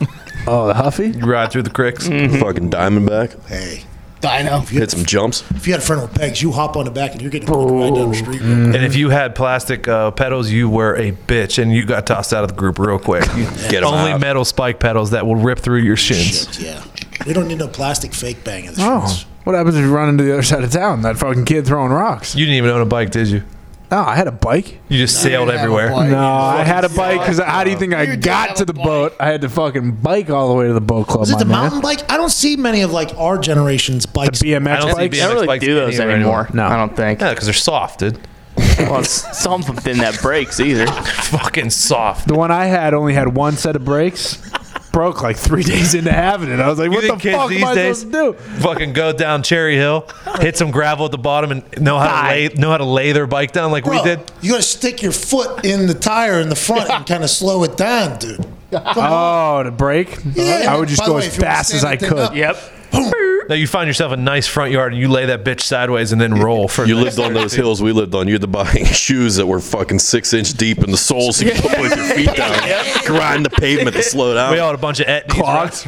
S8: Oh, the huffy. You
S3: ride through the cricks.
S5: Mm-hmm.
S8: Fucking diamondback.
S16: Hey, Dino.
S8: Hit some jumps.
S16: If you had a friend with pegs, you hop on the back and you're getting pulled right down the street.
S3: Mm-hmm. And if you had plastic uh, pedals, you were a bitch, and you got tossed out of the group real quick. You-
S16: Get 'em
S3: only
S16: out.
S3: metal spike pedals that will rip through your shins.
S16: Yeah. We don't need no plastic fake bang in the
S5: Oh, what happens if you run into the other side of town? That fucking kid throwing rocks.
S3: You didn't even own a bike, did you?
S5: No, I had a bike.
S3: You just sailed everywhere.
S5: No, I had a bike because how do you think I got to the boat? I had to fucking bike all the way to the boat club.
S16: Was it
S5: my
S16: the
S5: man.
S16: mountain bike? I don't see many of like our generation's bikes. The
S5: BMX
S3: No, I
S4: don't think.
S3: Yeah, because they're soft, dude.
S4: well, s- some of them didn't have brakes either.
S3: <laughs> Fucking soft.
S5: The one I had only had one set of brakes. Broke like three <laughs> days into having it. I was like,
S3: You
S5: "What the
S3: think kids
S5: fuck
S3: these
S5: am I
S3: days
S5: supposed to do?"
S3: fucking go down Cherry Hill, hit some gravel at the bottom, and know how to lay, know how to lay their bike down like we
S16: Bro,
S3: did?
S16: You gotta stick your foot in the tire in the front and kind of slow it down, dude.
S5: Oh, to break?
S16: Yeah,
S5: I would just
S16: by the
S5: go
S16: way,
S5: as
S16: if you wanna
S5: fast as I
S16: stand the
S5: could.
S16: thing up,
S4: Yep.
S3: Now you find yourself a nice front yard and you lay that bitch sideways and then roll for
S8: You
S3: the
S8: lived
S3: next
S8: on those
S3: 30.
S8: hills we lived on. You had to buy <laughs> shoes that were fucking six inch deep in the soles so you could put both your feet down, grind the pavement to slow down.
S3: We all had a bunch of et-
S5: <laughs>
S3: clogs.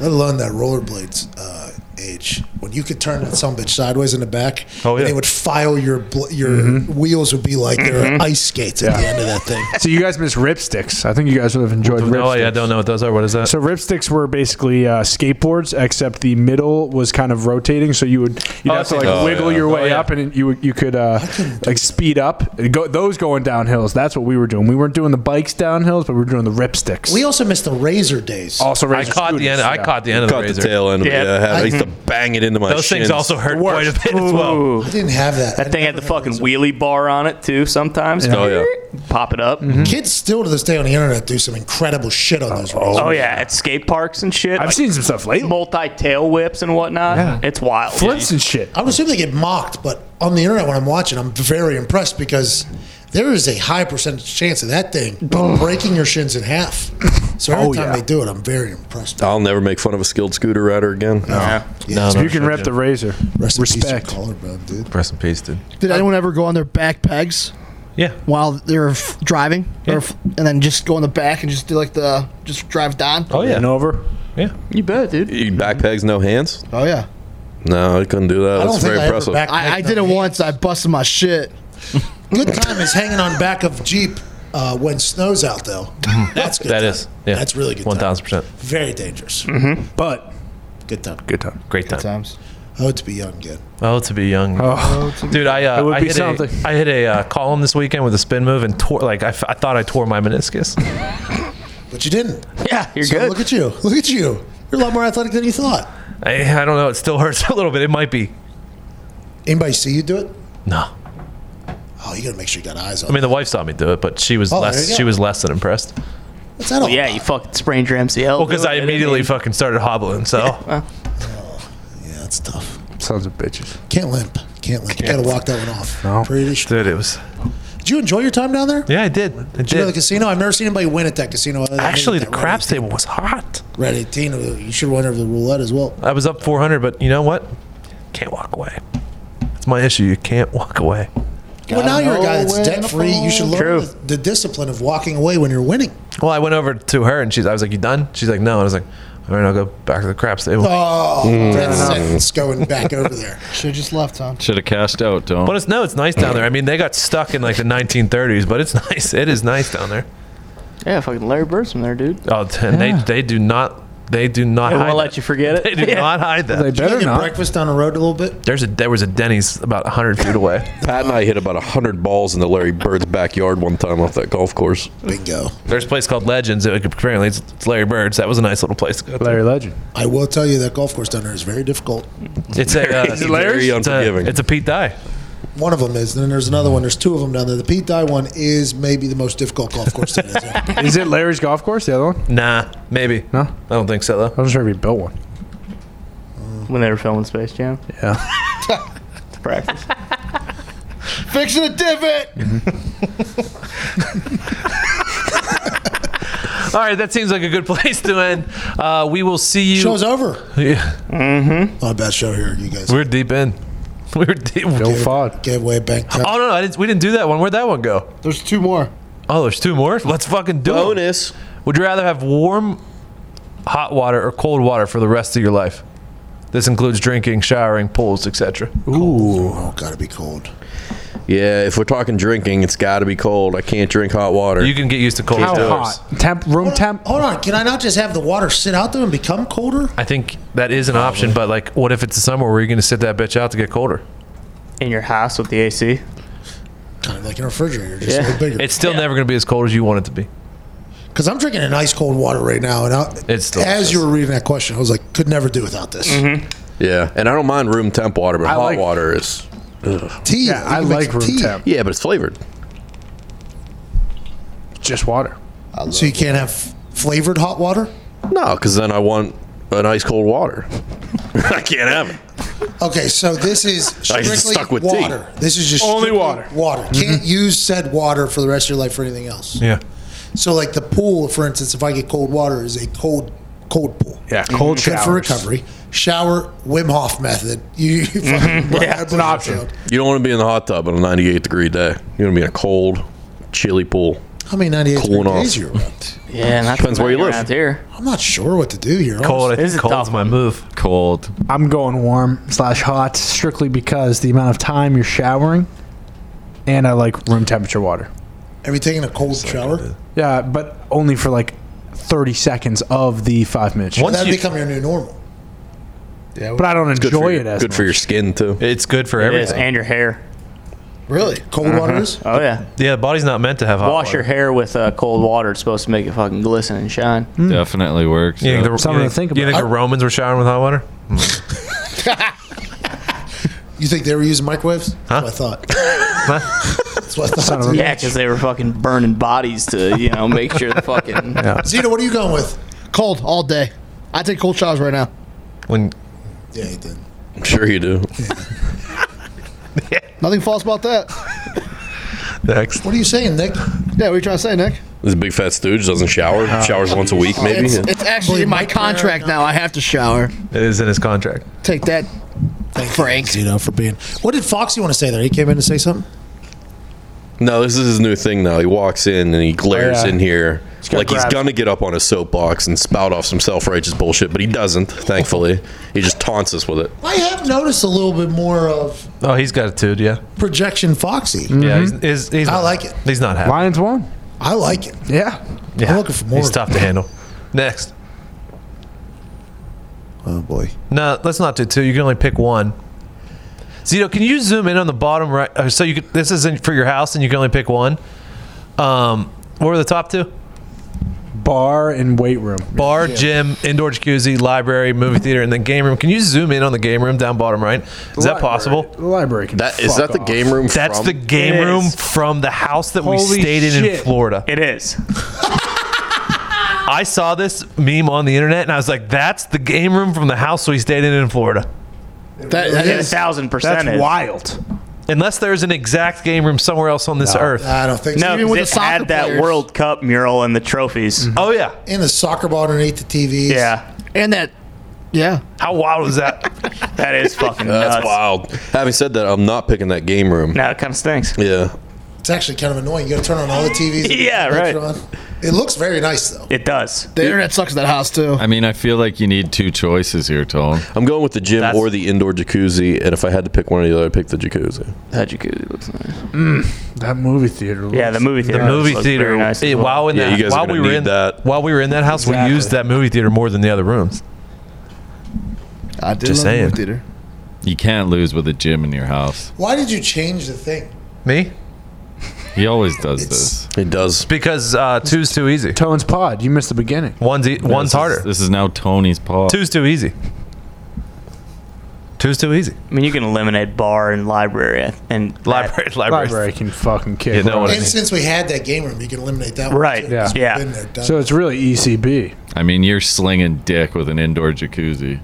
S16: Let alone that rollerblades uh, age, when you could turn that some bitch sideways in the back, oh, yeah. they would file your bl- your
S5: Mm-hmm.
S16: wheels would be like they're
S5: Mhm.
S16: ice skates at the end of that thing.
S5: So you guys miss ripsticks. I think you guys would have enjoyed ripsticks.
S3: No, yeah, I don't know what those are. What is that?
S5: So ripsticks were basically uh, skateboards, except the middle was kind of rotating, so you would you'd
S3: Oh, I
S5: have to
S3: see.
S5: like
S3: Oh,
S5: wiggle
S3: yeah.
S5: your way
S3: Oh, yeah.
S5: up, and you you could uh, like speed up. And Go, those going down hills. That's what we were doing. We weren't doing the bikes down hills, but we were doing the ripsticks.
S16: We also missed the razor days.
S5: Also,
S3: I caught the end. I caught the end of
S8: Caught
S3: the
S8: the
S3: razor.
S8: tail end of it, Yeah. yeah. I had- I
S3: <laughs>
S8: used to bang it into my
S3: Those things
S8: shins. <laughs>
S3: also hurt quite a bit as well.
S16: I didn't have that.
S4: That thing had the fucking wheelie bar on it too. Sometimes.
S16: Yeah. Oh,
S4: Pop it up.
S5: Mm-hmm.
S16: Kids still to this day on the internet do some incredible shit on those. razors.
S4: Oh yeah, at skate parks and shit. I've
S5: seen some stuff lately.
S4: Multi tail whips and whatnot.
S16: Yeah.
S4: It's wild.
S5: and shit.
S16: I would assume they get mocked, but on the internet when I'm watching, I'm very impressed because there is a high percentage chance of that thing breaking your shins in half. So every
S8: Oh,
S16: time
S8: yeah.
S16: they do it, I'm very impressed.
S8: I'll never make fun of a skilled scooter rider again. No.
S16: Yeah.
S5: you can rip the razor.
S16: Rest
S5: Respect.
S16: collarbone, dude.
S3: Press and paste it.
S7: Did anyone ever go on their back pegs?
S3: Yeah.
S7: While they're f- driving, or f- and then just go on the back and just do like the just drive down.
S8: And
S5: over.
S3: Oh, Yeah.
S7: you bet, dude.
S8: You back pegs, no hands?
S7: Oh yeah.
S8: No, I couldn't do that. That's very impressive.
S7: I, I did it once. I busted my
S16: <laughs>
S7: shit.
S16: Good time is hanging on back of Jeep uh, when snow's out, though. That's good.
S3: That is. Yeah.
S16: That's really good.
S3: One thousand percent.
S16: Very dangerous.
S3: Mhm.
S5: But
S16: good time.
S5: Good time.
S3: Great time.
S7: times.
S16: Oh, to be young again.
S3: Oh, to be young.
S5: Oh.
S3: Dude, I uh,
S5: It would
S3: I,
S5: be
S3: hit
S5: something.
S3: A, I hit a uh, column this weekend with a spin move and tore like I, f- I thought I tore
S5: <laughs>
S3: my meniscus.
S16: But you didn't.
S4: Yeah,
S3: you're
S16: so
S3: good.
S16: Look at you. Look at you. You're a lot more athletic than you thought.
S3: I, I don't know. It still hurts <laughs> a little bit. It might be.
S16: Anybody see you do it?
S3: No.
S16: Oh, you gotta make sure you got eyes on.
S3: I mean, the wife saw me do it, but she was
S16: Oh, there you
S3: less.
S16: go.
S3: She was less than impressed.
S16: What's that all
S4: yeah, you fucking sprained your MCL.
S3: Well, because
S4: dude.
S3: I immediately fucking started hobbling. So
S16: yeah, that's tough.
S5: Sons of bitches.
S16: Can't limp. Can't limp. You gotta walk that one off.
S3: No,
S16: pretty
S3: dude, it was.
S16: Did you enjoy your time down there?
S3: Yeah, I did. I
S16: Did you go to the
S3: did.
S16: casino? I've never seen anybody win at that casino. other than maybe
S3: Actually, the
S16: that
S3: craps table was hot.
S16: Red 18. Red 18. You should win over the roulette as well.
S3: I was up 400, but you know what? Can't walk away. That's my issue. You can't walk away.
S16: well, now you're a guy that's
S7: nowhere
S16: debt free. You should learn
S3: True.
S16: the, the discipline of walking away when you're winning.
S3: Well, I went over to her and she's. I was like, "You done?" She's like, "No." And I was like, "All right, I'll go back to the craps table."
S16: Oh,
S5: Mm.
S16: that's it's going back over
S7: <laughs>
S16: there.
S7: Should have just left, huh?
S6: Should have cashed out, Tom.
S3: But it's no, it's nice down there. I mean, they got stuck in like the 1930s, but it's <laughs> nice. It is nice down there.
S4: Yeah, fucking Larry Bird's from there, dude.
S3: Oh, t- and
S4: Yeah.
S3: they they do not they do not.
S4: They won't
S3: hide
S4: let
S3: that.
S4: you forget it.
S3: <laughs> They do
S4: Yeah.
S3: not hide that.
S4: They Did you better get not.
S16: breakfast down the road a little bit.
S3: There's a there was a Denny's about 100 feet away.
S8: <laughs> Pat and I hit about 100 balls in the Larry Bird's backyard one time off that golf course.
S16: Bingo.
S3: There's a place called Legends. It, apparently, it's, it's Larry Bird's. That was a nice little place. To go to.
S5: Legend.
S16: I will tell you that golf course down there is very difficult.
S3: It's a
S6: <laughs>
S3: uh,
S16: Is it Larry's?
S3: It's a, it's a Pete Dye.
S16: One of them is, and then there's another one. There's two of them down there. The Pete Dye one is maybe the most difficult golf course. There is.
S5: Is it Larry's golf course? The other one?
S3: Nah, maybe.
S5: No,
S3: I don't think so though.
S5: I'm sure if he built one.
S4: When they were filming Space Jam.
S5: Yeah.
S4: Practice.
S7: Fixing
S14: <laughs>
S7: a divot.
S3: All right, that seems like a good <laughs> place to end. Uh, we will see you.
S16: Show's over.
S3: <laughs> Yeah.
S16: Mm-hmm. Not a bad show here, you guys.
S3: We're deep in. <laughs> We were Go
S5: Fod.
S16: Gateway Bank.
S3: Oh no, no, I didn't, we didn't do that one. Where'd that one go?
S7: There's two more.
S3: Oh, there's two more. Let's fucking do
S8: Bonus.
S3: it. Bonus. Would you rather have warm, hot water or cold water for the rest of your life? This includes drinking, showering, pools, etc.
S8: Ooh,
S16: Oh, gotta be cold.
S8: Yeah, if we're talking drinking, it's got to be cold. I can't drink hot water.
S3: You can get used to cold
S8: Can't do it.
S5: Temp room temp.
S16: Hold on, can I not just have the water sit out there and become colder?
S3: I think that is an option, but like, what if it's the summer where you're going to sit that bitch out to get colder?
S4: In your house with the AC.
S16: Kind of like in a refrigerator, just a little bigger.
S3: It's still never going to be as cold as you want it to be.
S16: Because I'm drinking an ice cold water right now, and I,
S3: It's still
S16: as you were reading that question, I was like, could never do without this.
S8: Yeah, and I don't mind room temp water, but
S16: Mm-hmm. I
S8: hot
S16: like-
S8: water is ugh.
S16: Tea. Yeah, I
S5: like room temp.
S8: Yeah, but it's flavored.
S5: Just water.
S16: So you can't have f- flavored hot water.
S8: No, because then I want an ice cold water. <laughs> I can't have it.
S16: Okay, so this is
S8: <laughs> I
S16: strictly
S8: just stuck with tea.
S16: water. This is just
S8: Only
S16: strictly
S8: water.
S16: Water can't
S5: Mm-hmm.
S16: use said water for the rest of your life for anything else.
S3: Yeah.
S16: So, like the pool, for instance, if I get cold water, is a cold, cold pool.
S5: Yeah, cold
S16: Good for
S5: showers.
S16: recovery. Shower Wim Hof method. <laughs> You, you fucking
S5: Yeah, it's an option.
S8: You don't want to be in the hot tub on a 98 degree day. You're going to be in a cold, chilly pool.
S16: How many 98
S8: Cooling
S16: degree
S8: off.
S16: days you're around?
S4: Yeah, and that's
S8: Depends where you live.
S4: around here.
S16: I'm not sure what to do here.
S5: Cold, I
S16: honestly.
S5: This think is cold's tough.
S3: my move.
S6: Cold.
S5: I'm going warm slash hot strictly because the amount of time you're showering, and I like room temperature water.
S16: Have you taken a cold shower?
S5: Yeah, but only for like 30 seconds of the five minutes.
S16: Once that become your new normal.
S5: but I don't
S8: Good for
S5: enjoy
S8: your-
S5: it as
S8: Good for your skin, too.
S3: It's good for
S4: It is,
S3: everything.
S4: and your hair.
S16: Really?
S5: Uh,
S16: Cold
S4: <laughs>
S16: water is?
S4: Oh yeah.
S3: Yeah, the body's not meant to have hot
S4: Wash
S3: water.
S4: your hair with uh, cold water. It's supposed to make it fucking glisten and shine.
S6: Definitely works.
S3: You think
S6: yeah.
S3: the, you think, You think the Romans were showering with hot water?
S16: You think they were using microwaves? That's what I thought. That's what I thought. dude.
S4: Yeah, because they were fucking burning bodies to you know make sure the
S3: <laughs>
S4: fucking.
S16: Zito, what are you going with?
S7: Cold all day. I take cold showers right
S16: <laughs>
S7: now.
S3: When
S16: Yeah, you did.
S8: I'm sure you do.
S7: Nothing false about
S8: <laughs>
S7: that.
S3: Next.
S16: What are you saying, Nick?
S7: Yeah, what are you trying to say, Nick? Oh,
S8: This big fat stooge doesn't shower.
S16: Uh-huh.
S8: Showers once a week, maybe.
S7: It's, it's actually in my contract now. I have to shower.
S3: It is in his contract.
S7: Take that.
S16: Frank. Zito for being. What did Foxy want to say there? He came in to say something?
S8: No, this is his new thing now. He walks in and he glares
S16: Oh, yeah.
S8: in here
S16: gonna
S8: like he's
S16: grab-
S8: gonna get up on his soapbox and spout off some self-righteous bullshit, but he doesn't. Thankfully, he just taunts us with it.
S16: I have noticed a little bit more of
S3: Oh, he's got a dude, yeah.
S16: projection Foxy.
S3: Yeah, he's, he's, he's
S16: I
S3: not-
S16: like it.
S3: He's not
S5: Mm-hmm.
S3: happy.
S5: Lions won.
S16: I like it.
S5: Yeah.
S3: Yeah.
S16: I'm looking for more.
S3: He's tough to handle. Next.
S16: Oh, boy.
S3: No, let's not do two. You can only pick one. Zito, can you zoom in on the bottom right? uh, So you could, this isn't for your house, and you can only pick one. Um, what were the top two?
S5: Bar and weight room.
S3: Bar, gym, indoor jacuzzi, library, movie theater, and then game room. Can you zoom in on the game room down bottom right? Is that possible?
S5: The library can
S8: That is
S5: fuck
S8: that the
S5: off.
S8: game room?
S3: That's
S8: from?
S3: the game room from the house that we
S5: Holy
S3: stayed in in
S5: shit.
S3: Florida.
S4: It is.
S3: I saw this meme on the internet, and I was like, "That's the game room from the house we stayed in in Florida."
S7: That,
S4: that is, a thousand percent.
S5: That's
S4: is.
S5: wild.
S3: Unless there's an exact game room somewhere else on this earth.
S16: I don't think so.
S4: No,
S7: Even
S4: 'cause
S7: with
S4: it
S7: the soccer
S4: had that
S7: players.
S4: World Cup mural and the trophies.
S3: Oh yeah,
S16: And the soccer ball underneath the TVs.
S4: Yeah,
S7: And that. Yeah.
S3: how wild is that?
S4: that is fucking
S8: That's
S4: nuts.
S8: wild. Having said that, I'm not picking that game room.
S4: Now it kind of stinks.
S8: Yeah,
S16: It's actually kind of annoying. You got to turn on all the
S4: <laughs>
S16: TVs. and
S4: Yeah,
S16: put the picture
S4: right.
S16: on. It looks very nice, though.
S4: It does.
S7: The internet sucks at that house, too.
S6: I mean, I feel like you need two choices here, Tom.
S8: I'm going with the gym
S3: That's-
S8: or the indoor jacuzzi. And if I had to pick one or the other, I'd pick the jacuzzi.
S4: That jacuzzi looks nice.
S5: Mm, That movie theater.
S4: Yeah, the movie
S3: The
S4: theater.
S3: movie
S4: looks
S3: theater.
S4: very nice as
S3: eh,
S4: well.
S3: while in
S8: Yeah,
S3: that,
S8: you guys are
S3: while
S8: gonna
S3: we were
S8: need
S3: in
S8: that.
S3: while we were in that house,
S5: Exactly.
S3: we used that movie
S8: <laughs>
S3: theater more than the other rooms.
S7: I did
S3: Just
S7: love the
S3: saying.
S7: movie theater.
S6: You can't lose with a gym in your house.
S16: Why did you change the thing?
S3: Me?
S6: He always does this.
S8: It does.
S3: Because uh, two's too easy.
S5: Tone's pod. You missed the beginning.
S3: One's e- one's
S6: This is-
S3: harder.
S6: This is now Tony's paw.
S3: Two's too easy. Two's too easy.
S4: I mean, you can eliminate bar and library I- and that-
S3: Library, library.
S5: Library can fucking kick.
S3: You know what I
S5: rocks.
S16: And since we had that game room, you can eliminate that one.
S4: Right.
S16: too.
S5: Yeah.
S16: It's
S4: Yeah.
S16: been there, done
S5: So it's really E ECB.
S6: I mean, you're slinging dick with an indoor jacuzzi.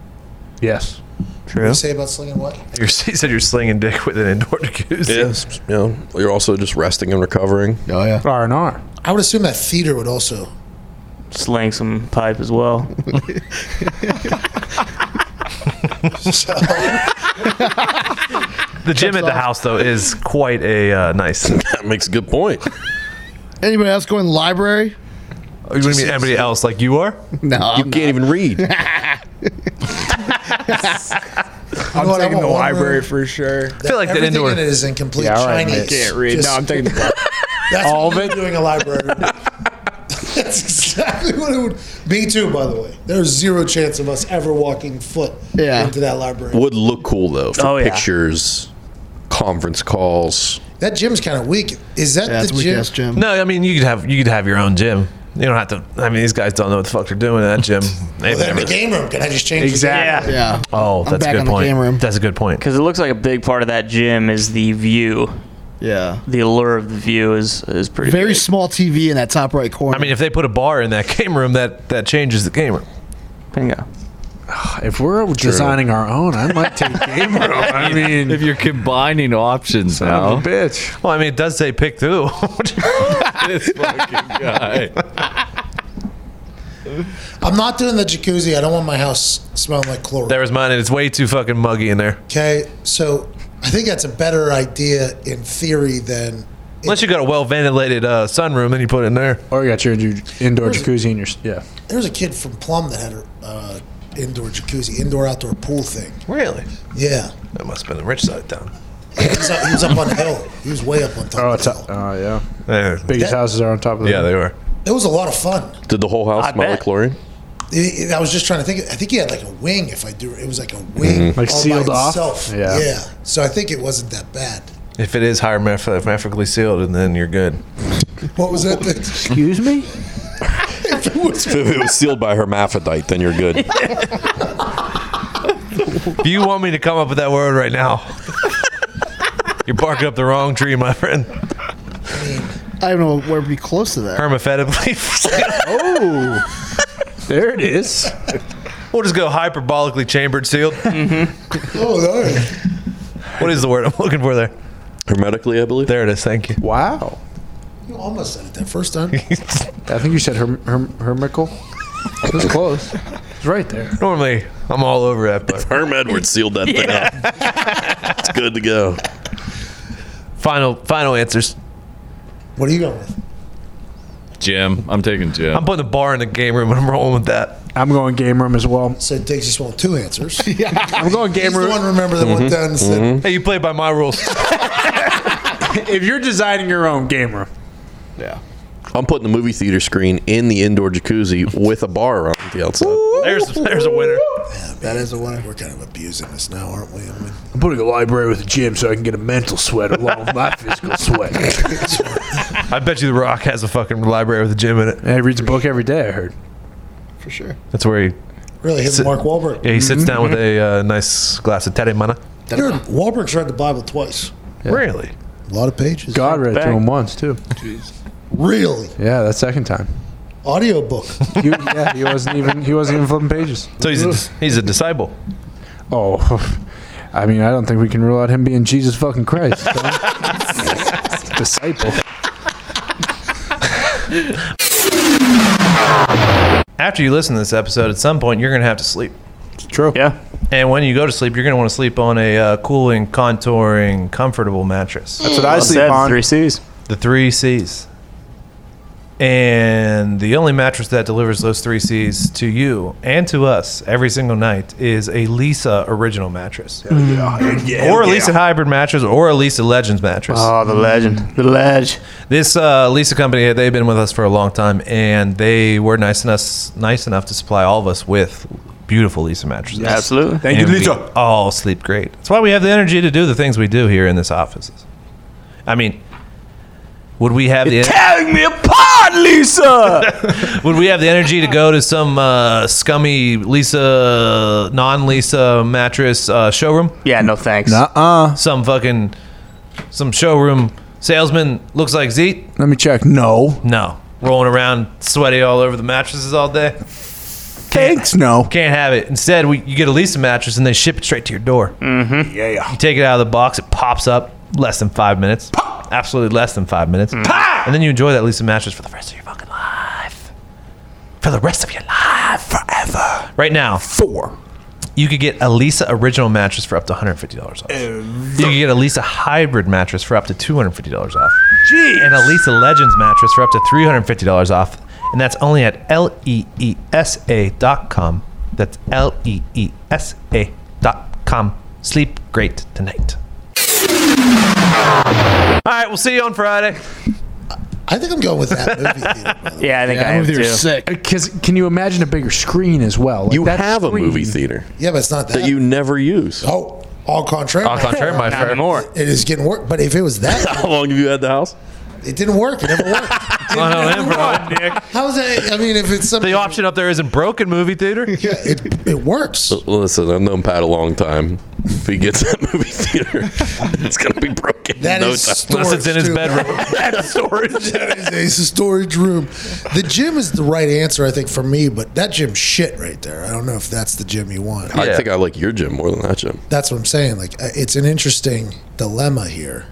S5: Yes.
S4: True.
S16: You say about slinging what?
S3: You're, <laughs> you said you're slinging dick <laughs> with an indoor jacuzzi.
S8: Yes. You know, you're also just resting and recovering.
S7: Oh, yeah.
S5: R and R.
S16: I would assume that theater would also.
S4: Sling some pipe
S16: <laughs>
S4: as well.
S16: So,
S3: the gym at the house though is quite a
S8: <laughs>
S3: uh, nice. that
S8: makes a good point.
S7: Anybody else going to the library?
S3: Oh, you mean anybody else like you are?
S7: No, you
S8: can't even read.
S16: <laughs>
S11: I'm
S7: what, I
S11: taking
S7: want
S11: the
S7: one
S11: library
S7: room.
S11: for sure.
S7: I feel like that
S11: Everything
S7: indoor-
S11: in it is in complete
S7: Yeah, all right,
S11: Chinese.
S7: mate. Can't read.
S11: No, I'm taking the
S16: That's All what of it? doing a library.
S3: <laughs>
S16: That's exactly what it would. Me too, by the way. There's zero chance of us ever walking foot
S7: Yeah.
S16: into that library.
S8: Would look cool though for
S16: Oh, yeah.
S8: pictures, conference calls.
S16: That gym's kind of weak. Is that the gym?
S3: No, I mean you could have you could have your own gym. You don't have to. I mean these guys don't know what the fuck they're doing in
S16: <laughs>
S3: that gym. They've
S16: Well, then
S3: never-
S16: the game room. Can I just change?
S3: Exactly.
S16: The
S3: Yeah. Yeah. Oh, that's a good point. That's a good point.
S4: Because it looks like a big part of that gym is the view.
S7: Yeah.
S4: The allure of the view is is pretty.
S7: Very small TV in that top right corner.
S3: I mean, if they put a bar in that <laughs> game room, that that changes the game room.
S4: Bingo.
S5: If we're designing our own, I might take game room.
S6: <laughs>
S5: I mean,
S3: if you're combining options
S5: now. of a
S3: bitch. Well, I mean, it does say pick two. <laughs> this fucking guy. <laughs>
S16: I'm not doing the jacuzzi. I don't want my house smelling like chlorine.
S3: There was mine, and it's way too fucking muggy in there.
S16: Okay, so I think that's a better idea in theory than
S3: Unless you got a well ventilated uh, sunroom, then you put it in there.
S5: Or you got your indoor jacuzzi in your yeah.
S16: there was a kid from Plum that had a uh, indoor jacuzzi, indoor outdoor pool thing.
S3: Really?
S16: Yeah,
S3: <laughs> That must have been the rich side of town.
S16: he was up, he was up on the hill. He was way up on top.
S5: Oh, it's oh yeah. Biggest
S16: That-
S5: houses are on top of
S3: Yeah, they were.
S16: It was a lot of fun.
S8: Did the whole house
S16: I
S8: smell like
S16: bet.
S8: chlorine?
S16: It- it- I was just trying to think. I think he had like a wing. If I do, it was like a wing,
S3: Mm-hmm.
S8: Mhm. Like
S16: all by
S8: sealed off?
S16: itself.
S3: Yeah.
S16: yeah. So I think it wasn't that bad.
S3: If it is hermaphroditically sealed, and then you're good.
S16: What was <laughs> that? thing?
S5: Excuse me?
S16: if it was,
S8: <laughs> if it was sealed by hermaphrodite, then you're good.
S3: <laughs> If you want me to come up with that word right now, <laughs> you're barking up the wrong tree,
S8: <laughs>
S3: my friend.
S7: I don't know where would be close to that.
S3: Hermaphroditically. <laughs> oh,
S5: there it is.
S3: We'll just go hyperbolically chambered sealed.
S5: Mm-hmm.
S16: Oh, no.
S3: What is the word <laughs> I'm looking for there?
S8: Hermetically, I believe.
S3: There it is. Thank you.
S5: Wow.
S16: You almost said it that first
S3: <laughs>
S16: time.
S5: I think you said her, her, hermical. It was close. It's right there.
S3: Normally, I'm all over that. But
S8: Herm Edwards sealed that thing up. It's good to go.
S3: Final, <laughs> final answers.
S16: What are you going with?
S6: Jim. I'm taking Jim.
S3: <laughs> I'm putting the bar in the game room. and I'm rolling with that.
S5: I'm going game room as well.
S16: So it takes us well two
S5: <laughs>
S16: answers.
S5: I'm going game
S16: He's
S5: room.
S16: The one remember that
S3: Mm-hmm.
S16: went down and said,
S3: Hey, you play by my <laughs> rules.
S5: if you're designing your own game room,
S8: Yeah. I'm putting the movie theater screen in the indoor jacuzzi with a bar around the outside.
S3: There's there's a winner.
S16: That is a winner. We're kind of abusing this now, aren't we?
S5: I'm putting a library with a gym so I can get a mental sweat along with <laughs> my physical sweat.
S3: I bet you The Rock has a fucking library with a gym in it.
S5: Yeah, he reads a book every day. I heard.
S7: For sure.
S3: That's where he
S16: Really, him and
S3: sit-
S16: Mark Wahlberg.
S3: Yeah, he sits down
S16: Mm-hmm.
S3: with
S5: Mm-hmm.
S3: a uh, nice glass of teddy mana.
S16: Dude, Wahlberg's read the Bible twice.
S3: Really?
S16: A lot of pages.
S5: God read to him once too.
S16: Really?
S5: Yeah, that second time. <laughs>
S16: Audiobook.
S5: He, yeah, he wasn't even he wasn't even flipping pages.
S3: So he's a, he's a disciple.
S5: Oh, <laughs> I mean, I don't think we can rule out him being Jesus fucking Christ. Disciple.
S3: After you listen to this episode, at some point you're gonna have to sleep. It's
S5: true.
S3: Yeah. And when you go to sleep, you're gonna want to sleep on a uh, cooling, contouring, comfortable mattress.
S5: That's what I Well sleep said, on. three
S4: C's.
S3: The three C's. And the only mattress that delivers those three C's to you and to us every single night is a Lisa original mattress. or a Lisa Hybrid mattress or a Lisa Legends mattress.
S4: Oh, the legend. The ledge.
S3: This uh, Lisa company, they've been with us for a long time, and they were nice enough, nice enough to supply all of us with beautiful Lisa mattresses.
S4: Yes. Absolutely.
S3: Thank you, Lisa. all sleep great. That's why we have the energy to do the things we do here in this office. I mean, would we have the
S4: Tearing me apart,
S3: <laughs>
S4: Lisa.
S3: would we have the energy to go to some uh, scummy Lisa non-Lisa mattress uh, showroom?
S4: Yeah, no thanks.
S3: Nuh-uh. Some fucking some showroom salesman looks like Zeke.
S5: Let me check. No.
S3: No, rolling around sweaty all over the mattresses all day.
S5: Thanks. No.
S3: Can't have it. Instead, we, you get a Lisa mattress and they ship it straight to your door. Mm-hmm.
S5: Yeah, yeah.
S3: You take it out of the box, it pops up less than five minutes. Absolutely less than five minutes.
S4: Mm-hmm.
S3: And then you enjoy that Lisa mattress for the rest of your fucking life. For the rest of your life. Forever. Right now. Four. you could get a Lisa original mattress for up to $150 off. You could get a Lisa hybrid mattress for up to $250 off.
S2: Jeez.
S3: And a Lisa Legends mattress for up to $350 off. And that's only at E L-E-E-S-A dot com. That's E L-E-E-S-A dot com. Sleep great tonight. All right, we'll see you on Friday.
S16: I think I'm going with that movie theater.
S3: <laughs>
S4: Yeah, I
S16: think Yeah, I am movie theater's too. sick.
S5: Because Uh, can you imagine a bigger screen as well? Like,
S8: You
S5: that
S8: have a
S5: screen-
S8: movie theater
S16: Yeah, but it's not that.
S8: that you never use.
S16: Oh, all contrary.
S8: Au contraire, my Not friend. anymore.
S16: It is getting work. But if it was that,
S8: <laughs> How long have you had the house?
S16: it didn't work. It never
S3: <laughs>
S16: worked.
S3: Oh,
S16: How's that? I mean, if it's something.
S3: The option up there isn't broken
S16: <laughs>
S3: movie theater. Yeah,
S16: it, it works.
S8: L- Listen, I've known Pat a long time. If he gets that movie theater, <laughs> it's gonna be broken.
S16: That
S8: in no
S16: is
S8: time.
S16: storage, too. <laughs>
S3: That's storage.
S16: that
S3: <laughs>
S16: is it's a storage room. The gym is the right answer, I think, for me. But that gym's shit right there. I don't know if that's the gym you want.
S8: I think I like your gym more than that gym.
S16: that's what I'm saying. Like, uh, it's an interesting dilemma here.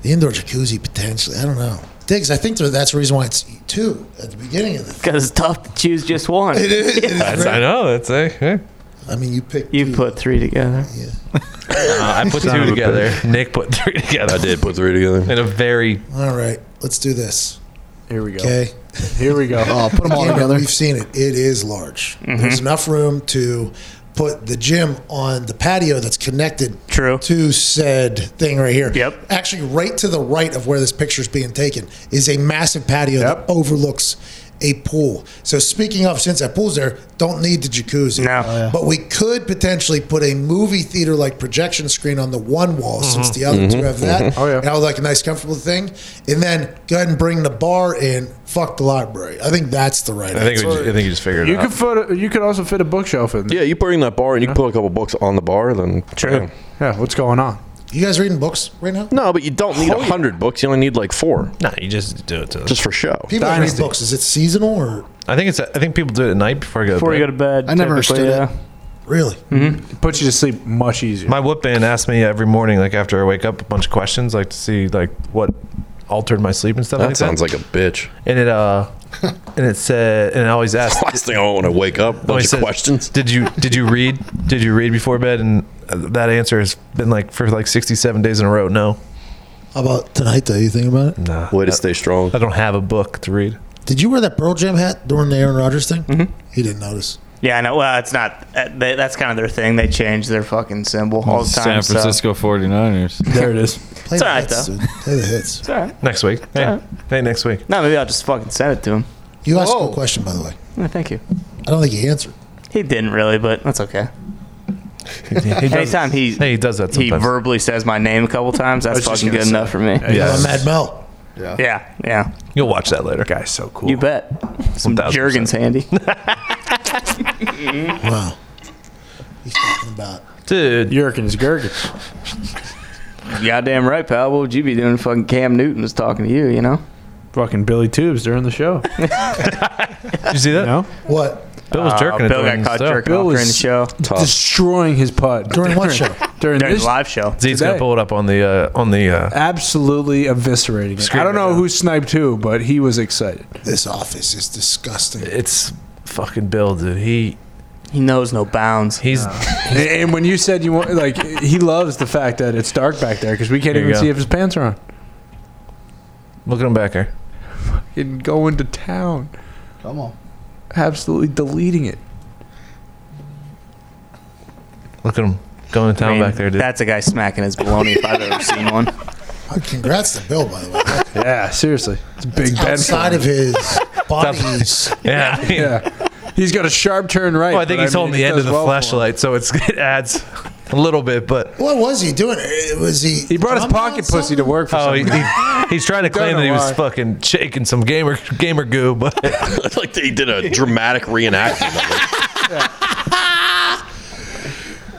S16: The indoor jacuzzi potentially. I don't know. Diggs, I think that's the reason why it's two at the beginning of the.
S4: Because it's tough to choose just
S16: <laughs>
S4: one.
S16: It is. It is That's- I
S3: know. That's it.
S16: I mean, you picked.
S4: You put three together. <laughs>
S16: Yeah.
S3: Uh, I put
S8: Son
S3: two
S8: of a
S3: together. Nick put three together.
S8: I did put three together.
S3: In a very
S16: All right, let's do this.
S5: Here we go.
S16: Okay.
S5: Here we go. <laughs>
S16: Oh,
S5: put 'em all together.
S16: We've seen it. It is large.
S5: Mhm.
S16: There's enough room to put the gym on the patio that's connected True. to said thing right here. Yep. Actually, right to the right of where this picture is being taken is a massive patio that overlooks a pool. So speaking of, since that pool's there, don't need the jacuzzi. No.
S5: Oh,
S16: But we could potentially put a movie theater like projection screen on the one wall since
S15: Mhm.
S5: Mm-hmm.
S16: the other two
S15: Mhm.
S16: have that.
S15: Mhm. Oh, yeah.
S16: And I would like a nice comfortable thing. And then go ahead and bring the bar in. Fuck the library. I think that's the right
S3: I think we
S16: answer.
S3: ju- I think you just figured it
S5: You
S3: out.
S5: could fit. A, you could also fit a bookshelf in. there.
S8: Yeah, you bring that bar and you can put a couple books on the bar. Then true.
S5: Yeah, what's going on?
S16: You guys reading books right now? Oh,
S8: No, but you don't need a hundred books. You only need like four.
S3: No, you just do it to
S8: just for show.
S16: People that read books. Is it seasonal or
S3: I think it's. I think people do it at night before I go.
S16: Before
S3: to
S16: you
S3: bed.
S16: go to bed, I never typically, understood it. Really?
S5: Mm-hmm. It puts you to sleep much easier.
S3: My whoop band asks me every morning, like after I wake up, a bunch of questions, like to see like what altered my sleep and stuff.
S8: That
S3: like
S8: sounds
S3: that.
S8: like a bitch.
S3: And
S16: <laughs>
S3: it uh, and it said, and I always ask.
S8: Last thing I want to wake up, bunch
S3: always
S8: of
S3: Oh, says,
S8: questions.
S3: Did you did you read did you read before bed? And uh, that answer has been like for like sixty seven days in a row. No,
S16: how about tonight though? You think about it?
S3: Nah.
S8: Way to stay strong.
S3: I don't have a book to read.
S16: Did you wear that Pearl Jam hat during the Aaron Rodgers thing? Mm-hmm. He didn't notice.
S4: Yeah, I know. Well, it's not. uh, They, that's kind of their thing. They change their fucking symbol all the time.
S6: San
S4: so-
S6: Francisco 49ers.
S5: There it is.
S4: It's all right
S16: hits,
S4: though.
S16: dude. Play the hits.
S4: It's all right.
S3: Next week. Hey, hey, next week.
S4: No, maybe I'll just fucking send it to him.
S16: You asked a cool question, by the way.
S4: No, thank you.
S16: I don't think he answered.
S4: He didn't really, but that's okay.
S3: does-
S4: <laughs> Anytime he
S3: he does that,
S4: he verbally says my name a couple times.
S16: I was
S4: That's
S16: just
S4: fucking
S16: gonna
S4: good
S16: say.
S4: enough for me.
S16: Yeah. I'm Mad Mel.
S4: Yeah, yeah.
S3: You'll watch that later.
S5: Guy's so cool.
S4: You bet. Some
S3: 1000%.
S4: Jergens
S3: <laughs>
S4: handy.
S16: Wow. He's talking about.
S3: Dude.
S5: Jerkins Gergens.
S4: Goddamn right, pal. What would you be doing? if Fucking Cam Newton was talking to you. You know.
S5: Fucking Billy Tubes during the show.
S3: Did <laughs> you see that?
S5: No.
S16: What?
S5: Bill was jerking it
S4: Bill
S5: during
S4: got caught
S5: the show.
S4: jerking
S5: Bill
S4: off during the
S5: was
S4: show.
S5: Destroying his putt
S16: During what show?
S5: <laughs> During,
S4: During
S5: this
S4: the live show.
S3: Z's gonna
S5: Today.
S3: pull it up on the uh, on the. Uh,
S5: Absolutely eviscerating. It. I don't know who sniped who, but he was excited.
S16: This office is disgusting.
S3: it's fucking Bill, dude. He
S4: he knows no bounds.
S3: He's
S5: and, and when you said you want, like, he loves the fact that it's dark back there because we can't
S3: There you
S5: even
S3: go.
S5: see if his pants are on.
S3: look at him back here.
S5: Fucking going to town,
S7: Come on.
S5: absolutely deleting it.
S3: Look at him going to town
S4: I mean,
S3: back there, dude.
S4: That's a guy smacking his baloney if I've ever seen
S16: <laughs>
S4: one.
S16: Uh, Congrats to Bill, by the way.
S4: <laughs>
S5: Yeah, seriously, it's big Ben.
S16: Outside of his body's
S3: yeah, I mean-
S5: yeah. He's got a sharp turn right.
S3: Well, I
S5: but
S3: think he's
S5: mean,
S3: holding
S5: it
S3: the end
S5: does
S3: of the
S5: well for him.
S3: flashlight, so it's, <laughs> it adds a little bit, but
S16: What was he doing? Uh, Was he?
S5: He brought his
S16: drumming on
S5: pocket pussy
S16: something?
S5: to work for
S3: oh, he,
S5: something.
S3: he- he's trying to
S5: Don't
S3: claim
S5: know
S3: that he was
S5: why.
S3: fucking shaking some gamer gamer goo, but
S8: <laughs> It's like they did a dramatic reenactment. of it.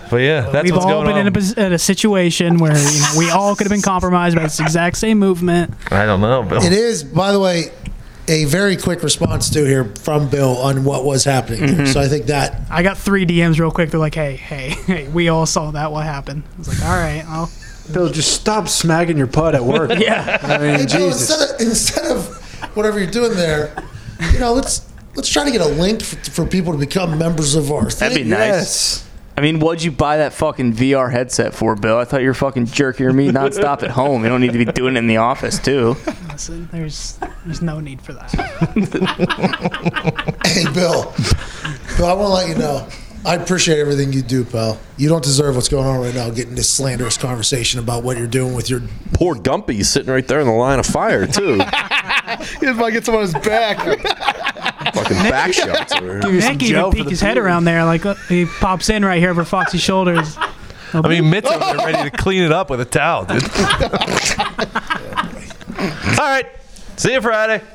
S3: <laughs> but yeah, that's
S9: We've
S3: what's
S9: all
S3: going
S9: been
S3: on.
S9: in a, pos- in a situation where you know, we all could have been compromised by this exact same movement.
S3: I don't know, Bill.
S16: It is, by the way, a very quick response to here from Bill on what was happening. there.
S9: Mhm.
S16: So I think that
S9: I got three DMs real quick. They're like, "Hey, hey, <laughs> hey, we all saw that. What happened?" I was like, "All right, I'll."
S5: Bill, just stop smacking your putt at work.
S16: <laughs>
S4: <laughs>
S9: Yeah.
S5: I mean,
S16: Hey, Bill,
S5: Jesus.
S16: instead of instead of whatever you're doing there, you know, let's Let's try to get a link for, for people to become members of our.
S4: That'd be
S16: thing.
S4: nice. I mean, what'd you buy that fucking VR headset for, Bill? I thought you were fucking jerking your meat nonstop at home. You don't need to be doing it in the office too.
S9: Listen, there's there's no need for that.
S16: Hey, Bill. Bill, I want to let you know. I appreciate everything you do, pal. You don't deserve what's going on right now, getting this slanderous conversation about what you're doing with your.
S8: Poor Gumpy's sitting right there in the line of fire
S3: <laughs>
S8: too.
S7: If I get someone on his back.
S8: <laughs> Fucking back shots. over here.
S9: Nick even peeked his head around there, like uh, he pops in right here over Foxy's shoulders.
S3: I mean, Mitt's over there ready to clean
S16: <laughs>
S3: it up with a towel, dude. All right. See you Friday.